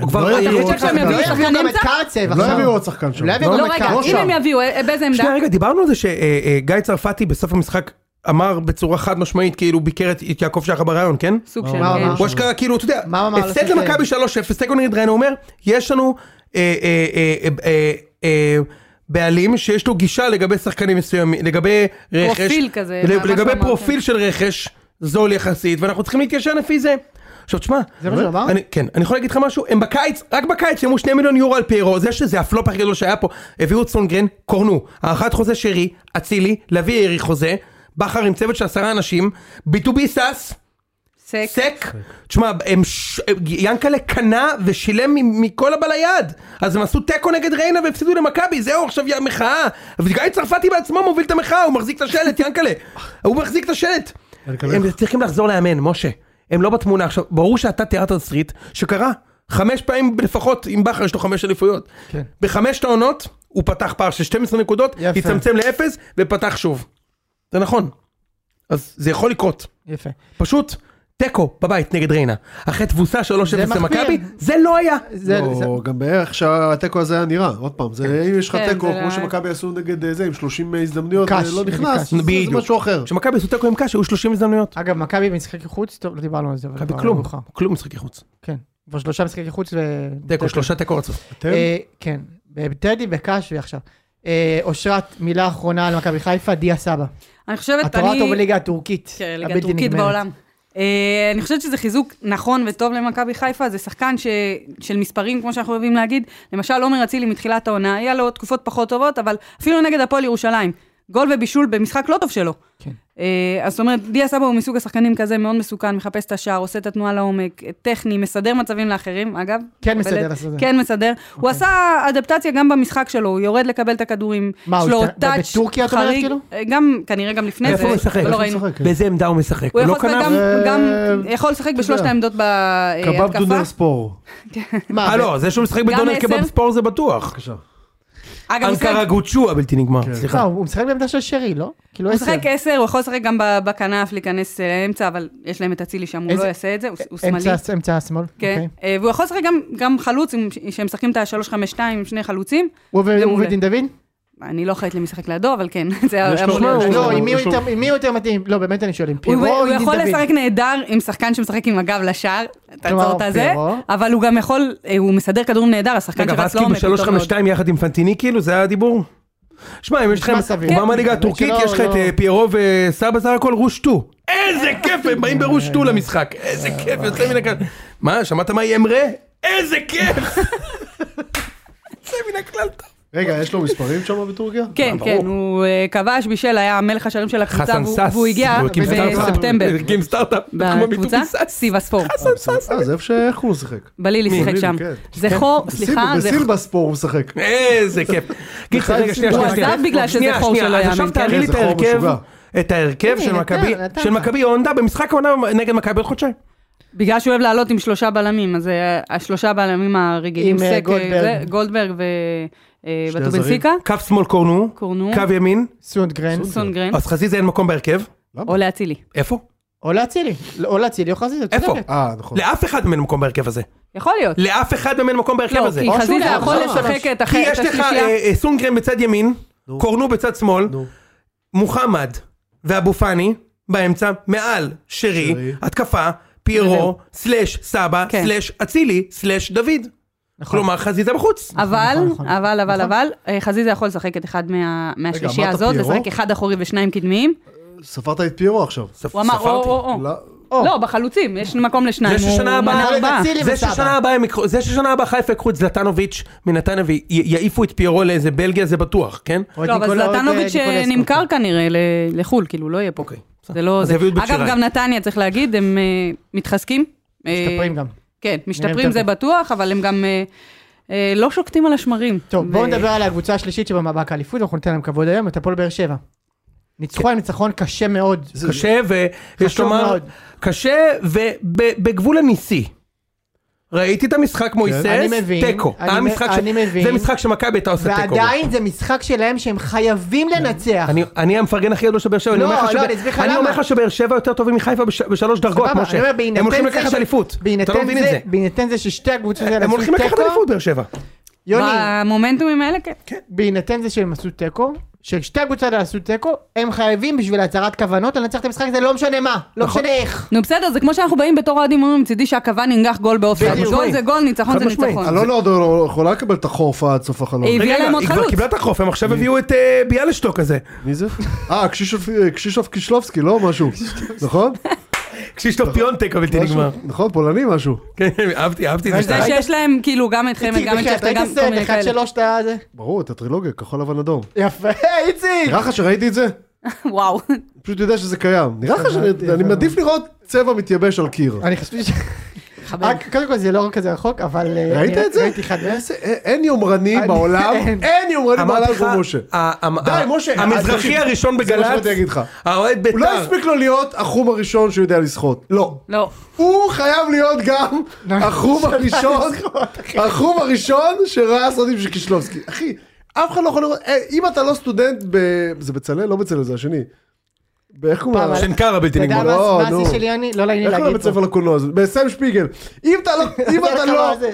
Speaker 1: כבר...
Speaker 3: לא יביאו
Speaker 1: יש
Speaker 3: עוד
Speaker 1: לך-
Speaker 4: שחקן.
Speaker 2: לא
Speaker 4: יביאו
Speaker 2: יביאו גם את
Speaker 4: אמצע?
Speaker 2: קרצב
Speaker 3: הם לא
Speaker 2: עכשיו.
Speaker 3: יביאו עוד שחקן שם.
Speaker 2: לא יביאו
Speaker 4: לא,
Speaker 2: גם את
Speaker 4: רגע,
Speaker 2: קרצב.
Speaker 4: אם הם יביאו, אה, באיזה עמדה?
Speaker 1: שנייה רגע, דיברנו על זה שגיא צרפתי בסוף המשחק אמר בצורה חד משמעית, כאילו ביקר את- את יעקב שחר בריאיון, כן?
Speaker 4: סוג
Speaker 3: מה,
Speaker 4: של...
Speaker 3: מה,
Speaker 4: אה,
Speaker 2: מה?
Speaker 1: הוא אשכרה כאילו, אתה יודע,
Speaker 2: מה הוא אמר
Speaker 1: הפסד
Speaker 2: לפני
Speaker 1: למכבי 3-0, תיקו נגד ריינה, הוא אומר, יש לנו אה, אה, אה, אה, אה, בעלים שיש לו גישה לגבי שחקנים מסוימים, לגבי רכש,
Speaker 4: פרופיל כזה,
Speaker 1: לג-
Speaker 4: מה- מה שהוא
Speaker 1: לגבי
Speaker 4: אמר,
Speaker 1: פרופיל של רכש זול יחסית, ואנחנו צריכים להתיישר לפי זה. עכשיו תשמע,
Speaker 2: זה מה שהוא אמר?
Speaker 1: אני- כן, אני יכול להגיד לך משהו, הם בקיץ, רק בקיץ שילמו 2 מיליון יורו על פיירו, זה שזה הפלופ הכי גדול שהיה פה, הביאו את סונגרן, קורנו, הארכת חוזה שרי, אצילי, לביא האריך חוזה, בכר עם צוות של עשרה אנשים, ביטובי שש,
Speaker 4: סק.
Speaker 1: סק. תשמע, הם ש... ינקלה קנה ושילם מ- מכל הבא ליד. אז הם עשו תיקו נגד ריינה והפסידו למכבי, זהו עכשיו יא- המחאה. אבל גיא צרפתי בעצמו מוביל את המחאה, הוא מחזיק את השלט, ינקלה. הוא מחזיק את השלט.
Speaker 3: ינקלה.
Speaker 1: הם צריכים לחזור לאמן, משה. הם לא בתמונה. עכשיו, ברור שאתה תיארת תסריט שקרה. חמש פעמים לפחות, עם בכר יש לו חמש אליפויות.
Speaker 2: כן.
Speaker 1: בחמש העונות, הוא פתח פער של 12 נקודות,
Speaker 2: יפה.
Speaker 1: הצטמצם לאפס, ופתח שוב. זה נכון. אז זה יכול לקרות.
Speaker 2: יפה.
Speaker 1: פשוט תיקו בבית נגד ריינה. אחרי תבוסה 3-0
Speaker 2: זה מחמיר.
Speaker 1: למכבי, זה לא היה.
Speaker 2: זה-
Speaker 3: לא,
Speaker 2: זה-
Speaker 3: גם בערך שהתיקו הזה היה נראה, עוד פעם, זה אם יש לך
Speaker 4: כן,
Speaker 3: תיקו,
Speaker 4: זה
Speaker 3: כמו
Speaker 4: לא-
Speaker 3: שמכבי עשו נגד אה, זה, עם 30 הזדמנויות,
Speaker 2: קאש,
Speaker 3: אה, לא
Speaker 2: נגד
Speaker 3: נכנס,
Speaker 2: קאש.
Speaker 3: זה זה
Speaker 1: בדיוק.
Speaker 3: משהו אחר.
Speaker 1: כשמכבי עשו תיקו עם קאש, היו 30 הזדמנויות.
Speaker 2: אגב, מכבי במשחקי חוץ, טוב, לא דיברנו על זה. אבל
Speaker 1: מכבי
Speaker 2: כבר
Speaker 1: כלום,
Speaker 2: מאוחר.
Speaker 1: כלום משחקי חוץ.
Speaker 2: כן. כבר שלושה משחקי חוץ ו...
Speaker 1: תיקו, שלושה תיקו רצוף.
Speaker 3: אתם?
Speaker 2: אה, כן, בטדי, בקאשוי עכשיו. אה, אושרת, מילה אחרונה על מכבי חיפה, דיה סבא.
Speaker 4: אני חושבת,
Speaker 2: אתה רואה
Speaker 4: אני...
Speaker 2: אותו בליגה הטורקית.
Speaker 4: כן, ליגה
Speaker 2: הבלתי
Speaker 4: טורקית
Speaker 2: נגמרת.
Speaker 4: בעולם. אה, אני חושבת שזה חיזוק נכון וטוב למכבי חיפה, זה שחקן ש... של מספרים, כמו שאנחנו אוהבים להגיד. למשל, עומר אצילי מתחילת העונה, היה לו תקופות פחות טובות, אבל אפילו נגד הפועל ירושלים. גול ובישול במשחק לא טוב שלו.
Speaker 1: (laughs)
Speaker 2: כן.
Speaker 4: אה, אז זאת אומרת, דיה סבא הוא מסוג השחקנים כזה מאוד מסוכן, מחפש את השער, עושה את התנועה לעומק, טכני, מסדר מצבים לאחרים, אגב.
Speaker 2: כן מסדר,
Speaker 4: מקבלת-
Speaker 2: מסדר.
Speaker 4: כן מסדר.
Speaker 2: אוקיי.
Speaker 4: הוא עשה אדפטציה גם במשחק שלו, הוא יורד לקבל את הכדורים.
Speaker 2: מה, הוא
Speaker 4: יש לו
Speaker 2: השת-
Speaker 4: טאץ'
Speaker 2: בטורקיה את אומרת,
Speaker 4: חריג.
Speaker 2: כאילו?
Speaker 4: אה, גם, כנראה גם לפני זה.
Speaker 1: איפה הוא משחק?
Speaker 4: אבל
Speaker 1: איפה
Speaker 4: לא
Speaker 1: הוא
Speaker 4: ראינו.
Speaker 3: משחק? כן.
Speaker 1: באיזה עמדה הוא משחק?
Speaker 4: הוא
Speaker 1: לא
Speaker 4: יכול לשחק
Speaker 1: כנף?
Speaker 4: גם,
Speaker 3: אה,
Speaker 4: גם, יכול לשחק בשלושת
Speaker 3: יודע.
Speaker 4: העמדות אה, בהתקפה.
Speaker 3: קבב דונר ספור.
Speaker 2: מה,
Speaker 1: אה לא, זה שהוא משחק בדונר
Speaker 4: עשר?
Speaker 1: קבב ספורט זה בטוח.
Speaker 3: בבקשה.
Speaker 4: אגב, הוא משחק-
Speaker 1: אנקרה גוצ'ו הבלתי נגמר,
Speaker 3: כן.
Speaker 2: מה,
Speaker 1: סליחה.
Speaker 2: הוא הוא משחק בעמדה של שרי, לא? כאילו
Speaker 4: הוא
Speaker 2: עשר.
Speaker 4: משחק עשר, הוא יכול לשחק גם ב- בכנף, להיכנס אה, לאמצע, אבל יש להם את אצילי שם, הוא
Speaker 2: איזה-
Speaker 4: לא יעשה את זה, הוא- הוא שמאלי.
Speaker 2: אמצע- אמצע השמאל.
Speaker 4: כן,
Speaker 2: אוקיי.
Speaker 4: אה, והוא יכול לשחק גם- גם חלוץ, עם- שהם משחקים את ה-3-5-2 עם שני חלוצים.
Speaker 2: הוא ו- הוא
Speaker 4: מעולה.
Speaker 2: ודין דוד?
Speaker 4: אני לא אחראית למי שחק לידו, אבל כן, זה היה
Speaker 3: לו-
Speaker 4: אמור
Speaker 3: שמע,
Speaker 4: להיות.
Speaker 3: יש לו-
Speaker 2: לא, עם מי הוא
Speaker 3: יש לו-
Speaker 2: יותר- עם מי הוא יותר מתאים? לא, באמת אני שואל, עם
Speaker 4: הוא-
Speaker 2: פירו או
Speaker 4: הוא
Speaker 2: עם דין
Speaker 4: יכול לשחק
Speaker 2: דוד?
Speaker 4: נהדר עם שחקן שמשחק עם הגב לשער, תעצור את הזה,
Speaker 2: פירו.
Speaker 4: אבל הוא גם יכול, אה, הוא מסדר כדורים נהדר, השחקן
Speaker 1: רגע,
Speaker 4: כן, שרץ
Speaker 1: ואז
Speaker 4: לעומק,
Speaker 1: כאילו
Speaker 4: הוא טוב מאוד.
Speaker 1: ב-352 יחד עם פנטיני כאילו, זה היה הדיבור? שמע, אם יש לכם,
Speaker 2: נשמע סביר.
Speaker 1: הוא בא מהליגה
Speaker 2: כן,
Speaker 1: הטורקית,
Speaker 2: שלא-
Speaker 1: יש לך את
Speaker 2: לא-
Speaker 1: אה, פיירו וסבא סך הכל רוש טו. איזה כיף, הם באים ברוש טו למשחק. איזה כיף, יוצא מן הכלל. מה, שמעת מה היא אמרה? איזה כיף! (laughs) זה מן הכלל טוב.
Speaker 3: רגע, יש לו מספרים שם בטורקיה?
Speaker 1: אה,
Speaker 4: כן,
Speaker 1: ברור.
Speaker 4: כן, הוא אה, כבש, בישל, היה מלך השערים של הקבוצה,
Speaker 1: חסן
Speaker 4: והוא-
Speaker 1: סאס.
Speaker 4: והוא הגיע
Speaker 1: הוא הקים סטארט-אפ.
Speaker 4: בספטמבר.
Speaker 1: הוא הקים סטארט-אפ. כמו
Speaker 4: בקבוצה,
Speaker 1: מיתובי סאס.
Speaker 4: סיבה ספור.
Speaker 3: אה, זה איפה ש... איך קוראים לו לשחק?
Speaker 4: בלילי
Speaker 3: מי?
Speaker 4: שיחק שם.
Speaker 3: כן.
Speaker 4: זה חור, סליחה, זה חור.
Speaker 3: בסילבס פה הוא משחק.
Speaker 1: איזה כיף. קיצר, רגע, שנייה,
Speaker 4: הוא
Speaker 1: שנייה, שנייה.
Speaker 4: עזב בגלל שזה
Speaker 1: שנייה,
Speaker 4: חור
Speaker 1: שנייה,
Speaker 4: שלא
Speaker 1: אז
Speaker 4: יאמן,
Speaker 1: עכשיו
Speaker 4: כן.
Speaker 1: תארי לי את
Speaker 3: איזה חור
Speaker 1: ההרכב,
Speaker 3: משוגע.
Speaker 1: את ההרכב
Speaker 2: הנה,
Speaker 1: של
Speaker 2: נתן,
Speaker 1: מכבי,
Speaker 2: נתן
Speaker 1: של
Speaker 2: לך.
Speaker 1: מכבי הונדה במשחק העונה נגד מכבי בעוד חודשיים.
Speaker 4: בגלל שהוא אוהב לעלות עם שלושה בלמים, אז אה, השלושה בלמים הרגילים,
Speaker 2: עם, אה,
Speaker 4: סק, אה,
Speaker 2: גולדברג.
Speaker 4: זה, גולדברג אה,
Speaker 3: שני
Speaker 4: ובטובנסיקה,
Speaker 1: קו שמאל קורנו,
Speaker 4: קורנו,
Speaker 1: קו ימין,
Speaker 2: סונדגרן.
Speaker 4: סונגרן,
Speaker 1: אז חזיזה אין מקום בהרכב.
Speaker 3: למה?
Speaker 4: או לאצילי.
Speaker 1: איפה?
Speaker 2: או לאצילי. לא, או לאצילי או חזיזה,
Speaker 1: איפה?
Speaker 2: צודקת.
Speaker 3: אה, נכון.
Speaker 1: לאף אחד מהם אין מקום בהרכב הזה.
Speaker 4: יכול להיות.
Speaker 1: לאף אחד מהם אין מקום בהרכב
Speaker 4: לא,
Speaker 1: הזה.
Speaker 4: כי
Speaker 2: או
Speaker 4: חזיזה
Speaker 2: שהוא
Speaker 4: יכול
Speaker 2: לא,
Speaker 4: לשחק את הח-
Speaker 1: כי
Speaker 4: את
Speaker 1: יש לך
Speaker 4: השלישייה.
Speaker 1: אה, אה, סונגרן בצד ימין,
Speaker 3: נו.
Speaker 1: קורנו בצד שמאל,
Speaker 3: נו.
Speaker 1: מוחמד ואבו פאני באמצע, מעל שרי,
Speaker 3: שרי.
Speaker 1: התקפה, פיירו, סלאש סבא,
Speaker 4: כן.
Speaker 1: סלאש אצילי, סלאש דוד.
Speaker 2: נכון.
Speaker 1: כלומר חזיזה בחוץ.
Speaker 4: אבל,
Speaker 2: נכון, נכון.
Speaker 4: אבל, אבל,
Speaker 2: נכון.
Speaker 4: אבל, אה, חזיזה יכול לשחק את אחד מה- מהשלישייה
Speaker 3: אמרת
Speaker 4: הזאת,
Speaker 3: פיירו?
Speaker 4: לשחק אחד אחורי ושניים קדמיים.
Speaker 3: ספרת את פיירו עכשיו.
Speaker 1: ספ-
Speaker 4: הוא אמר, או,
Speaker 1: ספרתי.
Speaker 4: או, או.
Speaker 3: לא-
Speaker 2: או.
Speaker 4: לא, בחלוצים, יש מקום לשניים.
Speaker 1: זה
Speaker 4: הוא
Speaker 1: ששנה
Speaker 4: מנה
Speaker 1: הבאה-
Speaker 4: ארבעה.
Speaker 2: אצילי
Speaker 1: זה
Speaker 2: וסבא.
Speaker 1: ששנה הבאה הם יקחו- זה ששנה הבאה חיפה יקחו את זלטנוביץ' מנתניה ויעיפו את פיירו לאיזה בלגיה זה בטוח, כן?
Speaker 2: או את
Speaker 4: לא, אבל
Speaker 2: ניקולא- או את, אה,
Speaker 4: זלטנוביץ'
Speaker 2: ניקולסקו.
Speaker 4: נמכר כנראה ל- לחו"ל, כאילו, לא יהיה פה.
Speaker 1: אוקיי.
Speaker 4: זה לא...
Speaker 1: אז
Speaker 4: זה-
Speaker 1: יביאו את
Speaker 4: אגב,
Speaker 1: בשיראי.
Speaker 4: גם נתניה, צריך להגיד, הם אה, מתחסקים. אה,
Speaker 2: משתפרים גם.
Speaker 4: כן,
Speaker 2: נראה
Speaker 4: משתפרים
Speaker 2: יותר
Speaker 4: זה
Speaker 2: טוב.
Speaker 4: בטוח, אבל הם גם אה, אה, לא שוקטים על השמרים. אה,
Speaker 2: טוב, בואו
Speaker 4: ו-
Speaker 2: נדבר על הקבוצה השלישית שבמאבק האליפות, אנחנו ניתן להם כבוד היום, את הפועל באר שבע.
Speaker 1: כן.
Speaker 2: ניצחו על ניצחון קשה מאוד.
Speaker 1: קשה ויש
Speaker 2: חשוב
Speaker 1: לומר,
Speaker 2: מאוד.
Speaker 1: קשה ובגבול הניסי. ראיתי את המשחק מויסס,
Speaker 2: כן. אני מבין,
Speaker 1: תיקו.
Speaker 2: אני
Speaker 1: היה
Speaker 2: מ-
Speaker 1: משחק ש-
Speaker 2: אני מבין.
Speaker 1: זה משחק שמכבי הייתה עושה תיקו. בו.
Speaker 2: ועדיין זה משחק שלהם שהם חייבים לנצח.
Speaker 1: אני- אני המפרגן הכי גדול של באר שבע, אני
Speaker 2: לא,
Speaker 1: אומר לך
Speaker 2: לא,
Speaker 1: שבא-
Speaker 2: אני אסביר לך
Speaker 1: אני
Speaker 2: למה.
Speaker 1: אומר לך שבאר שבע יותר טובים מחיפה בש- בשלוש דרגות,
Speaker 2: סבבה, אני
Speaker 1: משה.
Speaker 2: אומר,
Speaker 1: הם
Speaker 2: בהינתן
Speaker 1: הולכים
Speaker 2: זה
Speaker 1: לקחת
Speaker 2: ש-
Speaker 1: אליפות. אתה לא
Speaker 2: בהינתן
Speaker 1: מבין את
Speaker 2: זה-
Speaker 1: זה.
Speaker 2: בהינתן זה ששתי הקבוצות האלה
Speaker 1: הם
Speaker 2: עשו
Speaker 1: הולכים לקחת
Speaker 2: תיקו,
Speaker 1: אליפות באר שבע.
Speaker 2: יוני,
Speaker 4: במומנטומים האלה, כן.
Speaker 2: בהינתן זה שהם עשו תיקו, ששתי הקבוצות האלה עשו תיקו, הם חייבים בשביל הצהרת כוונות לנצח את המשחק הזה, לא משנה מה, לא
Speaker 1: נכון.
Speaker 2: משנה איך.
Speaker 4: נו בסדר, זה כמו שאנחנו באים בתור אוהדים אומרים, מצידי שהקוואני ינגח גול באופסייד.
Speaker 1: בדיוק.
Speaker 4: גול זה גול, ניצחון
Speaker 1: חד
Speaker 4: זה
Speaker 1: משמעית.
Speaker 4: ניצחון.
Speaker 3: אלונה עוד לא יכולה לקבל את החורף עד סוף החלום.
Speaker 4: אה, הביאה
Speaker 1: רגע,
Speaker 4: להם עוד
Speaker 1: היא כבר
Speaker 4: חלוץ.
Speaker 1: קיבלה את החוף, הם עכשיו הביאו את אה, ביאלשטוק הזה.
Speaker 3: מי זה? אה, קשישוף- קשישוף קישלובסקי, לא משהו. נכון?
Speaker 1: כשישטוף פיונטק הבלתי נגמר.
Speaker 3: משהו, נכון, פולני משהו.
Speaker 1: כן, אהבתי, אהבתי את זה.
Speaker 2: ראית?
Speaker 1: שאתה-
Speaker 4: זה שיש להם כאילו גם את חמד,
Speaker 2: איציק,
Speaker 4: גם את
Speaker 2: בחייאת,
Speaker 4: שכטר,
Speaker 2: ראית
Speaker 4: גם כל
Speaker 2: סרט
Speaker 4: מיני
Speaker 2: אחד
Speaker 4: כאלה.
Speaker 2: שלוש אתה זה?
Speaker 3: ברור, את הטרילוגיה, כחול לבן אדום.
Speaker 2: יפה, (laughs) איציק!
Speaker 3: נראה לך שראיתי את זה?
Speaker 2: (laughs)
Speaker 4: וואו.
Speaker 3: פשוט יודע שזה קיים. נראה לך שאני אני מעדיף לראות צבע מתייבש על קיר.
Speaker 2: כן, אני חשבתי ש... רק- קודם כל זה לא כזה רחוק, אבל... אה,
Speaker 3: ראית
Speaker 2: אני
Speaker 3: את זה?
Speaker 2: ראיתי אחד מהם.
Speaker 3: איזה- אין- אין יומרני
Speaker 2: אני-
Speaker 3: בעולם,
Speaker 2: אין.
Speaker 3: אין יומרני
Speaker 1: אמרתי
Speaker 3: בעולם
Speaker 1: לך,
Speaker 3: כמו משה.
Speaker 1: ה- ה-
Speaker 3: די,
Speaker 1: ה-
Speaker 3: משה,
Speaker 1: המזרחי
Speaker 3: אל תגיד.
Speaker 1: הראשון
Speaker 3: זה מה
Speaker 1: בגל"צ,
Speaker 3: שבאתי להגיד לך.
Speaker 1: האוהד
Speaker 3: הוא לא
Speaker 1: בית"ר.
Speaker 3: הספיק לו להיות החום הראשון שיודע לשחות. לא.
Speaker 4: לא.
Speaker 3: הוא חייב להיות גם החום הראשון, החום הראשון שראה סרטים של קישלובסקי. אחי, אף אחד לא יכול לראות, אה, אם אתה לא סטודנט ב... זה בצלאל? לא בצלאל, זה השני. באיך קוראים
Speaker 2: פעם
Speaker 3: לו?
Speaker 1: שנקר הבלתי
Speaker 2: אתה יודע
Speaker 1: נגמר.
Speaker 2: מה
Speaker 3: לא,
Speaker 2: מה
Speaker 3: נו.
Speaker 2: השיא של יוני? לא לעניין
Speaker 3: איך קוראים
Speaker 2: להגיד
Speaker 3: לבית
Speaker 2: פה.
Speaker 3: ספר לקולנוע הזה? בסם שפיגל. אם
Speaker 2: (laughs)
Speaker 3: אתה לא, אם
Speaker 2: אתה יודע
Speaker 3: אתה
Speaker 2: כמה
Speaker 3: לא,
Speaker 2: זה?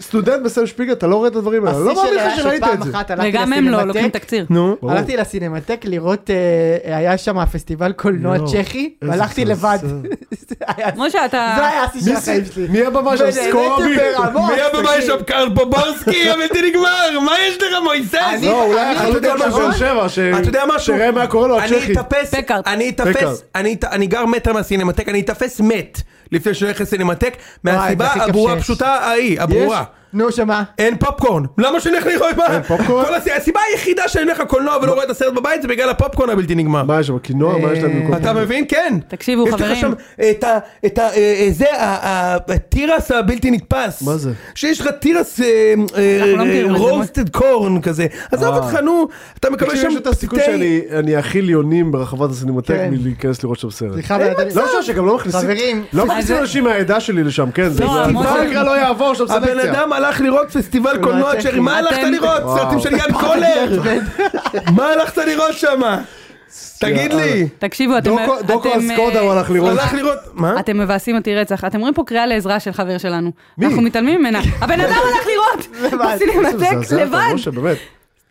Speaker 3: סטודנט בסם שפיגל, אתה לא רואה את הדברים האלה. לא
Speaker 2: השיא
Speaker 3: מאמין
Speaker 2: שלה
Speaker 3: לך
Speaker 2: היה
Speaker 3: שראית
Speaker 2: שפעם
Speaker 3: את זה.
Speaker 2: אחת הלכתי
Speaker 4: וגם הם לא,
Speaker 2: לסינמטק,
Speaker 4: לוקחים תקציר.
Speaker 1: נו.
Speaker 3: ברור.
Speaker 2: הלכתי לסינמטק לראות, אה, היה שם פסטיבל קולנוע
Speaker 3: לא,
Speaker 2: צ'כי,
Speaker 3: איזה
Speaker 2: והלכתי
Speaker 3: חסר.
Speaker 2: לבד. (laughs) זה היה-
Speaker 4: משה, אתה...
Speaker 2: זה היה השיא של
Speaker 3: מי זה-
Speaker 2: החיים שלי.
Speaker 3: מי הבמה שם?
Speaker 2: ונהניתי
Speaker 3: סקורבי?
Speaker 2: ברמות,
Speaker 1: מי הבמאי
Speaker 2: תקשיב.
Speaker 1: שם קרל
Speaker 3: (laughs)
Speaker 1: בוברסקי הבלתי נגמר? מה יש לך מויסס?
Speaker 2: אני-
Speaker 3: לא, אולי
Speaker 2: אני-
Speaker 3: החלוץ
Speaker 1: אתה יודע
Speaker 3: של
Speaker 1: משהו?
Speaker 3: באר שבע, ש-
Speaker 1: אתה יודע משהו?
Speaker 3: שיראה מה קורה לו
Speaker 1: אני
Speaker 3: הצ'כי.
Speaker 1: אתאפס,
Speaker 4: פקארט.
Speaker 1: אני
Speaker 3: פקארט.
Speaker 1: אתאפס, אני את- אני גר מטר מהסינמטק, אני אתאפס מת לפני שאני הולך לסינמטק, מהסיבה
Speaker 2: הכי כיף
Speaker 1: הברורה
Speaker 2: שיש.
Speaker 1: הפשוטה ההיא, הברורה.
Speaker 2: נו, שמה?
Speaker 1: אין פופקורן, למה שאני הולך לראות מה?
Speaker 3: אין פופקורן?
Speaker 1: כל הס- הסיבה היחידה שאני הולך לקולנוע ולא רואה את הסרט בבית זה בגלל הפופקורן הבלתי נגמר.
Speaker 3: מה יש שם? קינוע? מה יש
Speaker 2: אה,
Speaker 3: להם במקום?
Speaker 1: אתה מבין? כן.
Speaker 4: תקשיבו, חברים.
Speaker 1: יש לך שם את ה... את ה... אה, אה, זה, ה- ה- התירס הבלתי נתפס.
Speaker 3: מה זה?
Speaker 1: שיש לך תירס אה,
Speaker 4: אנחנו לא מכירים את זה,
Speaker 1: רוסטד קורן כזה. עזוב
Speaker 3: אה.
Speaker 1: אותך, נו, אתה מקבל
Speaker 3: תקשיב,
Speaker 1: שם
Speaker 3: יש את הסיכוי שאני אני הכי ליונים ברחבת הסינמטק
Speaker 2: כן.
Speaker 3: מלהיכנס לראות שם סרט.
Speaker 2: סליחה, אבל אתה-
Speaker 3: לא חושב שגם לא מכניסים,
Speaker 2: חברים,
Speaker 3: לא מכניסים
Speaker 4: זה-
Speaker 3: אנשים מהעדה שלי לשם, כן, זה
Speaker 4: לא,
Speaker 3: זה-
Speaker 4: המון-
Speaker 3: זה נקרא לא יעבור שם
Speaker 1: הבן
Speaker 3: סלקציה. לא
Speaker 1: אדם הלך לראות פסטיבל קולנוע
Speaker 2: צ'כי.
Speaker 1: צ'רי, מה
Speaker 4: אתם-
Speaker 1: הלכת לראות?
Speaker 3: וואו.
Speaker 1: סרטים של
Speaker 3: (laughs)
Speaker 1: יאן קולר? מה הלכת לראות שמה? תגיד לי.
Speaker 4: תקשיבו, אתם...
Speaker 3: דוקו- דוקו
Speaker 4: אתם,
Speaker 3: על סקודה
Speaker 4: אה,
Speaker 3: הוא הלך לראות.
Speaker 1: הלך לראות... מה?
Speaker 4: אתם מבאסים אותי רצח, אתם רואים פה קריאה לעזרה של חבר שלנו. מי? אנחנו מתעלמים ממנה. הבן אדם הלך לראות!
Speaker 2: לבד.
Speaker 3: זה
Speaker 4: בסינמטק,
Speaker 3: מזעזע אותם,
Speaker 4: לבד!
Speaker 3: משה, באמת.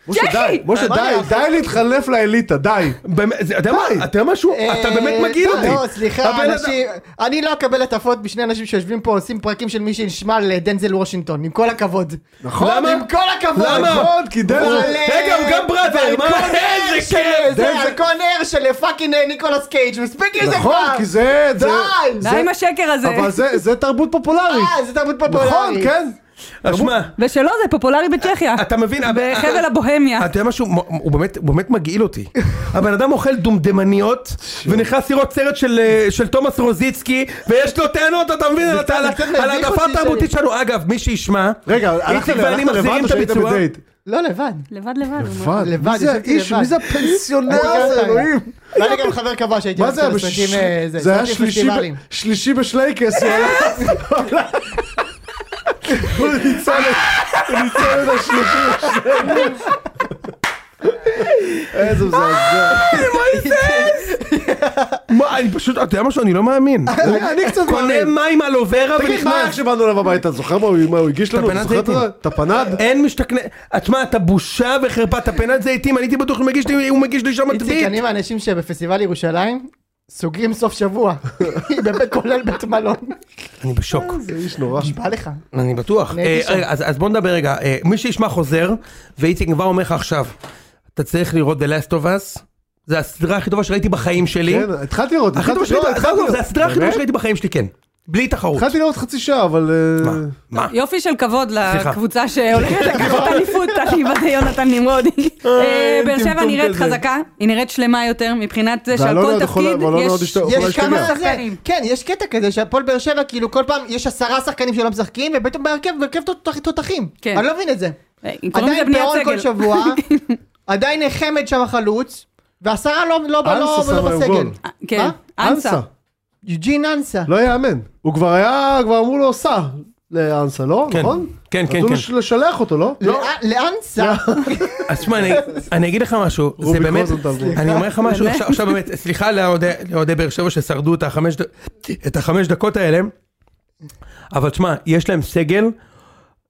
Speaker 3: משה,
Speaker 4: צ'כי!
Speaker 3: די, משה,
Speaker 2: מה
Speaker 3: די,
Speaker 2: אני אעשה?
Speaker 3: די להתחלף לאליטה, די.
Speaker 1: באמת, זה- אתה יודע מה? אתה יודע משהו? אתה באמת
Speaker 2: אה,
Speaker 1: מגעיל
Speaker 2: לא,
Speaker 1: אותי.
Speaker 2: לא, סליחה,
Speaker 1: הבן אדם-
Speaker 2: אנשים, אני לא אקבל הטפות משני אנשים שיושבים פה, עושים פרקים של מי שנשמע לדנזל וושינגטון, עם כל הכבוד.
Speaker 3: נכון?
Speaker 1: למה?
Speaker 2: עם כל הכבוד.
Speaker 1: למה?
Speaker 3: נכון, כי דרך...
Speaker 2: אבל, אה,
Speaker 1: רגע, הוא גם בראדר, מה?
Speaker 2: והקונר
Speaker 1: איזה
Speaker 2: של-
Speaker 1: כיף!
Speaker 2: זה הקונר השקר של פאקינג אה, ניקולס קייג', מספיק עם זה כבר!
Speaker 3: נכון, כי זה... זה-
Speaker 2: די!
Speaker 3: זה-
Speaker 4: די עם השקר הזה.
Speaker 3: אבל זה- זה תרבות פופולרית.
Speaker 2: אה, זה תרבות פופולרית.
Speaker 3: נכון, כן.
Speaker 1: אז שמע,
Speaker 4: ושלא, זה פופולרי בצ'כיה.
Speaker 1: אתה מבין, אבל-
Speaker 4: בחבל הבוהמיה.
Speaker 1: אה, אתה יודע משהו, מ- הוא באמת, הוא באמת מגעיל אותי. הבן אדם אוכל דומדמניות, ונכנס לראות סרט של, אה, של תומאס רוזיצקי, ויש לו טענות, אתה מבין, על הת- על
Speaker 2: קצת מביך
Speaker 1: על העדפה
Speaker 2: אותי
Speaker 1: התרבותית שלנו. אגב, מי שישמע,
Speaker 3: רגע,
Speaker 1: היא
Speaker 3: הלכת
Speaker 1: תקבע, אני
Speaker 3: הלכת לבד
Speaker 1: מחזירים
Speaker 3: או
Speaker 1: את
Speaker 3: שהיית
Speaker 1: הביצוע.
Speaker 3: בדייט?
Speaker 2: לא, לבד.
Speaker 4: לבד לבד. הוא אומר.
Speaker 3: לבד,
Speaker 2: לבד,
Speaker 3: מי זה
Speaker 2: ישבתי
Speaker 3: האיש?
Speaker 2: לבד.
Speaker 3: מי זה הפנסיונר
Speaker 2: אני גם
Speaker 3: הזה,
Speaker 2: ככה.
Speaker 3: אלוהים?
Speaker 2: היה לי גם חבר קבע שהייתי
Speaker 3: מה זה
Speaker 2: הולך
Speaker 3: היה?
Speaker 2: לסרטים,
Speaker 3: בש-
Speaker 2: אה, זה,
Speaker 3: זה היה
Speaker 2: סרטים
Speaker 3: שלישי
Speaker 2: פסטיבלים.
Speaker 3: ב- שלישי בשלייקס, הוא הלך- הוא הלך- הוא ניצל את- הוא ניצל את השלישי בשלייקס. איזה מזעזע.
Speaker 1: מה, אני פשוט, אתה יודע משהו, אני לא מאמין. הוא
Speaker 3: אה, אני קצת
Speaker 1: קונה
Speaker 3: מאמין.
Speaker 1: מים על אוברה
Speaker 3: תגיד, מה היה
Speaker 1: ונכנס.
Speaker 3: כשבאנו אליו הביתה, אתה זוכר מה הוא מה הוא הגיש
Speaker 1: את
Speaker 3: לנו? אתה
Speaker 1: הפנת
Speaker 3: זוכר את
Speaker 1: זיתים.
Speaker 3: זה? את הפנד?
Speaker 1: אין משתכנע, תשמע, אתה בושה וחרפה, אתה פנת זיתים, אני הייתי בטוח שהוא מגיש לי, הוא מגיש לי שם
Speaker 2: איציק,
Speaker 1: טביט.
Speaker 2: אני מהאנשים שבפסטיבל ירושלים סוגרים סוף
Speaker 3: (laughs)
Speaker 2: שבוע, בבית- כולל בית מלון.
Speaker 1: אני בשוק.
Speaker 2: אה,
Speaker 3: זה איש נורא.
Speaker 2: נשבע לך.
Speaker 1: אני בטוח.
Speaker 2: אני הייתי
Speaker 1: אה, רגע, אז אז בוא נדבר רגע, אה, מי שישמע חוזר, ואיציק כבר אומר לך עכשיו, אתה צריך לראות The Last of Us, זה הסדרה הכי טובה שראיתי בחיים שלי.
Speaker 3: כן, התחלתי לראות,
Speaker 1: הכי
Speaker 3: התחלתי
Speaker 1: טובה
Speaker 3: לראות,
Speaker 1: שראיתי,
Speaker 3: התחלתי
Speaker 1: אגב,
Speaker 3: לראות.
Speaker 1: זה הסדרה הכי טובה
Speaker 3: באמת?
Speaker 1: שראיתי בחיים שלי, כן. בלי תחרות.
Speaker 3: התחלתי לראות חצי שעה, אבל... אה,
Speaker 2: לא,
Speaker 1: מה? מה?
Speaker 4: יופי של כבוד
Speaker 1: סליחה.
Speaker 4: לקבוצה שהולכת לקחת אליפות, אני וזה יונתן נמרודי. אה, באר שבע
Speaker 1: טמטום
Speaker 4: נראית
Speaker 1: כזה.
Speaker 4: חזקה, היא נראית שלמה יותר מבחינת זה שעל
Speaker 3: ואלונה
Speaker 4: כל
Speaker 3: עוד יכולה-
Speaker 4: תפקיד
Speaker 3: ואלונה עוד
Speaker 4: יש...
Speaker 3: השת- יכולה
Speaker 1: לא
Speaker 2: יש כמה
Speaker 3: להשתגע.
Speaker 4: שחקנים.
Speaker 2: זה, כן, יש קטע כזה שהפועל באר שבע, כאילו כל פעם יש עשרה שחקנים שלא משחקים, ופתאום בהרכב, בהרכב תות- תותחים.
Speaker 4: כן.
Speaker 2: אני לא מבין את זה.
Speaker 4: אה, קוראים לזה
Speaker 2: עדיין
Speaker 4: בניית
Speaker 2: פירון
Speaker 4: סגל.
Speaker 2: כל
Speaker 4: (laughs)
Speaker 2: שבוע, עדיין חמד שם החלוץ, ועשרה לא- לא לא-
Speaker 3: אנסה
Speaker 2: לא
Speaker 3: שם היום
Speaker 2: בסגל.
Speaker 3: גול.
Speaker 4: אה, כן,
Speaker 2: מה?
Speaker 4: אנסה.
Speaker 2: יוג'ין אנסה.
Speaker 3: לא יאמן. הוא כבר היה, כבר אמרו לו, סע לאנסה, לא?
Speaker 1: כן.
Speaker 3: נכון?
Speaker 1: כן, כן,
Speaker 3: רצו
Speaker 1: כן.
Speaker 3: לש- לשלח אותו, לא?
Speaker 2: לא- לאנסה.
Speaker 1: אז שמע, אני- אני אגיד לך משהו, זה
Speaker 3: רוביק
Speaker 1: באמת,
Speaker 3: רוזנטל, בוא.
Speaker 1: אני אומר לך משהו,
Speaker 4: באמת?
Speaker 1: עכשיו- עכשיו באמת, סליחה לאוהדי לאוהדי באר שבע ששרדו את החמש ד- את החמש דקות האלה, אבל תשמע, יש להם סגל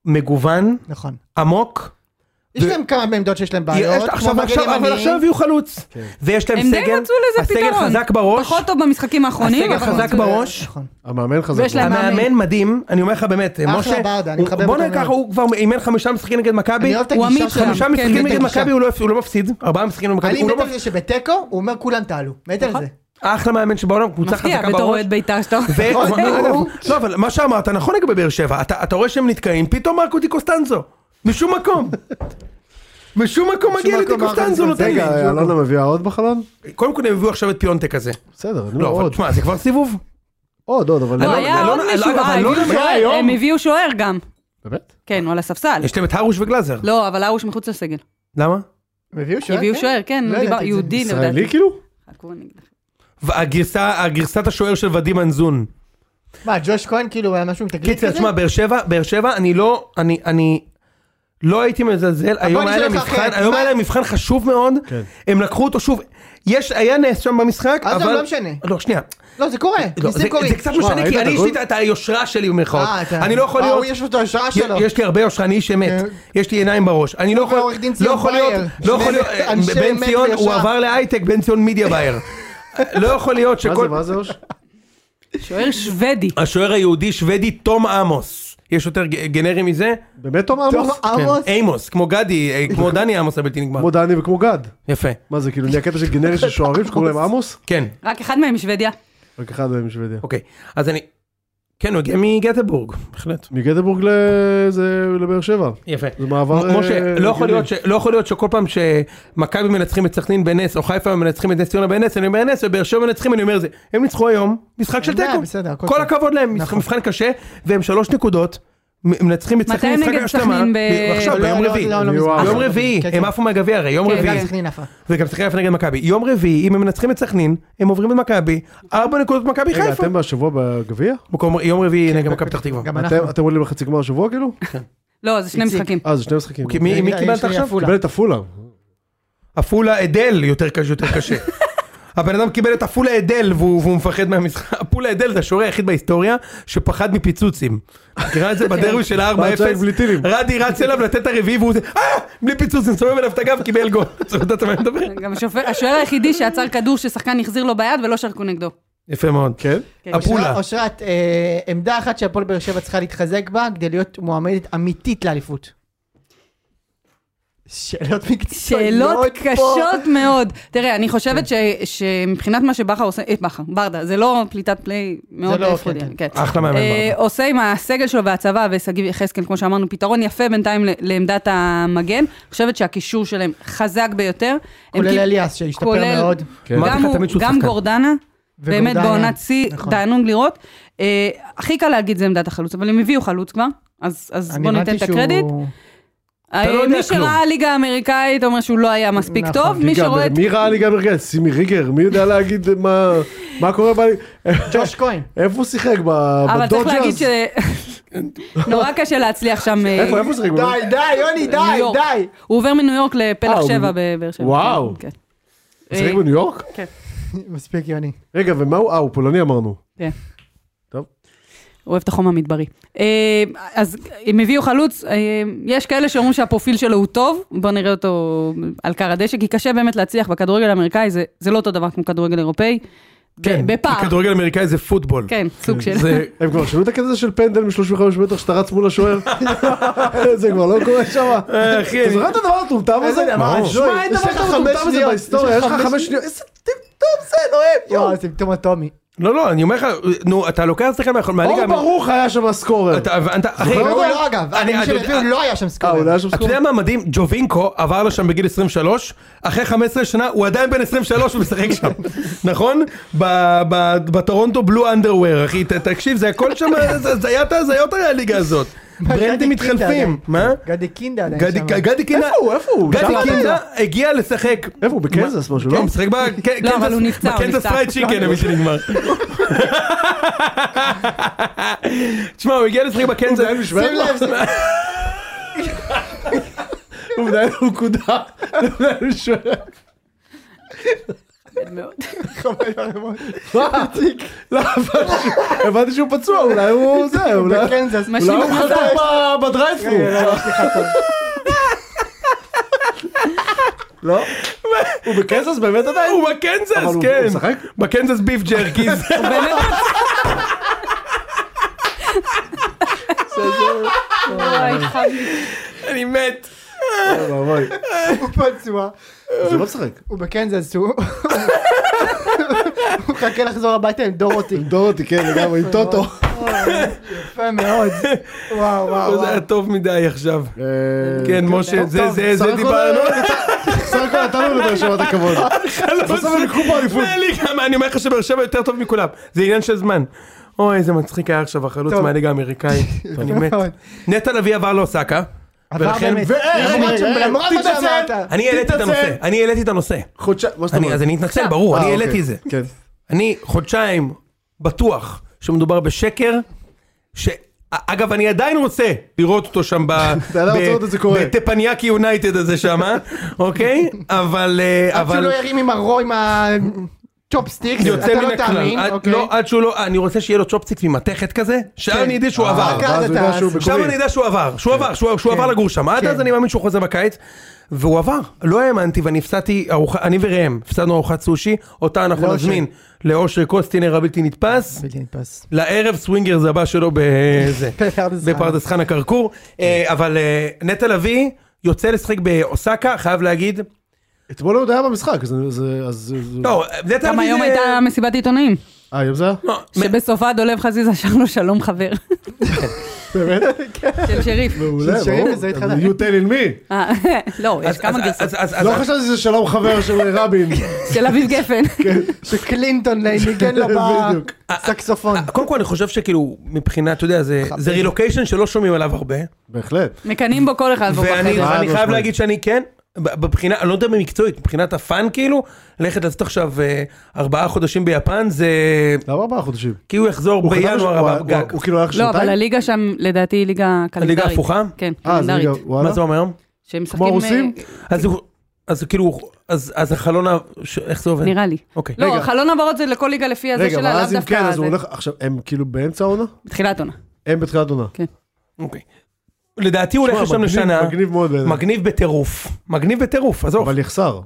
Speaker 1: מגוון,
Speaker 2: נכון.
Speaker 1: עמוק,
Speaker 2: יש להם כמה בעמדות שיש להם
Speaker 1: יש-
Speaker 2: בעיות, כמו כן.
Speaker 1: עכשיו,
Speaker 2: מגן
Speaker 1: עכשיו, אבל
Speaker 2: ימני.
Speaker 1: עכשיו הביאו חלוץ, ויש להם
Speaker 4: הם די
Speaker 1: סגל,
Speaker 4: מצאו לזה
Speaker 1: הסגל
Speaker 4: פתרון.
Speaker 1: חזק בראש,
Speaker 4: פחות טוב במשחקים האחרונים,
Speaker 1: הסגל
Speaker 4: אבל
Speaker 1: חזק
Speaker 4: מצאו-
Speaker 1: בראש,
Speaker 2: נכון.
Speaker 3: המאמן חזק. לא?
Speaker 4: ויש להם-
Speaker 1: המאמן
Speaker 4: מאמן.
Speaker 1: מדהים, אני אומר לך באמת,
Speaker 2: אחלה
Speaker 1: משה,
Speaker 2: ברדה, אני
Speaker 1: הוא-
Speaker 2: מחבב
Speaker 1: בוא
Speaker 2: אותו
Speaker 1: ניקח,
Speaker 2: מאוד.
Speaker 1: הוא כבר אימן חמישה משחקים נגד מכבי,
Speaker 2: אני אוהב את
Speaker 4: הוא
Speaker 2: הגישה
Speaker 4: אמיץ
Speaker 2: שלהם.
Speaker 1: חמישה
Speaker 4: כן,
Speaker 1: משחקים
Speaker 4: כן,
Speaker 1: נגד
Speaker 2: בטח,
Speaker 1: מכבי
Speaker 2: שם.
Speaker 1: הוא לא- הוא לא מפסיד, ארבעה משחקים נגד מכבי,
Speaker 2: אני
Speaker 1: הוא
Speaker 2: מת
Speaker 1: לא נכון.
Speaker 2: על
Speaker 1: מפסיד,
Speaker 2: זה שבתיקו, הוא אומר כולם תעלו. מת על זה.
Speaker 1: אחלה מאמן שבעולם, קבוצה
Speaker 4: מפתיע
Speaker 1: חזקה
Speaker 4: בתור
Speaker 1: בראש,
Speaker 4: אוהד בית"ר שאתה...
Speaker 1: ו-
Speaker 2: (laughs) נכון,
Speaker 1: אגב,
Speaker 2: הוא-
Speaker 1: לא אבל מה שאמרת נכון לגבי באר שבע, אתה אתה רואה שהם נתקעים, פתאום מרקו די קוסטנזו, משום מקום, משום מקום מגיע לי די
Speaker 2: מקום מרקו די
Speaker 1: קוסטנזו נותן לי,
Speaker 3: רגע, לא. אלונה מביאה עוד בחלון?
Speaker 1: קודם כל הם הביאו עכשיו את פיונטק הזה,
Speaker 3: בסדר, אני אומר
Speaker 1: לא אבל
Speaker 3: עוד.
Speaker 1: תשמע זה כבר סיבוב,
Speaker 3: עוד, עוד, אבל...
Speaker 4: לא,
Speaker 1: אלונה-
Speaker 4: היה עוד
Speaker 1: אלונה-
Speaker 4: מישהו,
Speaker 1: אגב,
Speaker 4: אה,
Speaker 1: אלונה
Speaker 4: הביאו
Speaker 1: מגיעה
Speaker 4: שוער,
Speaker 1: לא היום.
Speaker 4: הם הביאו שוער גם.
Speaker 3: באמת?
Speaker 4: כן, הוא על הספסל.
Speaker 1: יש אה, כן? להם את הרוש וגלאזר,
Speaker 4: לא, אבל ארוש מחוץ לסגל.
Speaker 1: למה?
Speaker 2: הם הביאו שוער?
Speaker 4: הביאו
Speaker 2: כן?
Speaker 4: שוער, כן,
Speaker 2: לא
Speaker 4: נו,
Speaker 2: ידעתי
Speaker 4: דיבר-
Speaker 2: את זה.
Speaker 4: יהודי,
Speaker 3: ישראלי
Speaker 4: לדעתי.
Speaker 3: אה? כאילו?
Speaker 4: חכו, אני אגיד לך.
Speaker 1: והגרסה, הגרסת השוער של ודים אנזון.
Speaker 2: מה, ג'וש כהן כאילו היה משהו עם תגלית
Speaker 1: קיצר,
Speaker 2: כזה?
Speaker 1: תשמע, באר שבע, באר שבע, אני לא, אני, אני לא הייתי מזלזל, היום
Speaker 2: אני
Speaker 1: היה להם
Speaker 2: שואל אותך
Speaker 1: מבחן,
Speaker 2: אחרת,
Speaker 1: היום
Speaker 2: מה-
Speaker 1: היה להם מבחן חשוב מאוד,
Speaker 3: כן.
Speaker 1: הם לקחו אותו שוב, יש, היה נס שם במשחק,
Speaker 2: אז זה
Speaker 1: אבל...
Speaker 2: לא משנה.
Speaker 1: לא, שנייה.
Speaker 2: לא, זה קורה.
Speaker 1: לא, זה
Speaker 2: ניסים קוראים.
Speaker 1: זה קצת
Speaker 3: שמע,
Speaker 1: משנה,
Speaker 3: ראית
Speaker 1: כי
Speaker 3: את
Speaker 1: אני
Speaker 3: הגול?
Speaker 1: יש לי את- את היושרה שלי במרכאות.
Speaker 2: אה, אתה-
Speaker 1: אני לא יכול
Speaker 2: אה,
Speaker 1: להיות...
Speaker 2: הוא יש לו את ההשעה שלו.
Speaker 1: יש לי הרבה יושרה, אני איש אמת.
Speaker 2: כן.
Speaker 1: יש לי עיניים בראש. אני לא יכול...
Speaker 2: ועורך דין
Speaker 1: לא
Speaker 2: ציון
Speaker 1: יכול
Speaker 2: באייר.
Speaker 1: להיות... לא יכול להיות...
Speaker 2: שני אנשי
Speaker 1: בן
Speaker 2: אמת
Speaker 1: ציון, הוא
Speaker 2: ויושרה.
Speaker 1: עבר להייטק, בן ציון מידיה באייר. לא יכול להיות
Speaker 3: מה זה,
Speaker 1: שכל...
Speaker 3: מה זה, אוש?
Speaker 4: שוער שוודי.
Speaker 1: השוער היהודי שודי תום עמוס. יש יותר ג- גנרי מזה?
Speaker 3: באמת תום עמוס?
Speaker 1: כן.
Speaker 2: טוב, עמוס.
Speaker 1: עמוס, כמו גדי, אה,
Speaker 2: (laughs)
Speaker 1: כמו דני עמוס הבלתי נגמר.
Speaker 3: כמו דני וכמו גד.
Speaker 1: יפה,
Speaker 3: מה זה, כאילו נהיה קטע של גנרי של שוערים שקוראים להם עמוס?
Speaker 1: כן,
Speaker 4: רק אחד מהם משוודיה.
Speaker 3: רק אחד מהם משוודיה.
Speaker 1: אוקיי. אז אני... כן, הוא הגיע מגטבורג, בהחלט.
Speaker 3: מגדבורג לזה- לבאר שבע.
Speaker 1: יפה.
Speaker 3: זה מעבר...
Speaker 1: מ-
Speaker 3: אה,
Speaker 1: משה, לא יכול,
Speaker 3: הגיוני.
Speaker 1: להיות ש, לא יכול להיות שכל פעם שמכבי מנצחים את סכנין בנס, או חיפה מנצחים את נס ציונה בנס, אני אומר נס, ובאר שבע מנצחים, אני אומר זה. הם ניצחו היום, משחק של
Speaker 2: אין בעיה,
Speaker 1: תיקו.
Speaker 2: בסדר,
Speaker 1: כל
Speaker 2: הכל טוב. נכון.
Speaker 1: הכבוד להם, משחק- מבחן קשה, והם שלוש נקודות, מ- מנצחים את
Speaker 4: מתי
Speaker 1: סכנין,
Speaker 4: הם
Speaker 1: משחק
Speaker 4: נגד
Speaker 1: השלמה,
Speaker 4: סכנין ב-
Speaker 1: עכשיו,
Speaker 2: לא,
Speaker 1: ביום
Speaker 2: לא,
Speaker 1: רביעי.
Speaker 2: לא, לא
Speaker 3: יואו.
Speaker 2: מזמן.
Speaker 1: יום רביעי,
Speaker 2: כן,
Speaker 1: הם
Speaker 2: כן.
Speaker 1: עפו מהגביע הרי, יום
Speaker 2: כן,
Speaker 4: אוקיי,
Speaker 2: גם
Speaker 1: רביעי.
Speaker 2: סכנין עפה.
Speaker 1: וגם צריך יפה נגד מכבי. יום רביעי, אם הם מנצחים את סכנין, הם עוברים את מכבי, ארבע נקודות מכבי
Speaker 3: רגע,
Speaker 1: חיפה.
Speaker 3: אתם השבוע בגביע?
Speaker 1: מקום- יום רביעי נגד מכבי פתח תקווה.
Speaker 2: כן, גם
Speaker 3: אתם-
Speaker 2: אנחנו.
Speaker 3: אתם עולים לחצי גמר השבוע כאילו?
Speaker 4: לא, זה שני
Speaker 2: איציק.
Speaker 4: משחקים.
Speaker 3: אה, זה שני משחקים.
Speaker 1: כי אוקיי, מי
Speaker 2: רגע,
Speaker 1: מי
Speaker 2: יש
Speaker 1: קיבלת
Speaker 2: לי
Speaker 1: עכשיו?
Speaker 2: עפולה.
Speaker 3: קיבל את עפולה.
Speaker 1: עפולה אדל יותר קשה, יותר קשה. הבן אדם קיבל את עפולה אדל והוא, והוא מפחד מהמשחק. עפולה אדל זה השוער היחיד בהיסטוריה שפחד מפיצוצים. מכירה את זה בדרבי של
Speaker 3: אה, צועק בלי
Speaker 1: ה-4-0?
Speaker 3: טילים.
Speaker 1: רדי רץ אליו לתת את הרביעי והוא זה, אה! בלי פיצוצים, סובב אליו את הגב, קיבל גול. (laughs) אתה יודע על מה אני מדבר?
Speaker 4: גם השופ- השוער היחידי שעצר כדור ששחקן החזיר לו ביד ולא שרקו נגדו.
Speaker 1: יפה מאוד.
Speaker 3: כן?
Speaker 4: כן.
Speaker 1: עפולה.
Speaker 2: אושרת, אה, עמדה אחת שהפועל באר שבע צריכה להתחזק בה כדי להיות מועמדת אמיתית לאליפות. שאלות מקצועיות
Speaker 4: שאלות
Speaker 2: פה. כן.
Speaker 4: קשות מאוד. תראה, אני חושבת ש- שמבחינת מה שבכר עושה, אה, בכר, ברדה, זה לא פליטת פליי מאוד
Speaker 2: לא,
Speaker 4: פרוידיאני,
Speaker 2: כן,
Speaker 4: כן.
Speaker 1: אחלה מאמן
Speaker 4: אה,
Speaker 1: ברדה.
Speaker 4: עושה עם הסגל שלו והצבא ושגיב יחזקאל, כמו שאמרנו, פתרון יפה בינתיים ל- לעמדת המגן. אני חושבת שהקישור שלהם חזק ביותר. הם
Speaker 2: כולל
Speaker 4: כאילו-
Speaker 2: אליאס שהשתפר
Speaker 4: כולל-
Speaker 2: מאוד.
Speaker 3: כן.
Speaker 1: אמרתי
Speaker 4: גם
Speaker 1: לך
Speaker 4: הוא-
Speaker 1: תמיד שהוא
Speaker 4: גם
Speaker 1: שחקן.
Speaker 4: גורדנה, באמת
Speaker 2: וגורדנה.
Speaker 4: בעונת שיא,
Speaker 2: נכון.
Speaker 4: תענוג לראות. אה, הכי קל להגיד זה עמדת החלוץ, אבל הם הביאו חלוץ כבר, אז אז
Speaker 2: אני
Speaker 4: בואו ניתן את
Speaker 2: הבנתי
Speaker 4: הקרדיט. אה,
Speaker 2: שהוא-
Speaker 1: לא יודע
Speaker 4: מי
Speaker 1: כלום.
Speaker 4: שראה ליגה אמריקאית אומר שהוא לא היה מספיק
Speaker 2: נכון,
Speaker 4: טוב, מי
Speaker 3: גם-
Speaker 4: שרואה את...
Speaker 3: מי ראה לי גם הרגע? סימי ריגר? מי יודע להגיד מה מה קורה? ב-
Speaker 2: ג'וש כהן. (laughs)
Speaker 3: איפה הוא שיחק? ב-
Speaker 4: אבל צריך להגיד
Speaker 3: בדודג'רס?
Speaker 4: שנורא קשה להצליח שם. אה,
Speaker 3: איפה איפה הוא שיחק?
Speaker 2: די, די, יוני,
Speaker 4: ניו
Speaker 2: די,
Speaker 4: יורק.
Speaker 2: די.
Speaker 4: הוא עובר מניו יורק
Speaker 3: אה,
Speaker 4: לפלח
Speaker 3: הוא-
Speaker 4: שבע בבאר שבע.
Speaker 3: וואו.
Speaker 4: כן.
Speaker 3: הוא שיחק
Speaker 4: אה,
Speaker 3: בניו יורק?
Speaker 2: מספיק, יוני.
Speaker 3: רגע, ומה הוא? אה, הוא פולני אמרנו.
Speaker 4: הוא אוהב את החום המדברי. אה, אז הם הביאו חלוץ, אה, יש כאלה שאומרים שהפרופיל שלו הוא טוב, בואו נראה אותו על קר הדשא, כי קשה באמת להצליח בכדורגל האמריקאי, זה- זה לא אותו דבר כמו כדורגל אירופאי. ב- כן. בפער.
Speaker 1: כי כדורגל אמריקאי כן. זה פוטבול.
Speaker 4: כן, סוג של...
Speaker 1: זה-
Speaker 3: הם כבר שינו את הקטע הזה של פנדל מ-35 מטר שאתה רץ מול השוער? זה כבר לא קורה שם.
Speaker 1: אה, אחי,
Speaker 3: אתה זוכר את הדבר המטומטם הזה?
Speaker 2: איזה דבר,
Speaker 3: ברור. אה, לא, שמע, אין
Speaker 2: יש
Speaker 3: דבר
Speaker 2: לך
Speaker 3: יותר
Speaker 2: חמש
Speaker 3: מטומטם הזה
Speaker 2: שניות,
Speaker 3: בהיסטוריה, יש לך חמש שניות, איזה טמטום זה, נואם, יואו.
Speaker 2: וואו, סימפטום אטומי.
Speaker 1: לא, לא, אני אומר לך, נו, אתה לוקח שחקן מהחול- מהליגה...
Speaker 3: אור
Speaker 1: האמר-
Speaker 3: ברוך היה שם הסקורר.
Speaker 1: אתה הבנת, אחי,
Speaker 2: והוא
Speaker 1: אתה
Speaker 2: לא, אגב.
Speaker 1: אני-
Speaker 2: אני
Speaker 1: אני
Speaker 2: של
Speaker 1: יודע-
Speaker 2: הביאו לא היה שם
Speaker 3: אה, הוא לא
Speaker 2: סקורר.
Speaker 3: היה שם סקורר?
Speaker 1: יודע מה מדהים? ג'ובינקו עבר לשם בגיל 23, אחרי 15 שנה הוא עדיין בן 23 ומשחק שם, (laughs) נכון? ב- ב- בטורונטו בלו אנדרוור, אחי, ת- תקשיב, זה הכל שם, זה הזיית ההזיות הרי הליגה הזאת.
Speaker 2: מה, גדי
Speaker 1: ברנדים
Speaker 2: קינדה
Speaker 1: מתחלפים,
Speaker 2: עדיין.
Speaker 1: מה?
Speaker 2: גדי קינדה עדיין
Speaker 1: גדי-
Speaker 2: שם.
Speaker 1: גדי קינדה,
Speaker 3: איפה הוא? איפה הוא?
Speaker 1: גדי
Speaker 3: שם
Speaker 1: קינדה
Speaker 3: עדיין.
Speaker 1: הגיע לשחק.
Speaker 3: איפה הוא? בקנזס משהו,
Speaker 1: לא,
Speaker 3: לא?
Speaker 1: הוא משחק כן,
Speaker 4: לא, אבל הוא נפצע, הוא
Speaker 1: בקנזס
Speaker 4: נפצע.
Speaker 1: פרייד שיקן, למי שנגמר. תשמע, הוא הגיע לשחק בקנזס.
Speaker 2: שים לב, שים-
Speaker 3: הוא מנהל נקודה.
Speaker 4: (laughs) מאוד.
Speaker 3: לא, הבנתי שהוא פצוע, אולי הוא זה, אולי
Speaker 2: בקנזס.
Speaker 4: מה
Speaker 3: אולי
Speaker 4: שהוא
Speaker 3: הוא
Speaker 4: עשה,
Speaker 3: חתום ב- בדרייפרו. לא? הוא בקנזס באמת עדיין?
Speaker 1: הוא בקנזס,
Speaker 3: אבל הוא-
Speaker 1: כן.
Speaker 3: הוא משחק?
Speaker 1: בקנזס ביף ג'רקיז.
Speaker 4: הוא באמת אוי, חם לי.
Speaker 1: אני מת.
Speaker 3: אוי אה, ואבוי.
Speaker 2: הוא פצוע.
Speaker 3: אז הוא לא משחק.
Speaker 2: הוא בקנזס, הוא... הוא מחכה לחזור הביתה עם דורותי.
Speaker 3: עם דורותי, כן, לגמרי, עם טוטו.
Speaker 2: יפה מאוד. וואו, וואו,
Speaker 1: זה
Speaker 2: וואו.
Speaker 1: היה טוב מדי עכשיו.
Speaker 3: אה,
Speaker 1: כן, משה,
Speaker 3: טוב,
Speaker 1: זה-
Speaker 3: טוב,
Speaker 1: זה- זה
Speaker 3: סך הכל-
Speaker 1: (laughs) דיברנו.
Speaker 3: סך הכל נתנו לו את רשימת הכבוד.
Speaker 1: לא,
Speaker 3: בסוף הם לקחו פה אליפות.
Speaker 1: מהליגה, מה, אני אומר לך שבאר שבע יותר טוב מכולם. זה עניין של זמן. אוי, איזה מצחיק היה עכשיו החלוץ
Speaker 2: טוב.
Speaker 1: מהליגה האמריקאית.
Speaker 3: (laughs)
Speaker 1: אני מת.
Speaker 2: מאוד.
Speaker 1: נתן אביא עבר לאוסקה. ולכן...
Speaker 2: באמת.
Speaker 1: ו-
Speaker 2: למרות
Speaker 3: רגע,
Speaker 2: ש-
Speaker 3: רגע,
Speaker 2: למרות מה
Speaker 3: תתנצל.
Speaker 2: שאמרת.
Speaker 1: אני העליתי את הנושא. אני העליתי את הנושא.
Speaker 3: חודשיים, מה זאת
Speaker 1: אני-
Speaker 3: אומרת?
Speaker 1: אז אני אתנצל, ברור,
Speaker 3: אה,
Speaker 1: אני
Speaker 3: אוקיי.
Speaker 1: העליתי את זה.
Speaker 3: כן.
Speaker 1: אני חודשיים בטוח שמדובר בשקר, ש... אגב, אני עדיין רוצה לראות אותו שם ב...
Speaker 3: אתה לא רוצה
Speaker 1: ב-
Speaker 3: לראות את זה קורה.
Speaker 1: בטפניאקי יונייטד הזה שם, אה? אוקיי? אבל... אה,
Speaker 2: עד שהוא
Speaker 1: אבל...
Speaker 2: לא ירים עם הרו, עם הצ'ופסטיקס,
Speaker 1: יוצא
Speaker 2: אתה
Speaker 1: מן
Speaker 2: לא
Speaker 1: הכלל,
Speaker 2: תאמין,
Speaker 1: עד-
Speaker 2: אוקיי?
Speaker 1: לא, עד שהוא לא, אני רוצה שיהיה לו צ'ופסטיק ממתכת כזה, שאז אני יודע שהוא
Speaker 3: כן. אה,
Speaker 1: עבר,
Speaker 2: ואז
Speaker 3: ואז הוא יודע
Speaker 2: אתה-
Speaker 3: שהוא
Speaker 1: שם
Speaker 3: מקורי. כן.
Speaker 1: אני יודע שהוא עבר, שהוא עבר, שהוא שהוא עבר לגור שם, עד
Speaker 2: כן.
Speaker 1: אז אני מאמין שהוא חוזר בקיץ, והוא עבר, לא האמנתי ואני הפסדתי, ארוחה- אני וראם, הפסדנו ארוחת סושי, אותה אנחנו
Speaker 2: לאושר.
Speaker 1: נזמין לאושר קוסטינר הבלתי נתפס,
Speaker 2: בלתי נתפס.
Speaker 1: לערב סווינגרס הבא שלו בזה,
Speaker 3: (laughs)
Speaker 2: בפרדס חנה.
Speaker 1: בפרדס חנה כרכור, אה, אבל אה, נטע לביא יוצא לשחק באוסקה, חייב להגיד,
Speaker 3: אתמול הוא עוד היה במשחק, אז... אז- אז-
Speaker 1: לא, נטע
Speaker 4: גם
Speaker 1: לביא
Speaker 4: היום
Speaker 1: זה-
Speaker 4: הייתה מסיבת עיתונאים,
Speaker 3: אה, היום זה היה?
Speaker 1: לא,
Speaker 4: שבסופה דולב חזיזה שר לו שלום חבר. באמת? של שריף.
Speaker 3: מעולה,
Speaker 2: של שירים
Speaker 3: ברור.
Speaker 2: וזה התחדש.
Speaker 3: You telling me.
Speaker 4: אה, לא, יש
Speaker 1: אז-
Speaker 4: כמה
Speaker 1: אז-
Speaker 4: גרסות.
Speaker 1: אז- אז- אז-
Speaker 3: לא חשבתי שזה שלום חבר
Speaker 1: (laughs)
Speaker 3: של רבין.
Speaker 4: של אביב גפן.
Speaker 2: שקלינטון ניגן
Speaker 3: (laughs)
Speaker 2: לו
Speaker 3: בדיוק.
Speaker 2: בסקסופון.
Speaker 1: קודם כל אני חושב שכאילו מבחינה אתה יודע זה זה רילוקיישן שלא שומעים עליו הרבה
Speaker 3: בהחלט.
Speaker 4: מקנאים בו כל אחד פה
Speaker 1: ואני
Speaker 4: בחדר.
Speaker 3: חד
Speaker 1: ואני חייב
Speaker 3: משמעית.
Speaker 1: להגיד שאני כן ב- בבחינה אני לא יודע במקצועית מבחינת הפאן כאילו ללכת לעשות עכשיו אה, ארבעה חודשים ביפן זה
Speaker 3: למה ארבעה חודשים?
Speaker 1: כי הוא יחזור
Speaker 3: הוא חתם
Speaker 1: בינואר
Speaker 3: שהוא-
Speaker 1: הבא
Speaker 3: הוא-
Speaker 1: גג.
Speaker 3: הוא- הוא כאילו הלך
Speaker 4: לא, אבל
Speaker 3: שנתיים?
Speaker 4: הליגה שם לדעתי היא ליגה קלנדרית.
Speaker 1: הפוכה?
Speaker 4: כן,
Speaker 3: אה, זה
Speaker 4: קלנדרית.
Speaker 3: רגע, וואלה.
Speaker 1: מה זה אומר?
Speaker 4: שהם משחקים...
Speaker 3: כמו הרוסים?
Speaker 4: אה,
Speaker 1: אז הוא- אז כאילו אז אז החלון ה- ש- איך זה עובד?
Speaker 4: נראה לי.
Speaker 1: אוקיי.
Speaker 4: לא,
Speaker 3: רגע.
Speaker 4: חלון העברות זה לכל ליגה לפי הזה
Speaker 3: רגע,
Speaker 4: שלה, לאו
Speaker 3: ואז אם
Speaker 4: דווקא...
Speaker 3: כן, אז הוא
Speaker 4: זה-
Speaker 3: הולך... עכשיו, הם כאילו באמצע העונה?
Speaker 4: בתחילת עונה.
Speaker 3: הם בתחילת עונה.
Speaker 1: אוקיי. לדעתי הוא הולך
Speaker 3: תשמע,
Speaker 1: לשם
Speaker 3: מגניב-
Speaker 1: לשנה
Speaker 3: מגניב מאוד. בעיניי.
Speaker 1: מגניב בטירוף מגניב בטירוף עזוב
Speaker 3: אבל יחסר.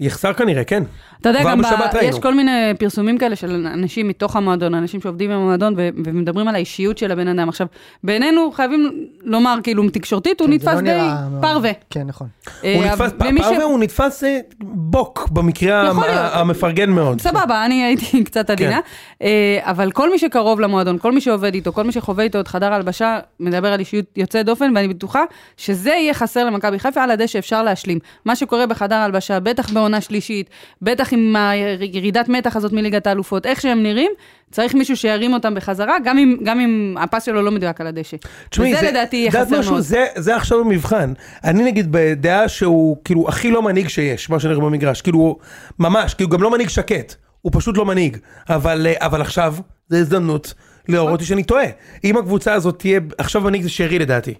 Speaker 1: יחסר כנראה, כן.
Speaker 4: אתה יודע,
Speaker 1: כבר
Speaker 4: גם ב...
Speaker 1: בשבת ראינו.
Speaker 4: יש כל מיני פרסומים כאלה של אנשים מתוך המועדון, אנשים שעובדים עם המועדון ו- ומדברים על האישיות של הבן אדם. עכשיו, בינינו חייבים לומר, כאילו, תקשורתית, הוא
Speaker 2: כן, זה לא
Speaker 4: נתפס די
Speaker 2: נראה מאוד-
Speaker 4: פרווה.
Speaker 2: כן, נכון.
Speaker 4: אה,
Speaker 1: הוא נתפס,
Speaker 4: אבל למי ש-
Speaker 1: פרווה הוא נתפס אה, בוק במקרה
Speaker 4: יכול
Speaker 1: המ-
Speaker 4: להיות.
Speaker 1: המפרגן מאוד.
Speaker 4: סבבה, אני הייתי (laughs) קצת עדינה.
Speaker 1: כן.
Speaker 4: אה, אבל כל מי שקרוב למועדון, כל מי שעובד איתו, כל מי שחווה איתו את חדר ההלבשה, מדבר על אישיות יוצאת דופן, ואני בטוחה שזה יהיה חסר למכבי חיפה על הדשא, אפשר להשלים. מה שקורה בחדר ההלבשה, בטח בעונה שלישית, בטח עם הירידת מתח הזאת מליגת האלופות, איך שהם נראים, צריך מישהו שירים אותם בחזרה, גם אם, גם אם הפס שלו לא מדויק על הדשא.
Speaker 1: תשמעי,
Speaker 4: וזה לדעתי יהיה
Speaker 1: את יודעת
Speaker 4: חסר
Speaker 1: משהו?
Speaker 4: מאוד.
Speaker 1: זה, זה עכשיו המבחן. אני נגיד בדעה שהוא כאילו הכי לא מנהיג שיש, מה שנראה במגרש. כאילו, הוא ממש, כאילו גם לא מנהיג שקט. הוא פשוט לא מנהיג. אבל, אה, אבל עכשיו, זו הזדמנות להורות לי שאני טועה. אם הקבוצה הזאת תהיה, עכשיו מנהיג זה שרי לדעתי.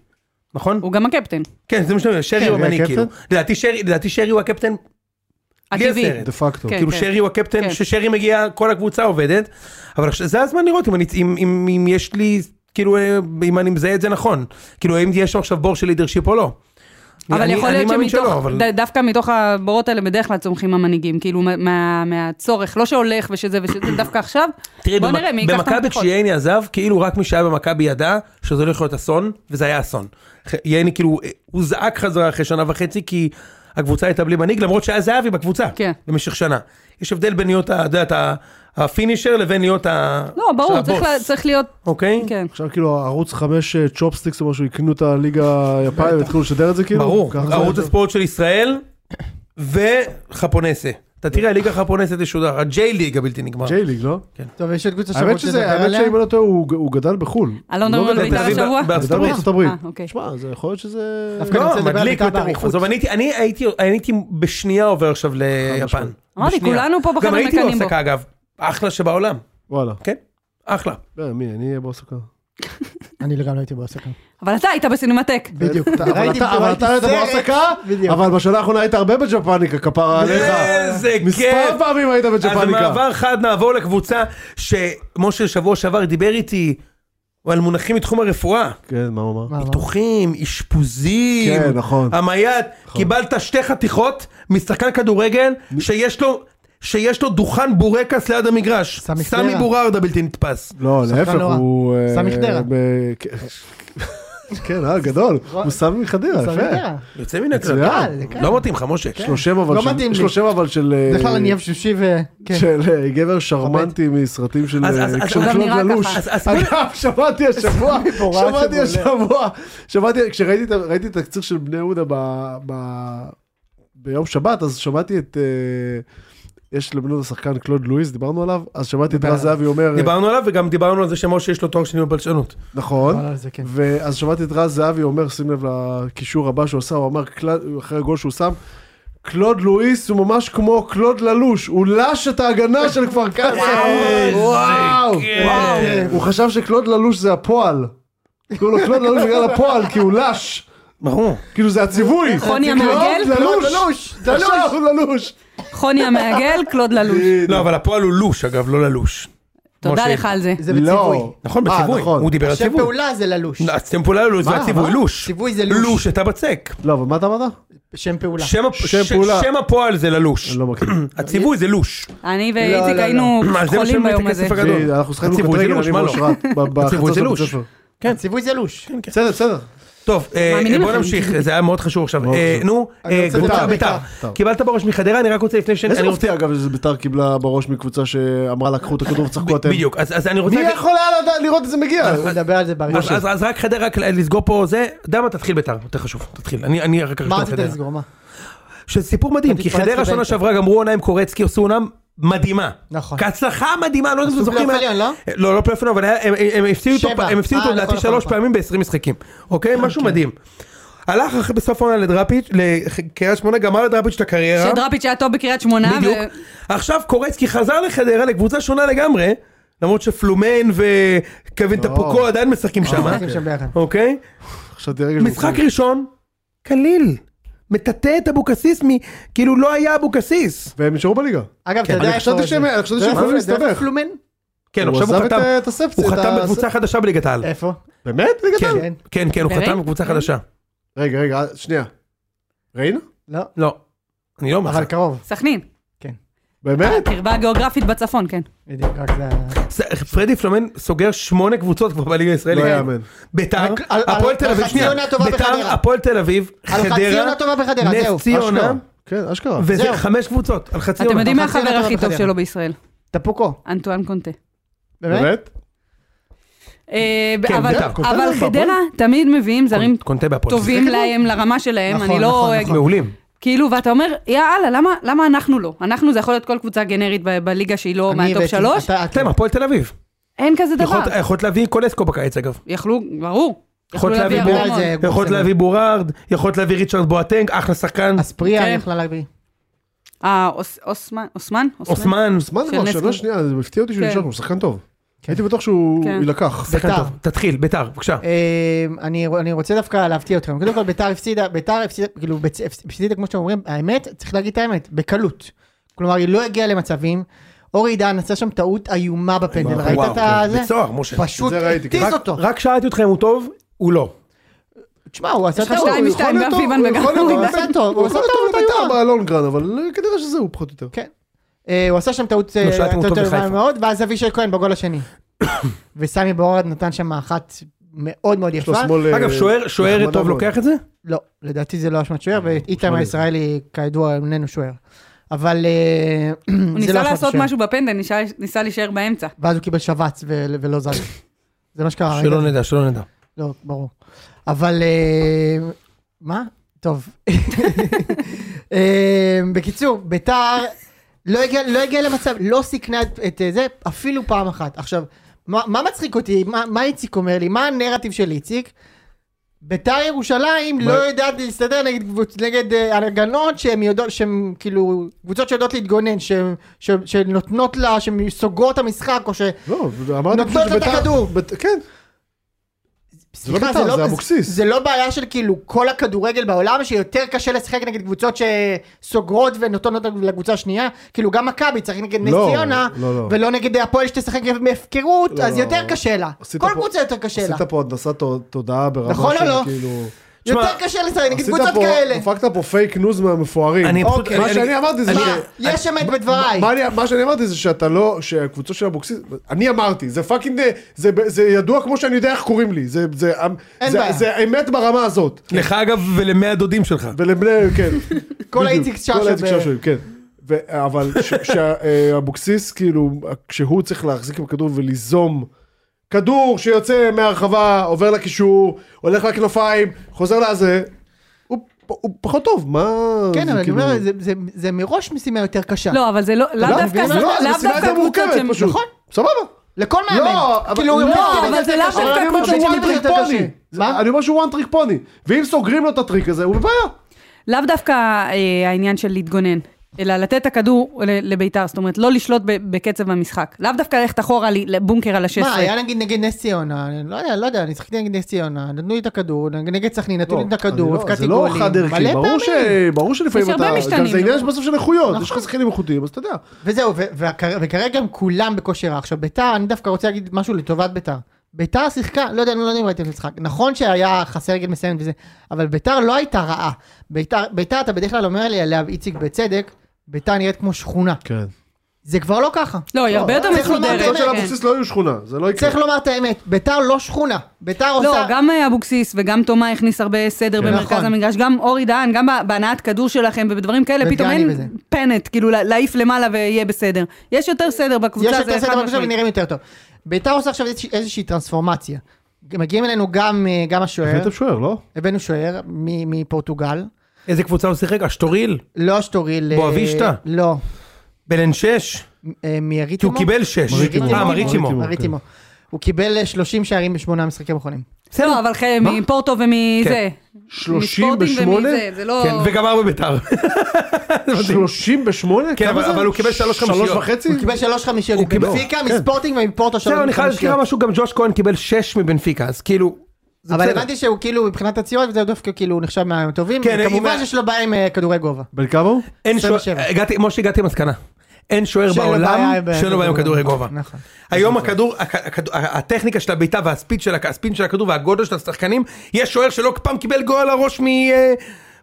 Speaker 1: נכון?
Speaker 4: הוא גם הקפטן,
Speaker 1: כן, זה מה שאני אומר, שרי הוא
Speaker 3: הוא
Speaker 1: המנהיג
Speaker 3: הקפטן?
Speaker 1: כאילו. לדעתי שרי- לדעתי שרי הוא הקפטן
Speaker 4: הטבעי.
Speaker 1: הסרט.
Speaker 3: דה פקטו.
Speaker 4: כן.
Speaker 1: כאילו שרי הוא הקפטן,
Speaker 4: כן.
Speaker 1: כששרי מגיע כל הקבוצה עובדת, אבל עכשיו- זה הזמן לראות אם אני- אם- אם אם יש לי, כאילו, אה, אם אני מזהה את זה נכון, כאילו אם יש שם עכשיו בור של לידרשיפ או לא.
Speaker 4: אבל
Speaker 1: אני-
Speaker 4: יכול
Speaker 1: אני
Speaker 4: להיות
Speaker 1: מאמין
Speaker 4: שמתוך,
Speaker 1: שלא, אבל-
Speaker 4: ד, דווקא מתוך הבורות האלה בדרך כלל צומחים המנהיגים, כאילו מה, מה, מהצורך, לא שהולך ושזה ושזה, דווקא עכשיו,
Speaker 1: תראי,
Speaker 4: בוא
Speaker 1: במק-
Speaker 4: נראה מי ייקח את
Speaker 1: במכבי
Speaker 4: המפחות.
Speaker 1: כשייני עזב, כאילו רק מי שהיה במכבי ידע שזה הולך להיות אסון, וזה היה אסון. ח- ייני כאילו, אה, הוא זעק חזרה אחרי שנה וחצי, כי הקבוצה הייתה בלי מנהיג, למרות שהיה זהבי בקבוצה,
Speaker 4: כן.
Speaker 1: במשך שנה. יש הבדל בין להיות, ה- את יודעת, ה- הפינישר לבין להיות ה...
Speaker 4: לא, ברור,
Speaker 1: הבוס.
Speaker 4: צריך, לה, צריך להיות,
Speaker 1: אוקיי?
Speaker 4: כן.
Speaker 3: עכשיו כאילו ערוץ 5 צ'ופסטיקס או משהו יקנו את הליגה היפנית והתחילו לשדר את זה כאילו?
Speaker 1: ברור,
Speaker 3: ככה זה
Speaker 1: ערוץ
Speaker 3: היה.
Speaker 1: הספורט של ישראל וחפונסה. אתה תראה, הליגה חפונסה תשודר, הג'יי ליג הבלתי נגמר.
Speaker 3: ג'יי ליג, לא?
Speaker 2: טוב, יש עוד קבוצה שאתה
Speaker 3: האמת
Speaker 2: רוצה
Speaker 3: שזה,
Speaker 2: לדבר
Speaker 3: האמת
Speaker 2: עליה?
Speaker 3: שאם אני לא טועה הוא הוא גדל בחול.
Speaker 4: אני לא
Speaker 3: הוא
Speaker 4: מדברים על
Speaker 3: גדל
Speaker 4: בית"ר
Speaker 3: בתל אביב.
Speaker 4: השבוע?
Speaker 3: הוא גדל
Speaker 1: בארצות הברית.
Speaker 3: בארצות הברית.
Speaker 4: אה, אוקיי.
Speaker 3: תשמע, זה יכול להיות שזה...
Speaker 2: דווקא אני רוצה
Speaker 1: לא,
Speaker 2: לדבר על
Speaker 1: מדליק
Speaker 2: בית"ר
Speaker 1: מטורף.
Speaker 2: באריכות.
Speaker 1: עזוב, אני הייתי- אני הייתי, אני הייתי בשנייה עובר עכשיו ליפן.
Speaker 3: משמעית.
Speaker 4: אמרתי,
Speaker 1: בשנייה.
Speaker 4: כולנו פה בחדר
Speaker 1: גם הייתי
Speaker 4: מקנאים בו.
Speaker 1: בהפסקה אגב, אחלה שבעולם, כן?
Speaker 3: וואלה.
Speaker 1: אחלה.
Speaker 3: לא, מי, אני אהיה בהעסקה.
Speaker 2: אני גם לא הייתי בהעסקה.
Speaker 4: אבל אתה היית בסינמטק.
Speaker 2: בדיוק.
Speaker 3: אבל
Speaker 2: ראיתי-
Speaker 3: אתה אבל אתה היית
Speaker 2: ראיתי סרט.
Speaker 3: בהעסקה,
Speaker 2: בדיוק.
Speaker 3: אבל בשנה האחרונה היית הרבה בג'פניקה, כפרה עליך.
Speaker 1: איזה כיף.
Speaker 3: מספר פעמים היית
Speaker 1: כן. אז
Speaker 3: בג'פניקה.
Speaker 1: במעבר חד נעבור לקבוצה שמשה שבוע שעבר דיבר איתי על מונחים מתחום הרפואה.
Speaker 3: כן, מה הוא אמר?
Speaker 2: מה, מה?
Speaker 1: ניתוחים, אשפוזים,
Speaker 3: כן, נכון.
Speaker 1: המייד, קיבלת שתי חתיכות משחקן כדורגל שיש לו, שיש לו דוכן בורקס ליד המגרש.
Speaker 2: סמי
Speaker 1: סמי
Speaker 2: חדרה.
Speaker 1: בורארד הבלתי נתפס.
Speaker 3: לא,
Speaker 2: שחקן
Speaker 3: להפך,
Speaker 2: לא רע.
Speaker 3: הוא... אה,
Speaker 2: סמי חדרה.
Speaker 3: ב- (laughs) כן, אה, גדול. הוא סמי חדרה,
Speaker 2: סמי
Speaker 3: יפה.
Speaker 2: חדרה.
Speaker 1: יוצא מן הכלל.
Speaker 3: מצוין.
Speaker 1: לא מתאים לך, משה.
Speaker 3: יש לו שם אבל
Speaker 2: לא
Speaker 3: של-
Speaker 2: מתאים
Speaker 3: יש
Speaker 2: לי.
Speaker 3: לו שם אבל של... אה,
Speaker 2: בדרך כלל אני אוהב שושי ו... כן.
Speaker 3: של אה, גבר שרמנטי מסרטים של
Speaker 1: אז- אז- אז-
Speaker 3: אה, של
Speaker 1: אז-
Speaker 3: קלוד
Speaker 4: נראה
Speaker 3: ללוש.
Speaker 4: ככה.
Speaker 1: אז- אז-
Speaker 3: אגב, שמעתי
Speaker 1: (laughs)
Speaker 3: השבוע,
Speaker 2: פורז
Speaker 3: שמעתי
Speaker 2: שמעולה.
Speaker 3: השבוע, שמעתי, כשראיתי את ה- ראיתי את התקציר של בני יהודה ב- ב- ביום שבת, אז שמעתי את... אה, יש לבני יהודה שחקן קלוד לואיס, דיברנו עליו, אז שמעתי את רז זהבי אומר... אה,
Speaker 1: דיברנו עליו וגם דיברנו על זה שמשה יש לו תואר שני בבלשנות.
Speaker 3: נכון.
Speaker 2: אבל זה כן.
Speaker 3: ואז שמעתי את רז זהבי אומר, שים לב לקישור הבא שהוא עשה, הוא אמר, "קל- אחרי הגול שהוא שם, קלוד לואיס הוא ממש כמו קלוד ללוש, הוא לש את ההגנה של כפר
Speaker 1: (laughs)
Speaker 3: קאסם.
Speaker 1: איזה
Speaker 3: וואו,
Speaker 1: כיף.
Speaker 3: וואו. הוא חשב שקלוד ללוש זה הפועל. קוראים לו קלוד ללוש בגלל הפועל, כי הוא לש.
Speaker 1: ברור.
Speaker 3: כאילו זה הציווי.
Speaker 4: חוני
Speaker 3: קלוד
Speaker 4: המעגל?
Speaker 3: ללוש.
Speaker 2: אה, קלוד ללוש,
Speaker 3: עכשיו הוא ללוש.
Speaker 4: חוני
Speaker 1: (laughs)
Speaker 4: המעגל, קלוד ללוש.
Speaker 1: לא, אבל הפועל הוא לוש אגב, לא ללוש.
Speaker 4: תודה
Speaker 1: משה.
Speaker 4: לך על זה.
Speaker 2: זה בציווי.
Speaker 3: לא.
Speaker 1: נכון,
Speaker 3: אה,
Speaker 1: בציווי.
Speaker 3: נכון.
Speaker 1: הוא דיבר על
Speaker 2: השם
Speaker 1: ציווי.
Speaker 2: פעולה זה ללוש.
Speaker 1: לא, אז ציווי לא לוש, זה
Speaker 3: מה,
Speaker 1: הציווי,
Speaker 3: מה?
Speaker 1: לוש.
Speaker 2: ציווי זה לוש. לא.
Speaker 1: לוש, אתה בצק.
Speaker 3: לא, אבל מה אתה אמרת?
Speaker 2: שם פעולה.
Speaker 1: שם הפ-
Speaker 3: שם
Speaker 1: ש-
Speaker 3: פעולה.
Speaker 1: שם הפועל זה ללוש.
Speaker 3: אני
Speaker 1: (coughs)
Speaker 3: לא מכיר.
Speaker 1: הציווי זה לוש.
Speaker 4: אני
Speaker 2: לא,
Speaker 4: ואיציק
Speaker 2: לא.
Speaker 4: היינו
Speaker 1: מה, זה מה
Speaker 4: חולים
Speaker 1: שמעתי
Speaker 4: ביום הזה.
Speaker 1: כסף הגדול.
Speaker 3: זה- אנחנו שחקנו
Speaker 1: הציווי זה
Speaker 3: כדורגל,
Speaker 1: לוש,
Speaker 3: אני
Speaker 1: מה לא?
Speaker 3: ואושרת. ב- בחצר
Speaker 1: הציווי זה
Speaker 3: של בית
Speaker 1: לוש.
Speaker 3: הספר.
Speaker 2: ציווי זה לוש.
Speaker 3: בסדר, בסדר.
Speaker 1: טוב, אה,
Speaker 4: מאמינים
Speaker 1: בוא
Speaker 4: לכם. כאילו.
Speaker 1: נמשיך, זה היה מאוד חשוב עכשיו.
Speaker 3: מאוד
Speaker 1: אה,
Speaker 3: חשוב.
Speaker 1: נו,
Speaker 2: אני
Speaker 1: אה,
Speaker 2: רוצה
Speaker 1: קבוצה
Speaker 2: בית"ר,
Speaker 1: בית"ר.
Speaker 3: בית"ר.
Speaker 1: קיבלת בראש מחדרה, אני רק רוצה לפני ש...
Speaker 3: איזה
Speaker 1: אני
Speaker 3: מפתיע אגב איזה ביתר קיבלה בראש מקבוצה שאמרה לה קחו את הכדור וצחקו
Speaker 1: רוצה-
Speaker 3: אתם.
Speaker 1: בדיוק, נכון. אז אז אני רוצה...
Speaker 3: מי יכול היה לדעת- לראות את זה מגיע?
Speaker 2: אנחנו נדבר על זה
Speaker 1: אז-
Speaker 2: בראשון.
Speaker 1: אז- אז רק חדרה, רק לסגור פה זה, אתה יודע מה, תתחיל בית"ר, יותר חשוב, תתחיל. אני אני רק
Speaker 2: מה
Speaker 1: ארשום
Speaker 2: רצית
Speaker 1: חדרה.
Speaker 2: לסגור? מה?
Speaker 1: שזה סיפור מדהים,
Speaker 2: אתה
Speaker 1: כי
Speaker 2: תתפרץ
Speaker 1: חדרה שנה
Speaker 2: לבלטה.
Speaker 1: שעברה גמרו עונה עם קורצקי, עשו עונה מדהימה.
Speaker 2: נכון.
Speaker 1: כהצלחה מדהימה, לא יודע אם אתם
Speaker 2: עשו
Speaker 1: זוכרים.
Speaker 2: פלייאוף עליון,
Speaker 1: לא, לא פלייאוף עליון, אבל היה- הם- הם- הם הפסידו אותו-
Speaker 2: שבע.
Speaker 1: הם הפסידו
Speaker 2: אה,
Speaker 1: אותו
Speaker 2: נכון,
Speaker 1: לדעתי
Speaker 2: נכון,
Speaker 1: שלוש
Speaker 2: נכון.
Speaker 1: פעמים ב-20 משחקים. אוקיי?
Speaker 2: כן.
Speaker 1: משהו מדהים. הלך אחרי- בסוף העונה לדראפיץ', לקריית שמונה, גמר לדראפיץ' את הקריירה.
Speaker 4: שדראפיץ' היה טוב בקריית שמונה,
Speaker 1: בדיוק.
Speaker 4: ו-
Speaker 1: עכשיו קורצקי חזר לחדרה לקבוצה שונה לגמרי, למרות שפלומן וקווין טפוקו עדיין משחקים שם, אה?
Speaker 2: משחקים שם ביחד. כאילו, כן.
Speaker 1: אוקיי?
Speaker 3: חשבתי רגע שהוא-
Speaker 1: משחק ראשון, קליל. מטאטא את אבוקסיס מ... כאילו לא היה אבוקסיס.
Speaker 3: והם נשארו בליגה. אה,
Speaker 2: אגב, אתה
Speaker 1: אני
Speaker 2: יודע
Speaker 3: אני
Speaker 2: איך קורא
Speaker 3: חשבתי
Speaker 2: לזה?
Speaker 3: שהם אני חשבתי שהם
Speaker 2: אתה
Speaker 3: יכולים
Speaker 2: יודע איפה- אתה יודע איפה
Speaker 3: להסתבך.
Speaker 2: פלומן?
Speaker 1: כן, עכשיו הוא
Speaker 3: עזב את,
Speaker 1: חתם.
Speaker 3: אה, את הספציה.
Speaker 1: הוא
Speaker 3: את
Speaker 1: חתם
Speaker 3: ה-
Speaker 1: בקבוצה חדשה בליגת העל.
Speaker 2: איפה?
Speaker 3: באמת? ליגת
Speaker 1: כן,
Speaker 3: העל?
Speaker 2: אה, כן.
Speaker 1: כן, כן, הוא
Speaker 4: באמת?
Speaker 1: חתם בקבוצה חדשה.
Speaker 3: רגע, רגע, שנייה. אה, ראינו?
Speaker 2: לא.
Speaker 1: לא. אני לא אומר
Speaker 2: אבל
Speaker 1: לך.
Speaker 2: קרוב,
Speaker 4: סכנין.
Speaker 3: באמת?
Speaker 1: אה,
Speaker 4: קרבה גיאוגרפית בצפון, כן.
Speaker 2: בדיוק, רק זה... ה-
Speaker 1: ס- פרדי פלומן סוגר שמונה קבוצות כבר בליגה הישראלית.
Speaker 3: לא יאמן.
Speaker 1: ביתר,
Speaker 2: רק על- על-
Speaker 1: הפועל תל
Speaker 2: על
Speaker 1: אביב,
Speaker 2: חצי
Speaker 1: שנייה,
Speaker 2: עונה טובה
Speaker 1: ביתר,
Speaker 2: בחדרה.
Speaker 1: הפועל תל אביב,
Speaker 2: על חצי
Speaker 1: חדרה,
Speaker 2: עונה טובה בחדרה, זהו,
Speaker 1: נס ציונה,
Speaker 2: אשכרה.
Speaker 3: כן, אשכרה.
Speaker 1: אה, וזה
Speaker 2: זהו.
Speaker 1: חמש קבוצות, על חצי
Speaker 4: אתם
Speaker 1: עונה.
Speaker 4: יודעים מי
Speaker 2: אתה חצי
Speaker 4: החבר
Speaker 2: נתון
Speaker 4: הכי טוב
Speaker 2: בחדרה.
Speaker 4: שלו בישראל?
Speaker 2: טפוקו,
Speaker 4: אנטואן קונטה.
Speaker 2: באמת?
Speaker 3: באמת?
Speaker 4: אה,
Speaker 1: כן,
Speaker 4: אבל-
Speaker 1: בטח,
Speaker 3: קונטה
Speaker 4: אבל
Speaker 3: זה
Speaker 4: חדרה תמיד מביאים זרים
Speaker 1: נכון. קונטה בהפועל.
Speaker 4: טובים להם, לרמה שלהם.
Speaker 2: נכון,
Speaker 4: אני לא...
Speaker 2: נכון,
Speaker 4: אה,
Speaker 2: נכון.
Speaker 1: מעולים.
Speaker 4: כאילו, ואתה אומר, יאללה, למה- למה אנחנו לא? אנחנו זה יכול להיות כל קבוצה גנרית ב- בליגה שהיא לא
Speaker 2: אני
Speaker 4: מהטופ
Speaker 2: בעצם-
Speaker 4: שלוש.
Speaker 2: אתה- אתה-
Speaker 1: אתם כן, הפועל תל אביב.
Speaker 4: אין כזה דבר.
Speaker 1: יכולת- יכולת להביא קולסקו בקיץ אגב.
Speaker 4: יכלו, ברור. יכלו
Speaker 1: יכולת
Speaker 4: להביא
Speaker 1: להביא
Speaker 4: הרבה
Speaker 1: בורג.
Speaker 4: מאוד.
Speaker 2: זה-
Speaker 1: יכולת
Speaker 2: בסדר.
Speaker 1: להביא בורארד, יכולת להביא ריצ'רד בואטנג, אחלה שחקן,
Speaker 2: אספריה
Speaker 4: כן.
Speaker 2: יכלה להביא.
Speaker 4: אה, אוס- אוסמן? אוסמן?
Speaker 1: אוסמן,
Speaker 3: זמן
Speaker 4: של
Speaker 3: כבר
Speaker 4: נס
Speaker 3: שנה
Speaker 4: ציונה.
Speaker 3: שנייה, זה מפתיע אותי שהוא
Speaker 4: כן.
Speaker 3: נשאר, הוא שחקן טוב. הייתי בטוח שהוא
Speaker 4: כן.
Speaker 3: יילקח.
Speaker 1: שחקן
Speaker 2: ביתר.
Speaker 1: טוב. תתחיל, ביתר, בבקשה.
Speaker 2: אמ, אני אני רוצה דווקא להפתיע אתכם. קודם כל ביתר הפסידה, ביתר הפסידה, כאילו בצ- הפסידה כמו שאתם אומרים, האמת, צריך להגיד את האמת, בקלות. כלומר, היא לא הגיעה למצבים. אורי עידן עשה שם טעות איומה בפנדל, ראית
Speaker 1: וואו, כן.
Speaker 2: את הזה?
Speaker 1: בצוהר, משה.
Speaker 2: פשוט
Speaker 3: כן. זה ראיתי,
Speaker 2: הטיס
Speaker 3: רק-
Speaker 2: אותו.
Speaker 1: רק שאלתי אותך אם הוא טוב, הוא לא.
Speaker 2: תשמע, הוא עשה
Speaker 4: יש לך
Speaker 2: טעות.
Speaker 4: שתיים
Speaker 3: הוא
Speaker 4: משתיים,
Speaker 3: יכול
Speaker 4: גם
Speaker 3: להיות
Speaker 4: פיבן
Speaker 3: טוב,
Speaker 4: וגם
Speaker 3: הוא יכול
Speaker 2: הוא
Speaker 3: להיות
Speaker 2: עשה טוב, הוא
Speaker 3: הוא
Speaker 2: עשה
Speaker 3: יכול להיות
Speaker 2: טעות
Speaker 3: טוב לביתר
Speaker 2: איומה.
Speaker 3: באלון גרן, אבל אה, כנראה שזה הוא פחות או יותר.
Speaker 2: כן. אה, הוא עשה שם טעות אה,
Speaker 1: לא, שאלתי אם הוא
Speaker 2: טעות
Speaker 1: טוב
Speaker 2: טובה
Speaker 1: בחיפה.
Speaker 2: מאוד, ואז אבישי כהן בגול
Speaker 3: (coughs)
Speaker 2: השני. וסמי בורד נתן שם אחת מאוד מאוד
Speaker 3: יש לו
Speaker 2: יפה.
Speaker 3: שמאל...
Speaker 1: אגב,
Speaker 3: אה,
Speaker 1: שוער- שוער
Speaker 3: נחמדה
Speaker 1: טוב
Speaker 3: מאוד.
Speaker 1: לוקח את זה?
Speaker 2: לא, לדעתי זה לא אשמת שוער, ואיתם
Speaker 3: שמונה.
Speaker 2: הישראלי כידוע איננו שוער. אבל אה, (clears throat)
Speaker 4: הוא
Speaker 2: זה לא
Speaker 4: ניסה
Speaker 2: אשמת
Speaker 4: לעשות
Speaker 2: השוער.
Speaker 4: משהו בפנדל, ניסה- ניסה להישאר באמצע.
Speaker 2: ואז הוא קיבל שבץ ו- ולא זז. זה מה שקרה.
Speaker 1: שלא
Speaker 2: אה, ראית?
Speaker 1: נדע, שלא נדע.
Speaker 2: לא, ברור. אבל... אה, מה? טוב. אה, בקיצור, ביתר לא הגיע- לא הגיע למצב, לא סיכנה את- את אה, זה אפילו פעם אחת. עכשיו, מה מה מצחיק אותי? מה מה איציק אומר לי? מה הנרטיב של איציק? ביתר ירושלים לא יודעת להסתדר נגד קבוצ- נגד אה, הגנות שהן יודעות, שהן כאילו, קבוצות שיודעות להתגונן, שהן- שהן- שנותנות לה, שהן סוגרות את המשחק, או ש...
Speaker 3: לא, אמרתי
Speaker 2: נותנות לו את הכדור.
Speaker 3: בת- כן, זה לא
Speaker 2: סליחה,
Speaker 3: בית"ר, זה אבוקסיס.
Speaker 2: זה לא בעיה של כאילו כל הכדורגל בעולם שיותר קשה לשחק נגד קבוצות שסוגרות ונותנות לקבוצה השנייה כאילו גם מכבי צריך נגד נס
Speaker 3: לא,
Speaker 2: ציונה
Speaker 3: לא, לא.
Speaker 2: ולא נגד הפועל שתשחק מהפקרות
Speaker 3: לא,
Speaker 2: אז
Speaker 3: לא.
Speaker 2: יותר קשה לה
Speaker 3: עשית
Speaker 2: כל
Speaker 3: פה-
Speaker 2: קבוצה יותר קשה לה
Speaker 3: עשית פה הנדסת תודעה ברמה
Speaker 2: נכון או
Speaker 3: של
Speaker 2: לא?
Speaker 3: כאילו...
Speaker 2: יותר
Speaker 1: תשמע,
Speaker 2: קשה לשחק נגד
Speaker 3: עשית
Speaker 2: קבוצות
Speaker 3: פה-
Speaker 2: כאלה
Speaker 3: דפקת פה פייק ניוז מהמפוארים.
Speaker 1: אני פשוט-
Speaker 2: אוקיי.
Speaker 3: מה
Speaker 1: אני-
Speaker 3: שאני אמרתי זה...
Speaker 1: אני-
Speaker 2: מה, יש
Speaker 3: ש-
Speaker 2: אמת בדבריי
Speaker 3: מה אני- מה שאני אמרתי זה שאתה לא, שהקבוצות של אבוקסיס, אני אמרתי, זה פאקינג, זה- זה ידוע כמו שאני יודע איך קוראים לי, זה- זה-
Speaker 2: אין
Speaker 3: זה-
Speaker 2: בעיה.
Speaker 3: זה אמת ברמה הזאת.
Speaker 1: לך אגב ולמי הדודים שלך.
Speaker 3: ולבני, כן. בדיוק,
Speaker 2: האיציק
Speaker 3: (laughs) כל
Speaker 2: שאשא
Speaker 3: האיציק
Speaker 2: ב-
Speaker 3: שאשא, כן. ו- אבל כשאבוקסיס, כאילו, כשהוא צריך להחזיק בכדור וליזום כדור שיוצא מהרחבה, עובר לקישור, הולך לכנפיים, חוזר לזה, הוא פ- הוא פחות טוב, מה...
Speaker 2: כן
Speaker 3: זה
Speaker 2: אבל אני
Speaker 3: כאילו-
Speaker 2: אומר זה- זה- זה מראש משימה יותר קשה
Speaker 4: לא, אבל זה לא, לאו
Speaker 3: לא,
Speaker 4: דווקא,
Speaker 3: זה
Speaker 4: לאו
Speaker 3: לא, זה משימה
Speaker 4: דווקא
Speaker 3: יותר
Speaker 4: קבוצות
Speaker 3: מורכבת,
Speaker 4: שהם,
Speaker 3: פשוט.
Speaker 2: נכון.
Speaker 3: סבבה.
Speaker 2: לכל
Speaker 3: לא,
Speaker 2: מאמן
Speaker 3: אבל-
Speaker 2: כאילו הוא
Speaker 3: לא,
Speaker 2: אומר,
Speaker 4: אבל זה לאו
Speaker 3: אבל
Speaker 4: דווקא
Speaker 3: אני אומר
Speaker 4: קבוצות
Speaker 3: שהוא
Speaker 4: שהם
Speaker 3: וואן טריק
Speaker 2: יותר קשה.
Speaker 3: פוני.
Speaker 2: מה?
Speaker 3: אני אומר שהוא וואן טריק פוני. ואם סוגרים לו את הטריק הזה, הוא בבעיה.
Speaker 4: לאו דווקא אה, העניין של להתגונן, אלא לתת את הכדור ל- לביתר, זאת אומרת, לא לשלוט ב- בקצב המשחק. לאו דווקא ללכת אחורה לי- לבונקר על השש
Speaker 2: מה,
Speaker 4: עשרה.
Speaker 2: היה נגיד נגד נס ציונה, אני לא יודע, לא יודע, אני שחקתי נגד נס ציונה, נתנו לי את הכדור, נג- נגד סכנין נתנו לי את הכדור,
Speaker 3: אני לא-
Speaker 2: הפקעתי
Speaker 3: זה לא
Speaker 2: גולים,
Speaker 3: חד
Speaker 2: מלא
Speaker 3: ערכי, ברור, ש...
Speaker 2: פעמים.
Speaker 3: ברור שלפעמים
Speaker 4: יש
Speaker 3: אתה,
Speaker 4: הרבה
Speaker 3: גם
Speaker 4: משתנים. לא?
Speaker 3: זה עניין בסוף של איכויות,
Speaker 2: נכון.
Speaker 3: יש לך שחקנים איכותיים, אז אתה יודע.
Speaker 2: וזהו, ו- והכר- וכרגע הם כולם בכושר רע. עכשיו ביתר, אני דווקא רוצה להגיד משהו לטובת ביתר. ביתר שיחקה, לא יודע, אני לא יודע אם ראיתם את המשחק, נכון שהיה חסר רגל מסיים וזה, אבל ביתר לא הייתה רעה. ביתר, ביתר אתה בדרך כלל אומר לי עליה, איציק בצדק, ביתר נראית כמו שכונה.
Speaker 3: כן.
Speaker 2: זה כבר לא ככה.
Speaker 4: לא, היא הרבה יותר
Speaker 2: צריך לומר את
Speaker 4: מסודרת.
Speaker 3: הקבוצות של
Speaker 4: כן.
Speaker 3: אבוקסיס לא יהיו שכונה, זה לא יקרה.
Speaker 2: צריך לומר את האמת, ביתר לא שכונה. ביתר
Speaker 4: לא,
Speaker 2: עושה...
Speaker 4: גם אה, אבוקסיס וגם תומה הכניס הרבה סדר
Speaker 3: כן.
Speaker 4: במרכז
Speaker 2: נכון.
Speaker 4: המגרש, גם אורי דהן, גם ב- בהנעת כדור שלכם ובדברים כאלה,
Speaker 2: ודגני
Speaker 4: פתאום אין
Speaker 2: וזה.
Speaker 4: פנט, כאילו לה- להעיף למעלה ויהיה בסדר. יש יותר סדר בקבוצה,
Speaker 2: יש
Speaker 4: זה חד
Speaker 2: יותר סדר בקבוצה
Speaker 4: משמעית.
Speaker 2: ונראים יותר טוב. ביתר עושה עכשיו איזושה- איזושהי טרנספורמציה. מגיעים אלינו גם, אה, גם השוער,
Speaker 3: הבאתם שוער, לא?
Speaker 2: הבאנו שוער מ- מפורטוגל,
Speaker 1: איזה קבוצה הוא שיחק? אשטוריל?
Speaker 2: לא אשטוריל. אה,
Speaker 1: בואבישטה?
Speaker 2: לא,
Speaker 1: בלן שש?
Speaker 2: אה,
Speaker 1: כי
Speaker 2: מריטימו.
Speaker 1: הוא קיבל שש.
Speaker 2: מריטימו.
Speaker 1: אה, מריצ'ימו.
Speaker 3: מריטימו.
Speaker 2: מריטימו. הוא קיבל אה, 30 שערים בשמונה משחקים האחרונים.
Speaker 4: לא, אבל חי- מפורטו
Speaker 2: כן.
Speaker 4: ומזה. מספורטינג
Speaker 3: 38?
Speaker 4: ומזה, זה לא...
Speaker 1: כן, וגמר בביתר.
Speaker 3: 38?
Speaker 1: כן, אבל- אבל הוא קיבל שלוש חמישיות.
Speaker 3: שלוש וחצי?
Speaker 2: הוא קיבל שלוש חמישיות,
Speaker 1: הוא קיבל- כן.
Speaker 2: מבנפיקה, מספורטינג ומפורטו
Speaker 1: זהו, אני
Speaker 2: שלוש
Speaker 1: חייב להזכיר
Speaker 2: חמישיות.
Speaker 1: משהו, גם ג'וש כהן קיבל שש מבנפיקה, אז כאילו... זה
Speaker 2: אבל
Speaker 1: בסדר.
Speaker 2: הבנתי שהוא כאילו מבחינת הציון וזה דווקא כאילו הוא נחשב מהטובים,
Speaker 1: כן,
Speaker 2: כמובן
Speaker 1: אם-
Speaker 2: שיש לו בעיה עם אה, כדורי גובה.
Speaker 3: בן כמה הוא?
Speaker 1: אין שוער,
Speaker 2: 27.
Speaker 1: הגעתי, משה הגעתי למסקנה, אין שוער
Speaker 2: שאין לו בעיה
Speaker 1: בעולם
Speaker 2: עם- אה,
Speaker 1: שאין לו בעיה עם כדורי גובה.
Speaker 2: נכון.
Speaker 1: היום הכדור, הכ- הכדור- הטכניקה של הבעיטה והספיד של הכ- הספין של הכדור והגודל של השחקנים, יש שוער שלא פעם קיבל גול על הראש מ... אה,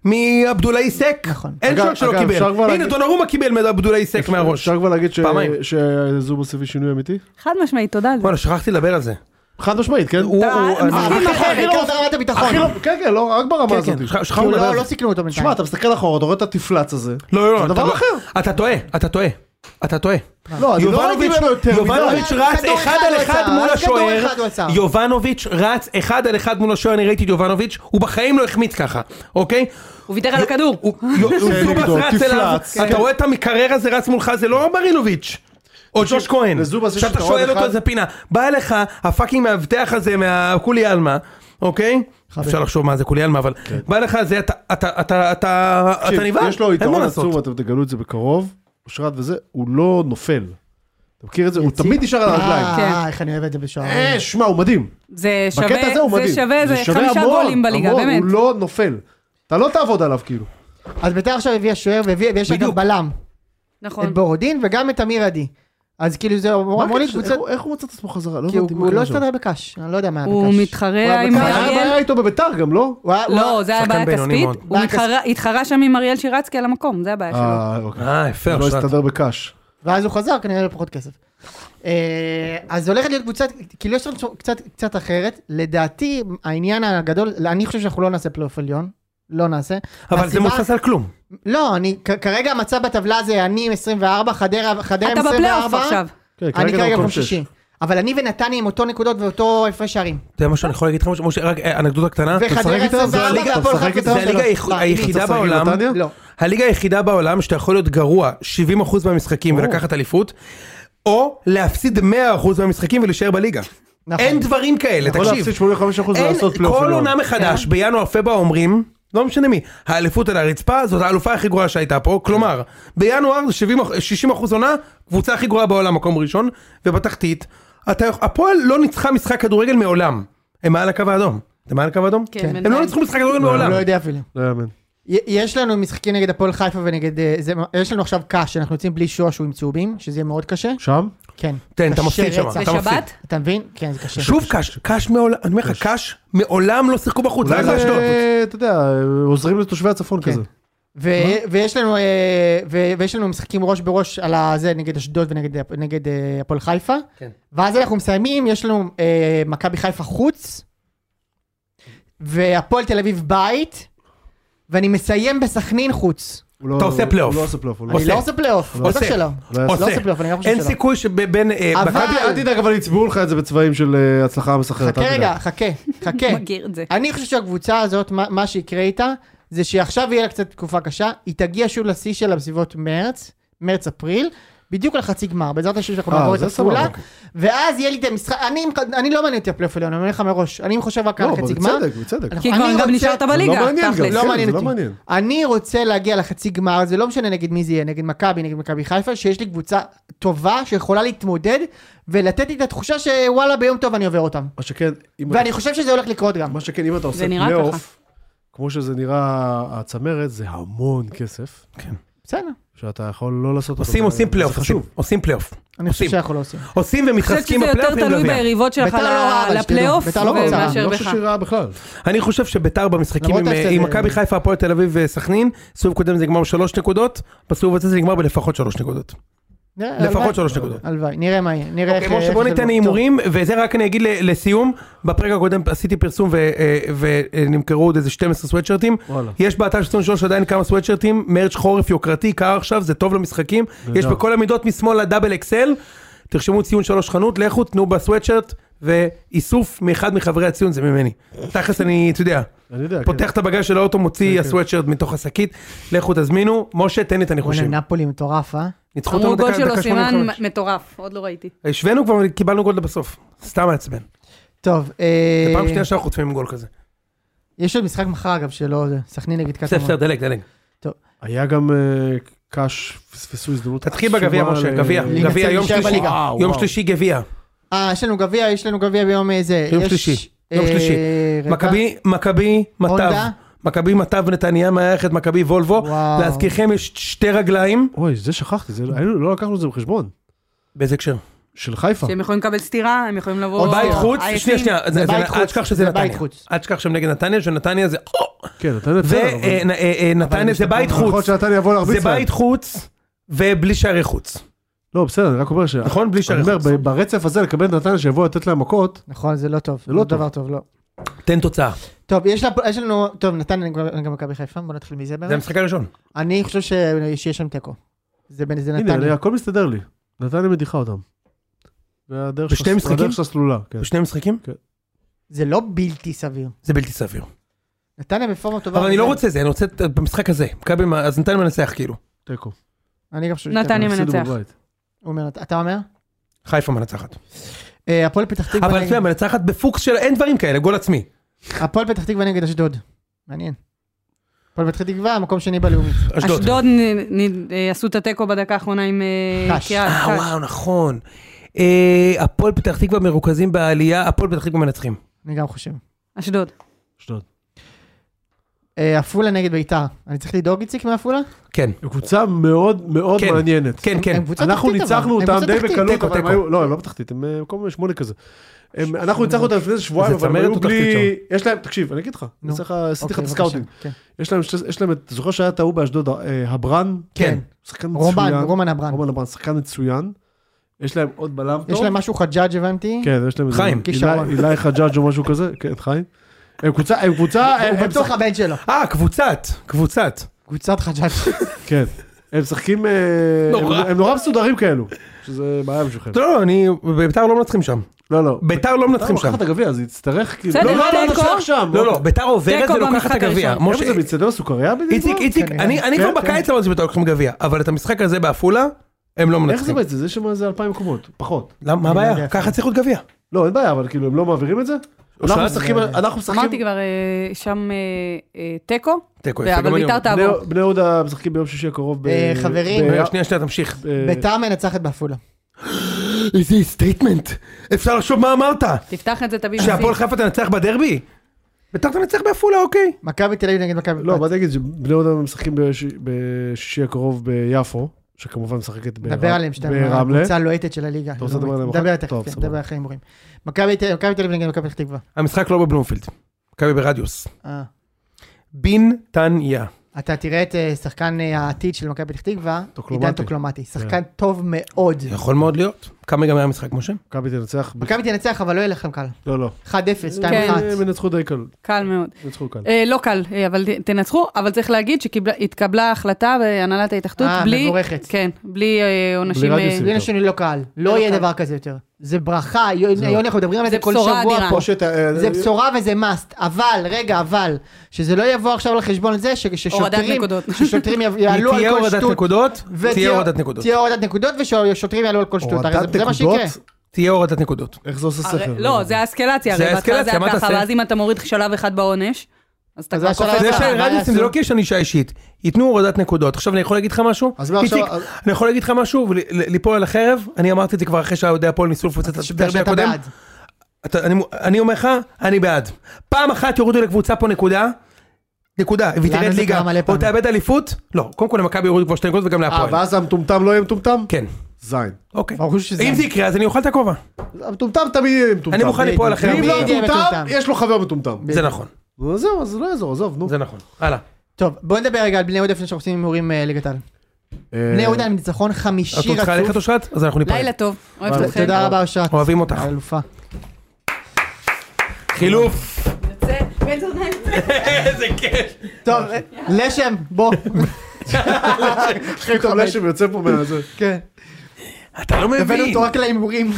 Speaker 1: מעבדולאי סק.
Speaker 2: נכון.
Speaker 1: אין
Speaker 3: אגב-
Speaker 1: שוער שלא
Speaker 3: אגב,
Speaker 1: קיבל.
Speaker 3: אפשר כבר
Speaker 1: הנה,
Speaker 3: להגיד-
Speaker 1: דונרומה קיבל מעבדולאי סק מהראש.
Speaker 3: אפשר כבר להגיד ש-
Speaker 1: פעמיים.
Speaker 3: שזום עושה לי שינוי אמיתי?
Speaker 4: חד משמעית, תודה על זה.
Speaker 1: וואלה, שכחתי לדבר על זה.
Speaker 3: חד משמעית, כן?
Speaker 1: הוא-
Speaker 4: אתה-
Speaker 1: הוא-
Speaker 4: מסכים
Speaker 1: אני-
Speaker 4: עם
Speaker 2: ביטחון,
Speaker 4: אחרת.
Speaker 2: בעיקר ברמת הביטחון.
Speaker 3: הכי לא- כן, כן, לא, רק ברמה
Speaker 1: כן, כן,
Speaker 3: הזאת.
Speaker 1: שכח- שכחנו
Speaker 2: כי הוא
Speaker 1: לדבר
Speaker 2: לא-
Speaker 1: על
Speaker 2: לא
Speaker 1: זה.
Speaker 2: סיכנו אותו בינתיים.
Speaker 3: תשמע, אתה מסתכל אחורה, אתה רואה את התפלץ הזה.
Speaker 1: לא, לא,
Speaker 3: זה
Speaker 1: לא,
Speaker 3: דבר
Speaker 1: אתה-
Speaker 3: אחר.
Speaker 1: אתה טועה, אתה טועה. אתה טועה.
Speaker 3: לא, אני לא ראיתי
Speaker 1: יובנוביץ'
Speaker 3: ממנו יותר מדי.
Speaker 1: יובנוביץ'
Speaker 2: מדי.
Speaker 1: רץ
Speaker 2: כדור
Speaker 1: אחד
Speaker 2: אחד
Speaker 1: על
Speaker 2: הוא
Speaker 1: אחד
Speaker 2: עצר,
Speaker 1: מול
Speaker 2: רק כדור
Speaker 1: השוער,
Speaker 2: אחד הוא עצר.
Speaker 1: יובנוביץ' רץ אחד על אחד מול השוער, אני ראיתי את יובנוביץ', הוא בחיים לא החמיץ ככה, אוקיי?
Speaker 4: הוא ויתר על הכדור.
Speaker 1: הוא- הוא- הוא-
Speaker 3: כן,
Speaker 1: זובס
Speaker 3: נגדו,
Speaker 1: רץ אליו,
Speaker 3: תפלץ.
Speaker 2: כן.
Speaker 1: אתה רואה את המקרר הזה רץ מולך, זה לא מרינוביץ'. או ג'וש כהן,
Speaker 3: לזובס יש
Speaker 1: עכשיו אתה
Speaker 3: יתרון
Speaker 1: שואל אותו
Speaker 3: אחד.
Speaker 1: איזה פינה, בא אליך הפאקינג מאבטח הזה מהקולי עלמה, אוקיי? אפשר לחשוב מה זה קולי עלמה, אבל בא אליך זה, אתה- אתה אתה- אתה אתה
Speaker 3: כן. תקשיב,
Speaker 1: נבהל,
Speaker 3: יש לו
Speaker 1: אין מה
Speaker 3: יתרון
Speaker 1: לעשות.
Speaker 3: עצום, אתם תגלו את זה בקרוב, אושרת וזה, הוא לא נופל. אתה מכיר את זה? הוא
Speaker 2: יציב.
Speaker 3: תמיד נשאר על הרגליים.
Speaker 4: כן.
Speaker 2: אה, איך אני אוהב את זה בשוער.
Speaker 3: אה, שמע, הוא מדהים.
Speaker 4: זה שווה,
Speaker 3: בקטע הזה הוא מדהים.
Speaker 4: זה שווה איזה חמישה
Speaker 3: המון,
Speaker 4: גולים בליגה,
Speaker 3: המון,
Speaker 4: באמת.
Speaker 3: הוא לא נופל. אתה לא תעבוד עליו כאילו.
Speaker 2: אז ביתר עכשיו הביאה שוער, והביאה- ויש לה
Speaker 1: בדיוק.
Speaker 2: גם בלם.
Speaker 4: נכון.
Speaker 2: את בורודין וגם את אמיר עדי. אז כאילו זה אמור
Speaker 3: מה
Speaker 2: להיות
Speaker 3: הקטע
Speaker 2: קבוצה...
Speaker 3: ש- איך הוא מצא את עצמו חזרה? לא
Speaker 2: כי הוא
Speaker 3: הבנתי מה
Speaker 2: הוא לא
Speaker 3: קרה שם.
Speaker 2: הסתדר בקאש, אני לא יודע מה היה בקאש.
Speaker 4: הוא מתחרה עם
Speaker 2: הוא היה
Speaker 3: היה
Speaker 2: בקאש.
Speaker 4: אריאל.
Speaker 3: בעיה איתו בביתר גם, לא?
Speaker 2: הוא היה- הוא
Speaker 4: לא,
Speaker 2: היה-
Speaker 4: זה היה
Speaker 1: שחקן
Speaker 4: בעיה
Speaker 1: בינוני
Speaker 4: כספית.
Speaker 1: מאוד.
Speaker 4: הוא
Speaker 2: בעיה
Speaker 4: מתחרה- התחרה שם עם אריאל שירצקי על המקום, זה הבעיה שלו.
Speaker 3: אה, אוקיי.
Speaker 1: אה, יפה,
Speaker 3: הוא לא
Speaker 1: אושרת.
Speaker 3: הסתדר בקאש.
Speaker 2: ואז הוא חזר כנראה לפחות כסף. אה, אז הולכת להיות קבוצה, כאילו יש לנו קצת, קצת אחרת, לדעתי העניין הגדול, אני חושב שאנחנו לא נעשה פלייאוף עליון, לא נעשה.
Speaker 1: אבל זה
Speaker 2: הסיבה-
Speaker 1: מבוסס על כלום.
Speaker 2: לא, אני, כ- כרגע המצב בטבלה זה אני עם 24, חדרה, חדרה עם
Speaker 4: אתה
Speaker 2: 24.
Speaker 4: בפלייאוף עכשיו.
Speaker 3: כן,
Speaker 2: אני
Speaker 3: אנחנו
Speaker 2: כרגע
Speaker 3: מקום
Speaker 2: במקום
Speaker 3: שש.
Speaker 2: שישי. אבל אני ונתניה עם אותו נקודות ואותו הפרש שערים.
Speaker 1: אתה יודע מה שאני יכול להגיד לך, משה? משה, רק אה, אנקדוטה קטנה.
Speaker 2: וחדרה
Speaker 1: אתה משחק איתה?
Speaker 2: 24,
Speaker 1: זה הליגה-
Speaker 2: והפועל
Speaker 1: אתה משחק
Speaker 2: חיפה
Speaker 1: איתה? זה הליגה
Speaker 2: שלוש.
Speaker 1: היח- היחידה
Speaker 3: אתה משחק עם
Speaker 1: בעולם,
Speaker 3: נתניה?
Speaker 2: לא.
Speaker 1: הליגה היחידה בעולם שאתה יכול להיות גרוע 70% מהמשחקים ולקחת אליפות, או להפסיד 100% מהמשחקים ולהישאר בליגה.
Speaker 2: נכון.
Speaker 1: אין דברים כאלה,
Speaker 3: יכול
Speaker 1: תקשיב.
Speaker 3: להפסיד 85%
Speaker 1: אין,
Speaker 3: ולעשות פלייאוף
Speaker 1: כל
Speaker 3: עליון.
Speaker 1: עונה
Speaker 4: כן.
Speaker 1: מחדש, בינואר-פברואר אומרים, לא משנה מי, האליפות על הרצפה זאת האלופה הכי גרועה שהייתה פה, כלומר, בינואר 70 60% עונה, קבוצה הכי גרועה בעולם, מקום ראשון, ובתחתית, אתה, הפועל לא ניצחה משחק כדורגל מעולם, הם מעל הקו האדום. אתם מעל הקו האדום?
Speaker 4: כן,
Speaker 1: הם לא
Speaker 4: בינתיים.
Speaker 1: ניצחו משחק כדורגל מעולם.
Speaker 2: לא יודע אפילו.
Speaker 3: לא יאמן.
Speaker 2: י- יש לנו משחקים נגד הפועל חיפה ונגד... אה, זה- יש לנו עכשיו קאש, שאנחנו יוצאים בלי שושו עם צהובים, שזה יהיה מאוד קשה.
Speaker 3: שם?
Speaker 2: כן.
Speaker 1: כן, אתה
Speaker 2: קשה
Speaker 1: מפסיד שם.
Speaker 2: רצח.
Speaker 1: אתה מפסיד.
Speaker 4: בשבת?
Speaker 2: אתה מבין? כן, זה קשה.
Speaker 1: שוב קאש, קאש מעולם, אני אומר לך, קאש מעולם לא שיחקו בחוץ,
Speaker 3: אולי
Speaker 1: רק
Speaker 3: זה, אה,
Speaker 1: באשדוד.
Speaker 3: אתה יודע, אה, עוזרים לתושבי הצפון
Speaker 2: כן.
Speaker 3: כזה.
Speaker 2: ו- ויש לנו אה, ו- ויש לנו משחקים ראש בראש על הזה נגד אשדוד ונגד נגד, אה, הפועל חיפה.
Speaker 1: כן.
Speaker 2: ואז אנחנו מסיימים, יש לנו אה, מכבי חיפה חוץ, והפועל תל אביב בית, ואני מסיים בסכנין חוץ.
Speaker 3: הוא לא-
Speaker 1: אתה עושה
Speaker 3: הוא
Speaker 1: פלייאוף.
Speaker 3: לא עושה פלייאוף. הוא לא-
Speaker 1: עושה.
Speaker 2: אני לא עושה פלייאוף, בטח שלא.
Speaker 3: לא
Speaker 1: עושה,
Speaker 2: עושה פלייאוף, אני גם חושב
Speaker 1: אין
Speaker 2: שלא.
Speaker 1: סיכוי שבין, אה,
Speaker 2: אבל-
Speaker 1: מכבי-
Speaker 3: אל תדאג, אבל יצבעו לך את זה בצבעים של אה, הצלחה מסחררת.
Speaker 2: חכה
Speaker 3: אל תדאג.
Speaker 2: רגע, חכה, חכה.
Speaker 4: מכיר את זה.
Speaker 2: אני חושב שהקבוצה הזאת, מה, מה שיקרה איתה, זה שעכשיו יהיה לה קצת תקופה קשה, היא תגיע שוב לשיא שלה בסביבות מרץ, מרץ-אפריל, בדיוק לחצי גמר, בעזרת השם שאנחנו
Speaker 3: אה,
Speaker 2: נעבור את
Speaker 3: זה סבבה,
Speaker 2: עפולה,
Speaker 3: אוקיי.
Speaker 2: ואז יהיה לי את המשחק, אני, אני לא מעניין אותי הפלייאוף עליון, אני אומר לך מראש, אני חושב רק על
Speaker 3: לא, אבל
Speaker 2: חצי גמר.
Speaker 3: בצדק, בצדק.
Speaker 2: אנחנו-
Speaker 4: כי
Speaker 2: אני
Speaker 4: כבר גם
Speaker 2: רוצה-
Speaker 4: נשארת
Speaker 2: זה לא
Speaker 4: בליגה,
Speaker 3: מעניין גם.
Speaker 4: תכלס.
Speaker 2: לא
Speaker 3: כן,
Speaker 2: מעניין
Speaker 3: זה לא
Speaker 2: אותי.
Speaker 3: מעניין.
Speaker 2: אני רוצה להגיע לחצי גמר, זה לא משנה נגד מי זה יהיה, נגד מכבי, נגד מכבי חיפה, שיש לי קבוצה טובה שיכולה להתמודד, ולתת לי את התחושה שוואלה ביום טוב אני עובר אותם.
Speaker 3: מה שכן, אם
Speaker 2: ואני חושב שזה הולך לקרות גם.
Speaker 3: מה שכן, אם אתה עושה
Speaker 4: נראה
Speaker 3: פלייאוף, כמו שזה נראה הצמרת, זה המון כסף,
Speaker 2: בסדר,
Speaker 3: שאתה יכול לא לעשות אותו.
Speaker 1: עושים, עושים
Speaker 3: זה
Speaker 1: פלייאוף, עושים,
Speaker 3: חשוב.
Speaker 1: עושים פלייאוף.
Speaker 2: אני חושב
Speaker 1: עושים.
Speaker 2: שאנחנו לא עושים.
Speaker 1: עושים
Speaker 4: אני חושבת
Speaker 1: ומתחזקים
Speaker 4: שזה יותר
Speaker 1: בפלייאוף עם
Speaker 4: תלוי
Speaker 1: גביע.
Speaker 4: ביריבות שלך
Speaker 2: ביתר לא רעה, אבל
Speaker 4: לפלייאוף,
Speaker 2: שתדעו, ביתר לא רעה.
Speaker 3: אני
Speaker 4: ומאשר
Speaker 3: לא
Speaker 4: בך.
Speaker 3: חושב שהיא רעה בכלל.
Speaker 1: אני חושב שביתר במשחקים
Speaker 2: למרות
Speaker 1: עם,
Speaker 2: ההפסד
Speaker 1: עם
Speaker 2: זה-
Speaker 1: מכבי חיפה, הפועל תל אביב וסכנין, סיבוב קודם זה נגמר בשלוש נקודות, בסיבוב הזה זה נגמר בלפחות שלוש נקודות.
Speaker 2: נראה, אה, הלוואי.
Speaker 1: לפחות שלוש נקודות.
Speaker 2: הלוואי, נראה מה יהיה, נראה
Speaker 1: אוקיי, משה, בוא
Speaker 2: אה, זה לא
Speaker 1: ניתן
Speaker 2: יעבור.
Speaker 1: הימורים, וזה רק אני אגיד ל- לסיום, בפרק הקודם עשיתי פרסום ו- אה, ונמכרו עוד איזה 12 סוואטשרטים.
Speaker 3: וואלה.
Speaker 1: יש באתר של סטון שלוש עדיין כמה סוואטשרטים, מרץ' חורף יוקרתי, קר עכשיו, זה טוב למשחקים.
Speaker 3: נהדר.
Speaker 1: יש בכל המידות משמאל לדאבל אקסל, תרשמו ציון שלוש חנות, לכו תנו בסוואטשרט, ואיסוף מאחד מחברי הציון זה ממני. תכלס אני, אתה יודע,
Speaker 3: אני יודע, כן.
Speaker 1: פותח את הבגז של האוטו, מוציא
Speaker 3: כן.
Speaker 1: הסוואטשרט מתוך השקית, לכו תזמינו, משה תן לי את
Speaker 2: וואלה,
Speaker 1: הניחושים.
Speaker 2: נפולי מטורף, אה?
Speaker 1: ניצחו אותנו
Speaker 4: אמרו גול
Speaker 1: דקה
Speaker 4: שלו
Speaker 1: דקה
Speaker 4: סימן
Speaker 1: 85.
Speaker 4: מטורף, עוד לא ראיתי.
Speaker 1: השווינו כבר וקיבלנו גול בסוף, סתם מעצבן.
Speaker 2: טוב,
Speaker 1: זה
Speaker 2: אה,
Speaker 1: פעם שנייה שאנחנו חוטפים גול כזה.
Speaker 2: יש עוד משחק מחר אגב שלא, זה, סכנין נגד
Speaker 1: בסדר,
Speaker 2: קטמון.
Speaker 1: בסדר, דלג, דלג.
Speaker 3: היה גם אה, קאש, פספסו הזדמנות.
Speaker 1: תתחיל
Speaker 3: עצומה
Speaker 1: בגביע, משה,
Speaker 3: ל-
Speaker 1: גביע.
Speaker 3: ל-
Speaker 1: גביע, יום
Speaker 2: להישאר
Speaker 1: שלישי.
Speaker 2: בליגה.
Speaker 3: וואו,
Speaker 1: יום
Speaker 3: וואו.
Speaker 1: שלישי גביע.
Speaker 2: אה, יש לנו גביע, יש לנו גביע ביום אה, זה.
Speaker 1: יום
Speaker 2: יש,
Speaker 1: שלישי, יום
Speaker 2: אה,
Speaker 1: שלישי.
Speaker 2: רגע.
Speaker 1: מכבי, מכבי, מטב.
Speaker 2: הונדה?
Speaker 1: מכבי מטב נתניה מארחת מכבי וולבו.
Speaker 2: וואו.
Speaker 1: להזכירכם יש שתי רגליים.
Speaker 3: אוי, זה שכחתי, זה- היינו- לא לקחנו את זה בחשבון.
Speaker 1: באיזה הקשר?
Speaker 3: של חיפה.
Speaker 4: שהם יכולים לקבל סטירה, הם יכולים לבוא... אה,
Speaker 1: עוד בית חוץ,
Speaker 4: עייפים.
Speaker 1: שנייה, שנייה, זה- זה- אל
Speaker 2: בית חוץ,
Speaker 1: תשכח שזה
Speaker 2: זה בית
Speaker 1: נתניה.
Speaker 2: חוץ.
Speaker 1: אל תשכח שהם נגד נתניה, שנתניה זה... אה,
Speaker 3: כן, נתניה בסדר, אבל-
Speaker 1: ונתניה זה בית
Speaker 3: יכול להיות
Speaker 1: אה, חוץ.
Speaker 3: שנתניה יבוא להרביץ
Speaker 1: זה
Speaker 3: להם.
Speaker 1: בית חוץ ובלי שערי חוץ.
Speaker 3: לא, בסדר, אני רק אומר ש...
Speaker 1: נכון? בלי
Speaker 3: אני
Speaker 1: שערי
Speaker 3: אומר,
Speaker 1: חוץ.
Speaker 3: ב- ברצף הזה לקבל את נתניה שיבוא לתת להם מכות,
Speaker 2: נכון, זה לא טוב.
Speaker 3: זה לא טוב.
Speaker 2: דבר טוב, לא.
Speaker 1: תן תוצאה.
Speaker 2: טוב, יש לה- יש לנו... טוב, נתניה אני גם מכבי חיפה, בוא נתחיל מזה
Speaker 1: זה
Speaker 2: באמת.
Speaker 1: המשחק הראשון.
Speaker 2: אני חושב ש- שיש שם תיקו. זה בין- זה
Speaker 3: הנה, לא- אני-
Speaker 2: נתניה.
Speaker 3: הכל מסתדר לי. נתניה מדיחה אותם. והדרך
Speaker 1: בשני
Speaker 3: שלה-
Speaker 1: משחקים?
Speaker 3: הדרך שלה סלולה, כן.
Speaker 1: בשני משחקים?
Speaker 2: זה לא בלתי סביר.
Speaker 1: זה בלתי סביר.
Speaker 2: נתניה בפורמה טובה.
Speaker 1: אבל אני לא
Speaker 2: וזה-
Speaker 1: רוצה זה, אני רוצה את- במשחק הזה. מכבי, מה- אז נתניה מנצח כאילו.
Speaker 3: תיקו.
Speaker 2: אני גם חושב
Speaker 4: נתניה.
Speaker 2: שתיקו.
Speaker 4: אני
Speaker 3: הפסידו
Speaker 4: מנצח.
Speaker 3: בבית.
Speaker 2: הוא אומר, אתה אומר?
Speaker 1: חיפה מנצחת.
Speaker 2: אה, הפועל פתח תקווה
Speaker 1: אבל
Speaker 2: נגד-
Speaker 1: אתה יודע, מנצחת בפוקס של אין דברים כאלה, גול עצמי.
Speaker 2: הפועל פתח תקווה נגד אשדוד. מעניין. הפועל פתח תקווה, מקום שני בלאומית.
Speaker 1: אשדוד.
Speaker 4: אשדוד נ- נ- אה, עשו את התיקו בדקה האחרונה עם אה,
Speaker 2: קאש.
Speaker 4: קריית
Speaker 1: אה,
Speaker 4: קאש.
Speaker 1: וואו, נכון. אה, הפועל פתח תקווה מרוכזים בעלייה, הפועל פתח תקווה מנצחים.
Speaker 2: אני גם חושב.
Speaker 4: אשדוד.
Speaker 3: אשדוד.
Speaker 2: אה, עפולה נגד ביתר. אני צריך לדאוג איציק מעפולה?
Speaker 1: כן,
Speaker 3: היא קבוצה מאוד מאוד
Speaker 1: כן.
Speaker 3: מעניינת.
Speaker 1: כן, כן.
Speaker 2: הם קבוצה
Speaker 3: אנחנו
Speaker 2: תחתית, אבל.
Speaker 3: ניצחנו
Speaker 2: הם
Speaker 3: אותם
Speaker 2: קבוצה
Speaker 3: די
Speaker 2: תחתית.
Speaker 3: בקלות,
Speaker 1: תיקו,
Speaker 3: אבל הם
Speaker 1: תיקו.
Speaker 3: היו, לא, הם לא בתחתית, הם אה, מקום שמונה כזה. הם- אנחנו ניצחנו אותם לפני איזה שבועיים,
Speaker 1: זה
Speaker 3: אבל הם היו
Speaker 1: צמרת או תחתית
Speaker 3: בלי... יש להם, תקשיב, אני אגיד לך, אני
Speaker 2: נו.
Speaker 3: צריך, עשיתי לך
Speaker 2: אוקיי,
Speaker 3: את
Speaker 2: בבקשה.
Speaker 3: הסקאוטינג.
Speaker 2: כן.
Speaker 3: יש להם, יש להם, את- זוכר שהיה את ההוא באשדוד, אה, הברן?
Speaker 1: כן.
Speaker 3: שחקן
Speaker 2: רומן,
Speaker 3: מצוין.
Speaker 2: רומן אברהם.
Speaker 3: רומן הברן, שחקן מצוין. יש להם עוד בלם טוב.
Speaker 2: יש להם משהו חג'אג' הבנתי?
Speaker 3: כן, יש להם איזה...
Speaker 1: חיים.
Speaker 2: כישרון.
Speaker 3: אילי- אילי חג'אג' או משהו כזה, כן, חיים. הם קבוצה, הם קבוצה, כן, הם-
Speaker 2: הוא
Speaker 3: הם
Speaker 2: בטוח הבן שלו.
Speaker 1: אה, קבוצת, קבוצת.
Speaker 2: קבוצת חג'אג'.
Speaker 3: משחק- כן. הם משחקים, אה,
Speaker 1: נורא.
Speaker 3: הם- הם נורא מסודרים כאלו, שזה בעיה בשבילכם.
Speaker 1: לא, לא, אני, ביתר לא מנצחים שם.
Speaker 3: לא, לא.
Speaker 1: ביתר לא
Speaker 3: בית"ר
Speaker 1: מנצחים שם.
Speaker 3: לוקחת את הגביע, אז יצטרך כאילו...
Speaker 4: בסדר,
Speaker 3: לא, לא, לא,
Speaker 4: תיקו.
Speaker 3: נפתח שם.
Speaker 1: לא, לא, ביתר עוברת
Speaker 4: תיקו
Speaker 1: ולוקחת את
Speaker 4: במשחק
Speaker 1: הגביע.
Speaker 4: הראשון.
Speaker 3: משה...
Speaker 1: משה,
Speaker 3: זה מצדנו סוכריה בדיוק?
Speaker 1: איציק, איציק,
Speaker 2: כנראה.
Speaker 1: אני אני
Speaker 3: כן,
Speaker 1: כבר
Speaker 3: כן.
Speaker 1: בקיץ אמרתי שביתר לוקחים גביע, אבל את המשחק הזה בעפולה, הם לא
Speaker 3: איך זה
Speaker 1: מנצחים.
Speaker 3: בעצם? זה שם איזה אלפיים קומות, פחות.
Speaker 1: למה, מה
Speaker 2: אני לא
Speaker 1: הבעיה?
Speaker 2: יודע.
Speaker 1: ככה צריך להיות גביע.
Speaker 3: לא, אין בעיה, אבל כאילו הם לא מעבירים את זה? אנחנו
Speaker 1: שאל-
Speaker 3: משחקים, אנחנו
Speaker 4: אמרתי
Speaker 3: משחקים,
Speaker 4: כבר, אה, שם אה, אה, תיקו,
Speaker 1: תיקו, יפה,
Speaker 4: אבל
Speaker 1: גם אני אומר.
Speaker 4: ביתר
Speaker 1: לא.
Speaker 4: תעבור.
Speaker 3: בני- בני יהודה משחקים ביום שישי הקרוב ב...
Speaker 2: אה, חברים.
Speaker 3: ב-
Speaker 1: רגע, לא, שנייה, שנייה, תמשיך.
Speaker 3: אה,
Speaker 2: ביתר מנצחת בעפולה.
Speaker 1: איזה סטייטמנט. אפשר לחשוב מה אמרת.
Speaker 4: תפתח את זה תביא
Speaker 1: שהפועל חיפה תנצח בדרבי? ביתר תנצח בעפולה, אוקיי.
Speaker 2: מכבי תל אביב נגד מכבי
Speaker 3: לא,
Speaker 2: פת.
Speaker 3: באתי להגיד שבני יהודה משחקים בש- בשישי הקרוב ביפו, שכמובן משחקת בר-
Speaker 2: נדבר עליהם שאתה
Speaker 3: ברמלה.
Speaker 2: הקבוצה הלוהטת של הליגה.
Speaker 3: אתה רוצה לדבר עליהם אחר כך?
Speaker 2: נדבר תכף,
Speaker 3: טוב,
Speaker 2: כן,
Speaker 3: סבבה.
Speaker 2: נדבר אחרי הימורים. מכבי תל מכבי תל אביב נגד מכבי פתח תקווה.
Speaker 1: המשחק לא בבלומפילד. מכבי ברדיוס.
Speaker 2: אה.
Speaker 1: בינתניה.
Speaker 2: אתה תראה את אה, שחקן אה, העתיד של מכבי פתח תקווה,
Speaker 3: טוקלומטי. כן.
Speaker 2: עידן טוקלומטי. שחקן טוב מאוד.
Speaker 1: יכול מאוד להיות. כמה גם היה המשחק, משה?
Speaker 3: מכבי תנצח, ב-
Speaker 2: מכבי תנצח, אבל לא יהיה לכם קל.
Speaker 3: לא, לא.
Speaker 2: 1-0, 2-1.
Speaker 4: כן.
Speaker 2: אה,
Speaker 3: הם ינצחו די קל,
Speaker 4: קל מאוד.
Speaker 3: ינצחו קל.
Speaker 4: אה, לא קל, אה, אבל ת- תנצחו, אבל צריך להגיד שהתקבלה החלטה בהנהלת ההתאחדות
Speaker 2: אה,
Speaker 4: בלי...
Speaker 2: מבורכת.
Speaker 4: כן, בלי אה, עונשים...
Speaker 3: בלי
Speaker 4: אה,
Speaker 3: רדיוסים.
Speaker 2: בלי נשון לא קל. לא
Speaker 4: לא
Speaker 2: יהיה
Speaker 4: קל.
Speaker 2: דבר כזה יותר. זה ברכה, יוני,
Speaker 3: זהו.
Speaker 2: יוני, אנחנו מדברים על זה
Speaker 4: זה
Speaker 2: כל
Speaker 4: בשורה
Speaker 2: שבוע
Speaker 4: אדירה.
Speaker 2: פה.
Speaker 3: או שת- אה,
Speaker 2: זה בשורה וזה must, אבל, רגע, אבל, שזה לא יבוא עכשיו על חשבון זה ש-
Speaker 4: הורדת
Speaker 2: ששוטרים,
Speaker 4: נקודות.
Speaker 2: (laughs) ששוטרים יב- יעלו על
Speaker 1: תהיה
Speaker 2: כל
Speaker 1: הורדת
Speaker 2: שטות,
Speaker 1: נקודות,
Speaker 2: ותהיה-
Speaker 1: תהיה הורדת נקודות.
Speaker 2: תהיה הורדת נקודות וששוטרים יעלו על כל שטות, הרי
Speaker 3: הורדת
Speaker 2: זה- זה מה
Speaker 3: נקודות?
Speaker 2: שיקרה.
Speaker 1: תהיה הורדת נקודות.
Speaker 3: איך זה עושה
Speaker 4: הרי-
Speaker 3: שכל?
Speaker 4: לא, זה האסקלציה,
Speaker 1: זה
Speaker 4: הרי בהתחלה זה
Speaker 1: האסקלציה, מה
Speaker 4: היה ככה,
Speaker 1: תעשה?
Speaker 4: ואז אם אתה מוריד שלב אחד בעונש, אז אתה
Speaker 2: אז
Speaker 4: כבר
Speaker 2: השלב
Speaker 4: קופץ
Speaker 1: זה
Speaker 2: מה,
Speaker 1: של
Speaker 2: מה
Speaker 1: רדיוסים זה
Speaker 2: יעשו?
Speaker 1: לא כי יש ענישה אישית, ייתנו הורדת נקודות. עכשיו אני יכול להגיד לך משהו?
Speaker 3: אז מה עכשיו-
Speaker 1: איציק,
Speaker 3: אז-
Speaker 1: אני יכול להגיד לך משהו וליפול על החרב? אני אמרתי את זה כבר אחרי שהאוהדי הפועל ניסו לפוצץ את הדרבי
Speaker 2: שאתה
Speaker 1: הקודם.
Speaker 2: בעד.
Speaker 1: אתה- אני- אני אומר לך, אני בעד. פעם אחת יורידו לקבוצה פה נקודה. נקודה, והיא
Speaker 2: לנו
Speaker 1: תרד
Speaker 2: זה
Speaker 1: ליגה,
Speaker 2: קרה מלא
Speaker 1: או
Speaker 2: פעמים.
Speaker 1: תאבד אליפות, לא, קודם כל למכבי יורידו כבר שתי נקודות וגם
Speaker 3: אה,
Speaker 1: להפועל,
Speaker 3: ואז המטומטם לא יהיה מטומטם?
Speaker 1: כן,
Speaker 3: זין.
Speaker 1: אוקיי,
Speaker 2: ברור שזה...
Speaker 1: אם זה יקרה אז אני אוכל את הכובע,
Speaker 3: המטומטם תמיד יהיה מטומטם.
Speaker 1: אני מוכן ליפול על החרב,
Speaker 3: אם לא
Speaker 2: תמיד יהיה
Speaker 3: מטומטם,
Speaker 2: מטומטם.
Speaker 3: יש לו חבר מטומטם.
Speaker 1: זה נכון,
Speaker 3: נו, זהו, אז לא יעזור, עזוב, נו.
Speaker 1: זה נכון, הלאה,
Speaker 2: טוב, בוא נדבר רגע על בני יהודה לפני שאנחנו עושים הימורים אה, ליגת העל.
Speaker 3: אה,
Speaker 2: בני יהודה עם ניצחון חמישי
Speaker 1: את רוצה ללכת
Speaker 2: רצוף.
Speaker 1: אושרת? אז אנחנו ניפרד,
Speaker 4: לילה טוב, אוהבת
Speaker 3: וואו,
Speaker 4: אתכם.
Speaker 2: תודה רבה אושרת.
Speaker 1: אוהבים אותך,
Speaker 2: אלופה.
Speaker 1: חילוף,
Speaker 4: יוצא, בן זונה יוצא.
Speaker 1: איזה כיף,
Speaker 2: טוב, אה, לשם, בוא. (laughs)
Speaker 3: פתאום לשם יוצא פה מהזה.
Speaker 2: כן.
Speaker 1: אתה לא
Speaker 2: הבאנו
Speaker 1: מבין,
Speaker 2: אותו רק (laughs) להימורים.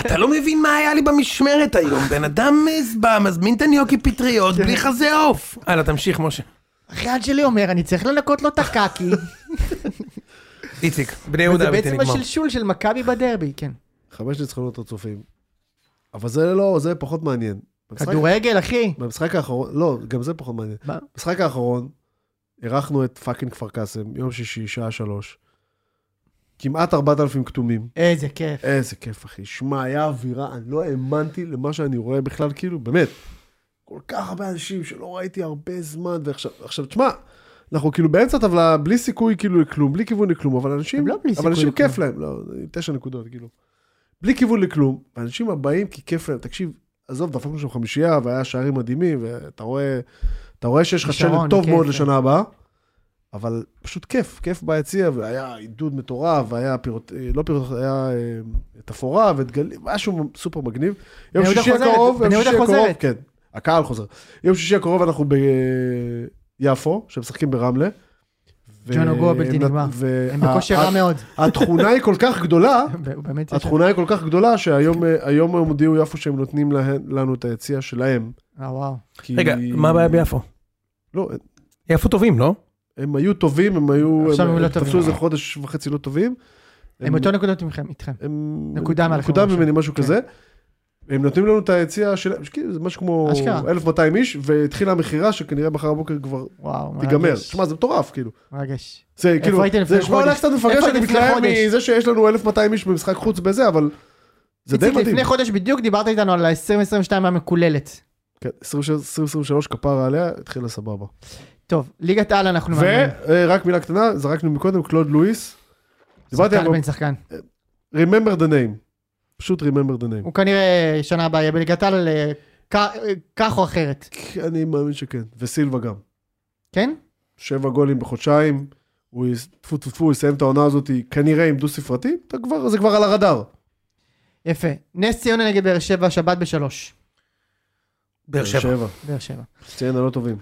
Speaker 1: אתה לא מבין מה היה לי במשמרת היום, בן אדם אה, בא, מזמין את הניוקי פטריות בלי חזה עוף, הלאה תמשיך משה,
Speaker 2: אחיין שלי אומר, אני צריך לנקות לו את הקקי.
Speaker 1: איציק, בני
Speaker 2: זה
Speaker 1: יהודה, ביתי
Speaker 2: בעצם
Speaker 1: נגמר,
Speaker 2: השלשול של מכבי בדרבי, כן.
Speaker 3: חמש ניצחונות רצופים. אבל זה לא, זה פחות מעניין. במשחק-
Speaker 2: כדורגל, אחי.
Speaker 3: במשחק האחרון, לא, גם זה פחות מעניין.
Speaker 2: מה?
Speaker 3: במשחק האחרון, אירחנו את פאקינג כפר קאסם, יום שישי, שעה שלוש. כמעט 4,000 כתומים.
Speaker 2: איזה כיף.
Speaker 3: איזה כיף, אחי. שמע, היה אווירה, אני לא האמנתי למה שאני רואה בכלל, כאילו, באמת. כל כך הרבה אנשים שלא ראיתי הרבה זמן, ועכשיו, עכשיו, תשמע, אנחנו כאילו באמצע הטבלה, בלי סיכוי כאילו לכלום, בלי כיוון לכלום, אבל אנשים,
Speaker 2: הם לא בלי
Speaker 3: אבל
Speaker 2: סיכוי
Speaker 3: אנשים
Speaker 2: לכלום.
Speaker 3: כיף להם, לא, תשע נקודות, כאילו. בלי כיוון לכלום, האנשים הבאים כי כיף להם, תקשיב, עזוב, דפקנו שם חמישייה והיה שערים מדהימים, ואתה רואה, אתה רואה שיש לך
Speaker 2: כישרון,
Speaker 3: שלט טוב
Speaker 2: כיף,
Speaker 3: מאוד
Speaker 2: כן.
Speaker 3: לשנה הבאה, אבל פשוט כיף, כיף ביציע, והיה עידוד מטורף, והיה פירוט, אה, לא פירוט, היה אה, תפאורה ודגלים, משהו סופר מגניב.
Speaker 2: בני
Speaker 3: יום
Speaker 2: יהודה
Speaker 3: שישי
Speaker 2: חוזרת,
Speaker 3: הקרוב,
Speaker 2: בני
Speaker 3: יום
Speaker 2: יהודה
Speaker 3: שישי הקרוב,
Speaker 2: חוזרת.
Speaker 3: כן, הקהל חוזר. יום שישי הקרוב אנחנו ביפו, שמשחקים ברמלה. ו-
Speaker 2: ג'ון אוגו בלתי נגמר.
Speaker 3: וה-
Speaker 2: הם בכושר
Speaker 3: אה,
Speaker 2: רע מאוד.
Speaker 3: התכונה היא כל כך
Speaker 2: (laughs)
Speaker 3: גדולה,
Speaker 2: הוא באמת... צריך-
Speaker 3: התכונה היא כל כך גדולה שהיום אה, היום הם הודיעו יפו שהם נותנים להן- לנו את היציע שלהם.
Speaker 2: אה, וואו.
Speaker 3: כי-
Speaker 1: רגע, מה הבעיה ביפו?
Speaker 3: לא, הם-
Speaker 1: יפו טובים, לא?
Speaker 3: הם היו טובים, הם היו...
Speaker 2: עכשיו הם לא
Speaker 3: תפסו
Speaker 2: טובים.
Speaker 3: איזה חודש וחצי לא טובים.
Speaker 2: הם אותו נקודות מכם, איתכם.
Speaker 3: הם-
Speaker 2: נקודה מעליכם
Speaker 3: נקודה
Speaker 2: משהו.
Speaker 3: ממני, משהו
Speaker 2: כן.
Speaker 3: כזה. הם נותנים לנו את היציע שלהם, שכאילו זה משהו כמו
Speaker 2: אשכרה.
Speaker 3: 1,200 איש, והתחילה המכירה שכנראה מחר בבוקר כבר
Speaker 2: וואו, מרגש.
Speaker 3: תיגמר. שמע, זה מטורף, כאילו.
Speaker 2: מרגש.
Speaker 3: זה כאילו,
Speaker 2: הייתם לפני
Speaker 3: זה נשמע
Speaker 2: חודש?
Speaker 3: עליך קצת מפגש
Speaker 2: איפה
Speaker 3: שאני
Speaker 2: הייתם לפני
Speaker 3: מתלהב
Speaker 2: חודש?
Speaker 3: מזה שיש לנו 1,200 איש במשחק חוץ בזה, אבל זה די
Speaker 2: איציק,
Speaker 3: מדהים.
Speaker 2: לפני חודש בדיוק דיברת איתנו על ה-2022 המקוללת.
Speaker 3: כן, 2023 כפרה עליה, התחילה סבבה.
Speaker 2: טוב, ליגת על אנחנו... מאמינים.
Speaker 3: ורק מילה קטנה, זרקנו מקודם, קלוד לואיס. דיברתי על
Speaker 2: שחקן בן שחקן.
Speaker 3: Remember the name. פשוט Remember the name.
Speaker 2: הוא כנראה שנה הבאה יהיה בליגת על אה, כ- אה, כך או אחרת.
Speaker 3: אני מאמין שכן. וסילבה גם.
Speaker 2: כן?
Speaker 3: שבע גולים בחודשיים. הוא יס- טפו טפו טפו, יסיים את העונה הזאת כנראה עם דו ספרתי, אתה כבר- זה כבר על הרדאר.
Speaker 2: יפה. נס ציונה נגד באר שבע, שבת בשלוש.
Speaker 1: באר שבע.
Speaker 2: באר שבע.
Speaker 3: ציין הלא לא טובים.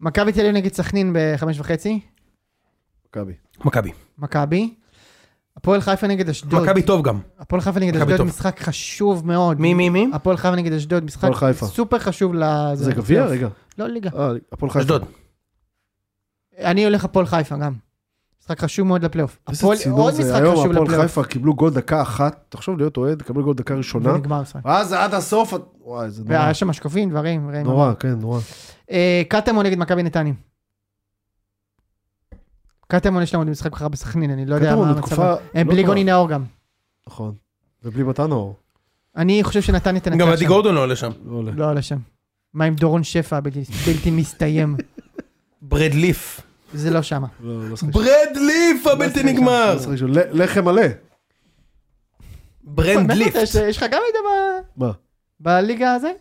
Speaker 2: מכבי תל אביב נגד סכנין בחמש וחצי.
Speaker 3: מכבי.
Speaker 1: מכבי.
Speaker 2: מכבי. הפועל חיפה נגד אשדוד.
Speaker 1: מכבי טוב גם.
Speaker 2: הפועל חיפה נגד
Speaker 1: מכבי
Speaker 2: אשדוד
Speaker 1: טוב.
Speaker 2: משחק חשוב מאוד.
Speaker 1: מי, מי, מי?
Speaker 2: הפועל חיפה נגד אשדוד משחק
Speaker 3: הפועל חיפה.
Speaker 2: סופר חשוב לזה.
Speaker 3: זה גביע? רגע.
Speaker 2: לא ליגה.
Speaker 3: אה, הפועל חיפה.
Speaker 1: אשדוד.
Speaker 2: אני הולך הפועל חיפה גם. משחק חשוב מאוד לפלייאוף.
Speaker 3: איזה
Speaker 2: הפועל,
Speaker 3: צינור
Speaker 2: עוד
Speaker 3: זה.
Speaker 2: משחק
Speaker 3: היום
Speaker 2: חשוב
Speaker 3: הפועל
Speaker 2: לפלייאוף.
Speaker 3: חיפה קיבלו גול דקה אחת, תחשוב להיות אוהד, לקבל גול דקה ראשונה,
Speaker 2: ונגמר המשחק.
Speaker 3: ואז עד הסוף, את- וואי, זה נורא.
Speaker 2: והיה שם משקופים, דברים, ראם.
Speaker 3: נורא, כן, נורא.
Speaker 2: אה, קטמון נגד מכבי נתניה. קטמון יש להם עוד משחק מחר בסכנין, אני לא יודע
Speaker 3: קטמון
Speaker 2: מה המצב.
Speaker 3: בתקופה
Speaker 2: הם
Speaker 3: לא
Speaker 2: בלי
Speaker 3: טובה.
Speaker 2: גוני נאור גם.
Speaker 3: נכון. ובלי מתן אור.
Speaker 2: אני חושב שנתניה תנצח
Speaker 1: גם
Speaker 2: כן, שם.
Speaker 1: עדי גורדון לא עולה שם.
Speaker 3: לא עולה.
Speaker 2: לא, לא שם. מה עם דורון שפע הבלתי- בלתי מסתיים?
Speaker 1: ברד ליף.
Speaker 2: זה לא שמה.
Speaker 3: לא, לא שחק שם.
Speaker 1: ברד ליף הבלתי נגמר.
Speaker 3: לא שחק שם. ל- לחם מלא.
Speaker 1: ברנד
Speaker 2: מה,
Speaker 1: ליפט.
Speaker 2: נכון, יש- יש לך גם מידע ב-
Speaker 3: מה?
Speaker 2: בליגה הזה?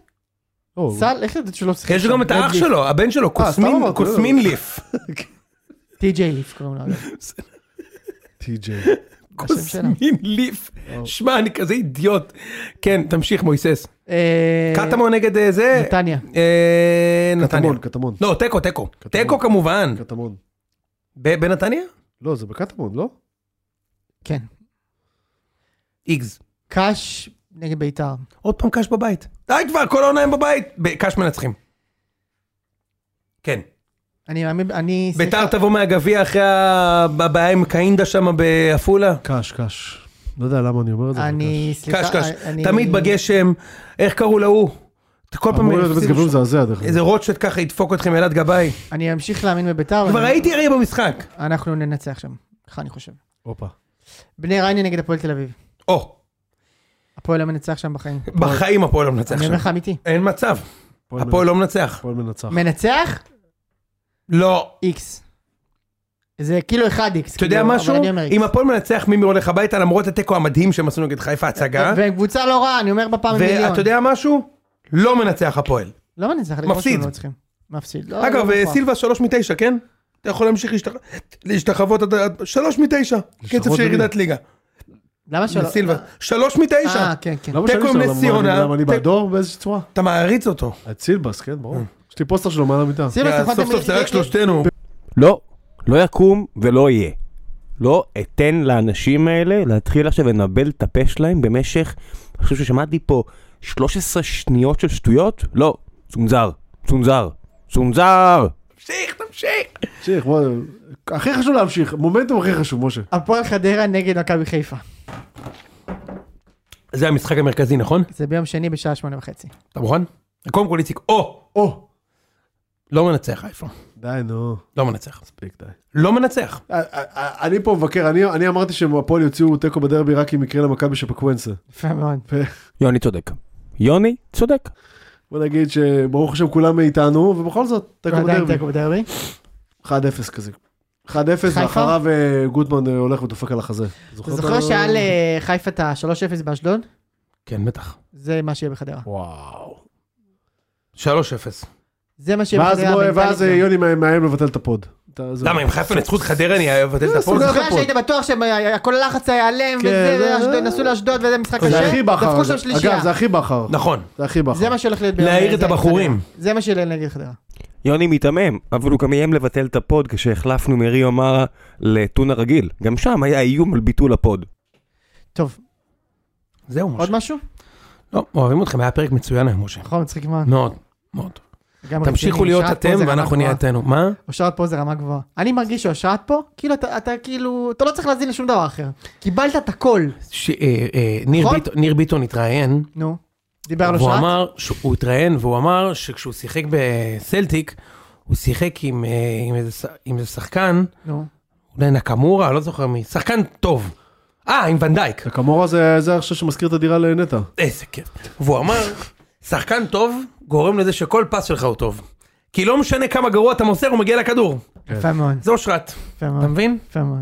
Speaker 3: לא, הוא-
Speaker 2: סל, איך ידעת שהוא לא שיחק?
Speaker 1: יש גם את האח שלו, הבן שלו,
Speaker 3: סתם
Speaker 1: קוסמין-
Speaker 3: אמרתי, לא, לא.
Speaker 1: קוסמין ליף.
Speaker 2: טי.ג'יי ליף
Speaker 1: (laughs)
Speaker 2: קוראים לו. אגב.
Speaker 3: טי.ג'יי.
Speaker 2: השם שלה.
Speaker 1: קוסמין ליף. שמע, אני כזה אידיוט. כן, תמשיך מויסס.
Speaker 2: אה,
Speaker 1: קטמון נגד אה, זה.
Speaker 2: נתניה.
Speaker 1: אה, נתניה.
Speaker 3: קטמון, קטמון.
Speaker 1: לא, תיקו, תיקו.
Speaker 3: קטמון.
Speaker 1: תיקו כמובן.
Speaker 3: קטמון.
Speaker 1: ב- בנתניה?
Speaker 3: לא, זה בקטמון, לא?
Speaker 2: כן.
Speaker 1: איגז.
Speaker 2: קאש נגד ביתר.
Speaker 1: עוד פעם קאש בבית. די כבר, כל העונה הם בבית. ב- קאש מנצחים. כן.
Speaker 2: אני מאמין, אני...
Speaker 1: ביתר תבוא מהגביע אחרי ה- הבעיה עם קאינדה שם בעפולה.
Speaker 3: קש, קש. לא יודע למה אני אומר את זה. אבל
Speaker 2: אני,
Speaker 1: קש,
Speaker 2: סליחה,
Speaker 1: קש.
Speaker 2: אני-
Speaker 1: תמיד בגשם. איך קראו להוא? כל
Speaker 3: קש.
Speaker 1: פעם...
Speaker 3: אמור להיות באמת גבוה מזעזע דרך אגב.
Speaker 1: איזה רוטשט ככה ידפוק אתכם אלעד גבאי.
Speaker 2: אני אמשיך להאמין בביתר.
Speaker 1: כבר
Speaker 2: אני-
Speaker 1: הייתי הרי במשחק.
Speaker 2: אנחנו ננצח שם, ככה אני חושב.
Speaker 3: הופה.
Speaker 2: בני ריינה נגד הפועל תל אביב.
Speaker 1: או,
Speaker 2: הפועל לא מנצח שם בחיים.
Speaker 1: בחיים הפועל לא מנצח
Speaker 2: אני
Speaker 1: שם.
Speaker 2: אומר לך אמיתי.
Speaker 1: אין מצב. הפועל לא מנצח.
Speaker 3: הפועל מנצח.
Speaker 2: מנצח?
Speaker 1: לא.
Speaker 2: איקס. זה כאילו 1x.
Speaker 1: אתה יודע משהו? אם הפועל מנצח מימי הולך הביתה למרות התיקו המדהים שהם עשו נגד חיפה הצגה.
Speaker 2: והם קבוצה לא רעה, אני אומר בפעם המיליון.
Speaker 1: ואתה יודע משהו? לא מנצח הפועל.
Speaker 2: לא מנצח, לגמרי
Speaker 1: מפסיד.
Speaker 2: שהם לא צריכים. מפסיד. לא,
Speaker 1: אגב,
Speaker 2: לא מוכרח.
Speaker 1: סילבה שלוש מתשע, כן? אתה יכול להמשיך להשתח- להשתחוות עד- עד... שלוש מתשע. קצב של
Speaker 3: ליגה.
Speaker 1: ירידת ליגה.
Speaker 2: למה שלא?
Speaker 1: סילבה. שלוש מתשע.
Speaker 2: אה, כן, כן.
Speaker 3: למה
Speaker 1: תיקו
Speaker 3: שאני
Speaker 1: עם נס
Speaker 3: שם
Speaker 1: ציונה,
Speaker 3: למה אני
Speaker 1: תיקו- אה.
Speaker 3: באדום באיזושהי צורה?
Speaker 1: אתה מעריץ אותו.
Speaker 3: את סילבס, כן, ברור. יש לי פוסטר שלו מעל המיטה.
Speaker 2: סילבה,
Speaker 1: יא,
Speaker 2: סליחה,
Speaker 1: סוף
Speaker 2: אתם-
Speaker 1: סוף זה רק שלושתנו.
Speaker 5: לא, לא יקום ולא יהיה. לא אתן לאנשים האלה להתחיל עכשיו לנבל את הפה שלהם במשך, אני חושב ששמעתי פה 13 שניות של שטויות? לא, צונזר, צונזר, צונזר!
Speaker 1: תמשיך, תמשיך.
Speaker 3: תמשיך, בוא. הכי חשוב להמשיך. מומנטום הכי חשוב, משה.
Speaker 2: הפועל חדרה נגד מכבי חיפה.
Speaker 1: זה המשחק המרכזי, נכון?
Speaker 2: זה ביום שני בשעה שמונה וחצי.
Speaker 1: אתה מוכן? קודם כל איציק, או,
Speaker 3: או!
Speaker 1: לא מנצח חיפה.
Speaker 3: די, נו.
Speaker 1: לא מנצח.
Speaker 3: מספיק, די.
Speaker 1: לא מנצח.
Speaker 3: אה, אני פה מבקר, אני- אני אמרתי שהפועל יוציאו תיקו בדרבי רק אם יקרה למכבי שפקוונסה.
Speaker 2: יפה מאוד.
Speaker 5: יוני צודק. יוני צודק.
Speaker 3: בוא נגיד שברוך השם כולם מאיתנו, ובכל זאת, תיקו
Speaker 2: ועדיין
Speaker 3: בדרבי.
Speaker 2: תיקו בדרבי.
Speaker 3: 1-0 כזה. 1-0,
Speaker 2: חיפה?
Speaker 3: ואחריו אה, גוטמן אה, הולך ודופק על החזה.
Speaker 2: אתה אה,
Speaker 3: את ה-
Speaker 2: זוכר שהיה לחיפה את ה-3-0 באשדוד?
Speaker 1: כן, בטח.
Speaker 2: זה מה שיהיה בחדרה.
Speaker 3: וואו.
Speaker 1: 3-0.
Speaker 2: זה מה שיהיה
Speaker 3: ואז
Speaker 2: בחדרה.
Speaker 3: בוא-
Speaker 2: המנטלית
Speaker 3: ואז אה,
Speaker 2: גם.
Speaker 3: יוני מה- מאיים לבטל את הפוד. אתה- זה-
Speaker 1: למה, אם חיפה ניצחו את חדרה אני אבטל את הפועל?
Speaker 2: אתה זוכר
Speaker 3: הפועל.
Speaker 2: שהיית בטוח שכל הלחץ היה עליהם,
Speaker 3: כן,
Speaker 2: וזה,
Speaker 3: זה-
Speaker 2: ואשדוד- נסעו לאשדוד וזה משחק
Speaker 3: זה
Speaker 2: קשה,
Speaker 3: הכי בכר.
Speaker 2: דפקו שם שלישייה.
Speaker 3: אגב, זה הכי בכר.
Speaker 1: נכון.
Speaker 3: זה הכי בכר.
Speaker 2: זה מה שהולך להיות
Speaker 1: להעיר
Speaker 2: ביום-
Speaker 1: את
Speaker 2: זה-
Speaker 1: הבחורים.
Speaker 2: זה מה שיהיה נגד חדרה.
Speaker 5: יוני מתעמם, אבל הוא גם איים לבטל את הפוד כשהחלפנו מריו מרה לטונה רגיל. גם שם היה איום על ביטול הפוד.
Speaker 2: טוב,
Speaker 1: זהו,
Speaker 2: עוד
Speaker 1: משה.
Speaker 2: משהו?
Speaker 1: לא, אוהבים אתכם, היה פרק מצוין היום, משה.
Speaker 2: נכון, מצחיק מאוד.
Speaker 1: מאוד, מאוד.
Speaker 2: גם
Speaker 1: תמשיכו
Speaker 2: רציני,
Speaker 1: להיות
Speaker 2: אושרת פה
Speaker 1: אתם
Speaker 2: זה רמה
Speaker 1: ואנחנו נהיה
Speaker 2: גבוהה.
Speaker 1: אתנו. מה?
Speaker 2: אושרת פה זה רמה גבוהה. אני מרגיש שאושרת פה, כאילו אתה אתה כאילו, אתה לא צריך להזין לשום דבר אחר. קיבלת את הכל.
Speaker 1: ש- אה, אה, ניר
Speaker 2: נכון? לא
Speaker 1: ביטון- ניר ביטון התראיין,
Speaker 2: נו, דיבר על
Speaker 1: והוא
Speaker 2: אושרת?
Speaker 1: אמר, ש- הוא התראיין והוא אמר שכשהוא שיחק בסלטיק, הוא שיחק עם, אה, עם איזה ש- עם איזה שחקן,
Speaker 2: נו.
Speaker 1: אולי נקמורה, לא זוכר מי, שחקן טוב. אה, עם ונדייק.
Speaker 3: הקמורה זה זה עכשיו שמזכיר את הדירה לנטע.
Speaker 1: איזה כיף. והוא אמר, שחקן טוב גורם לזה שכל פס שלך הוא טוב. כי לא משנה כמה גרוע אתה מוסר, הוא מגיע לכדור.
Speaker 2: יפה מאוד,
Speaker 1: זה אושרת,
Speaker 2: יפה
Speaker 1: אתה
Speaker 2: מאוד,
Speaker 1: מבין?
Speaker 2: יפה מאוד.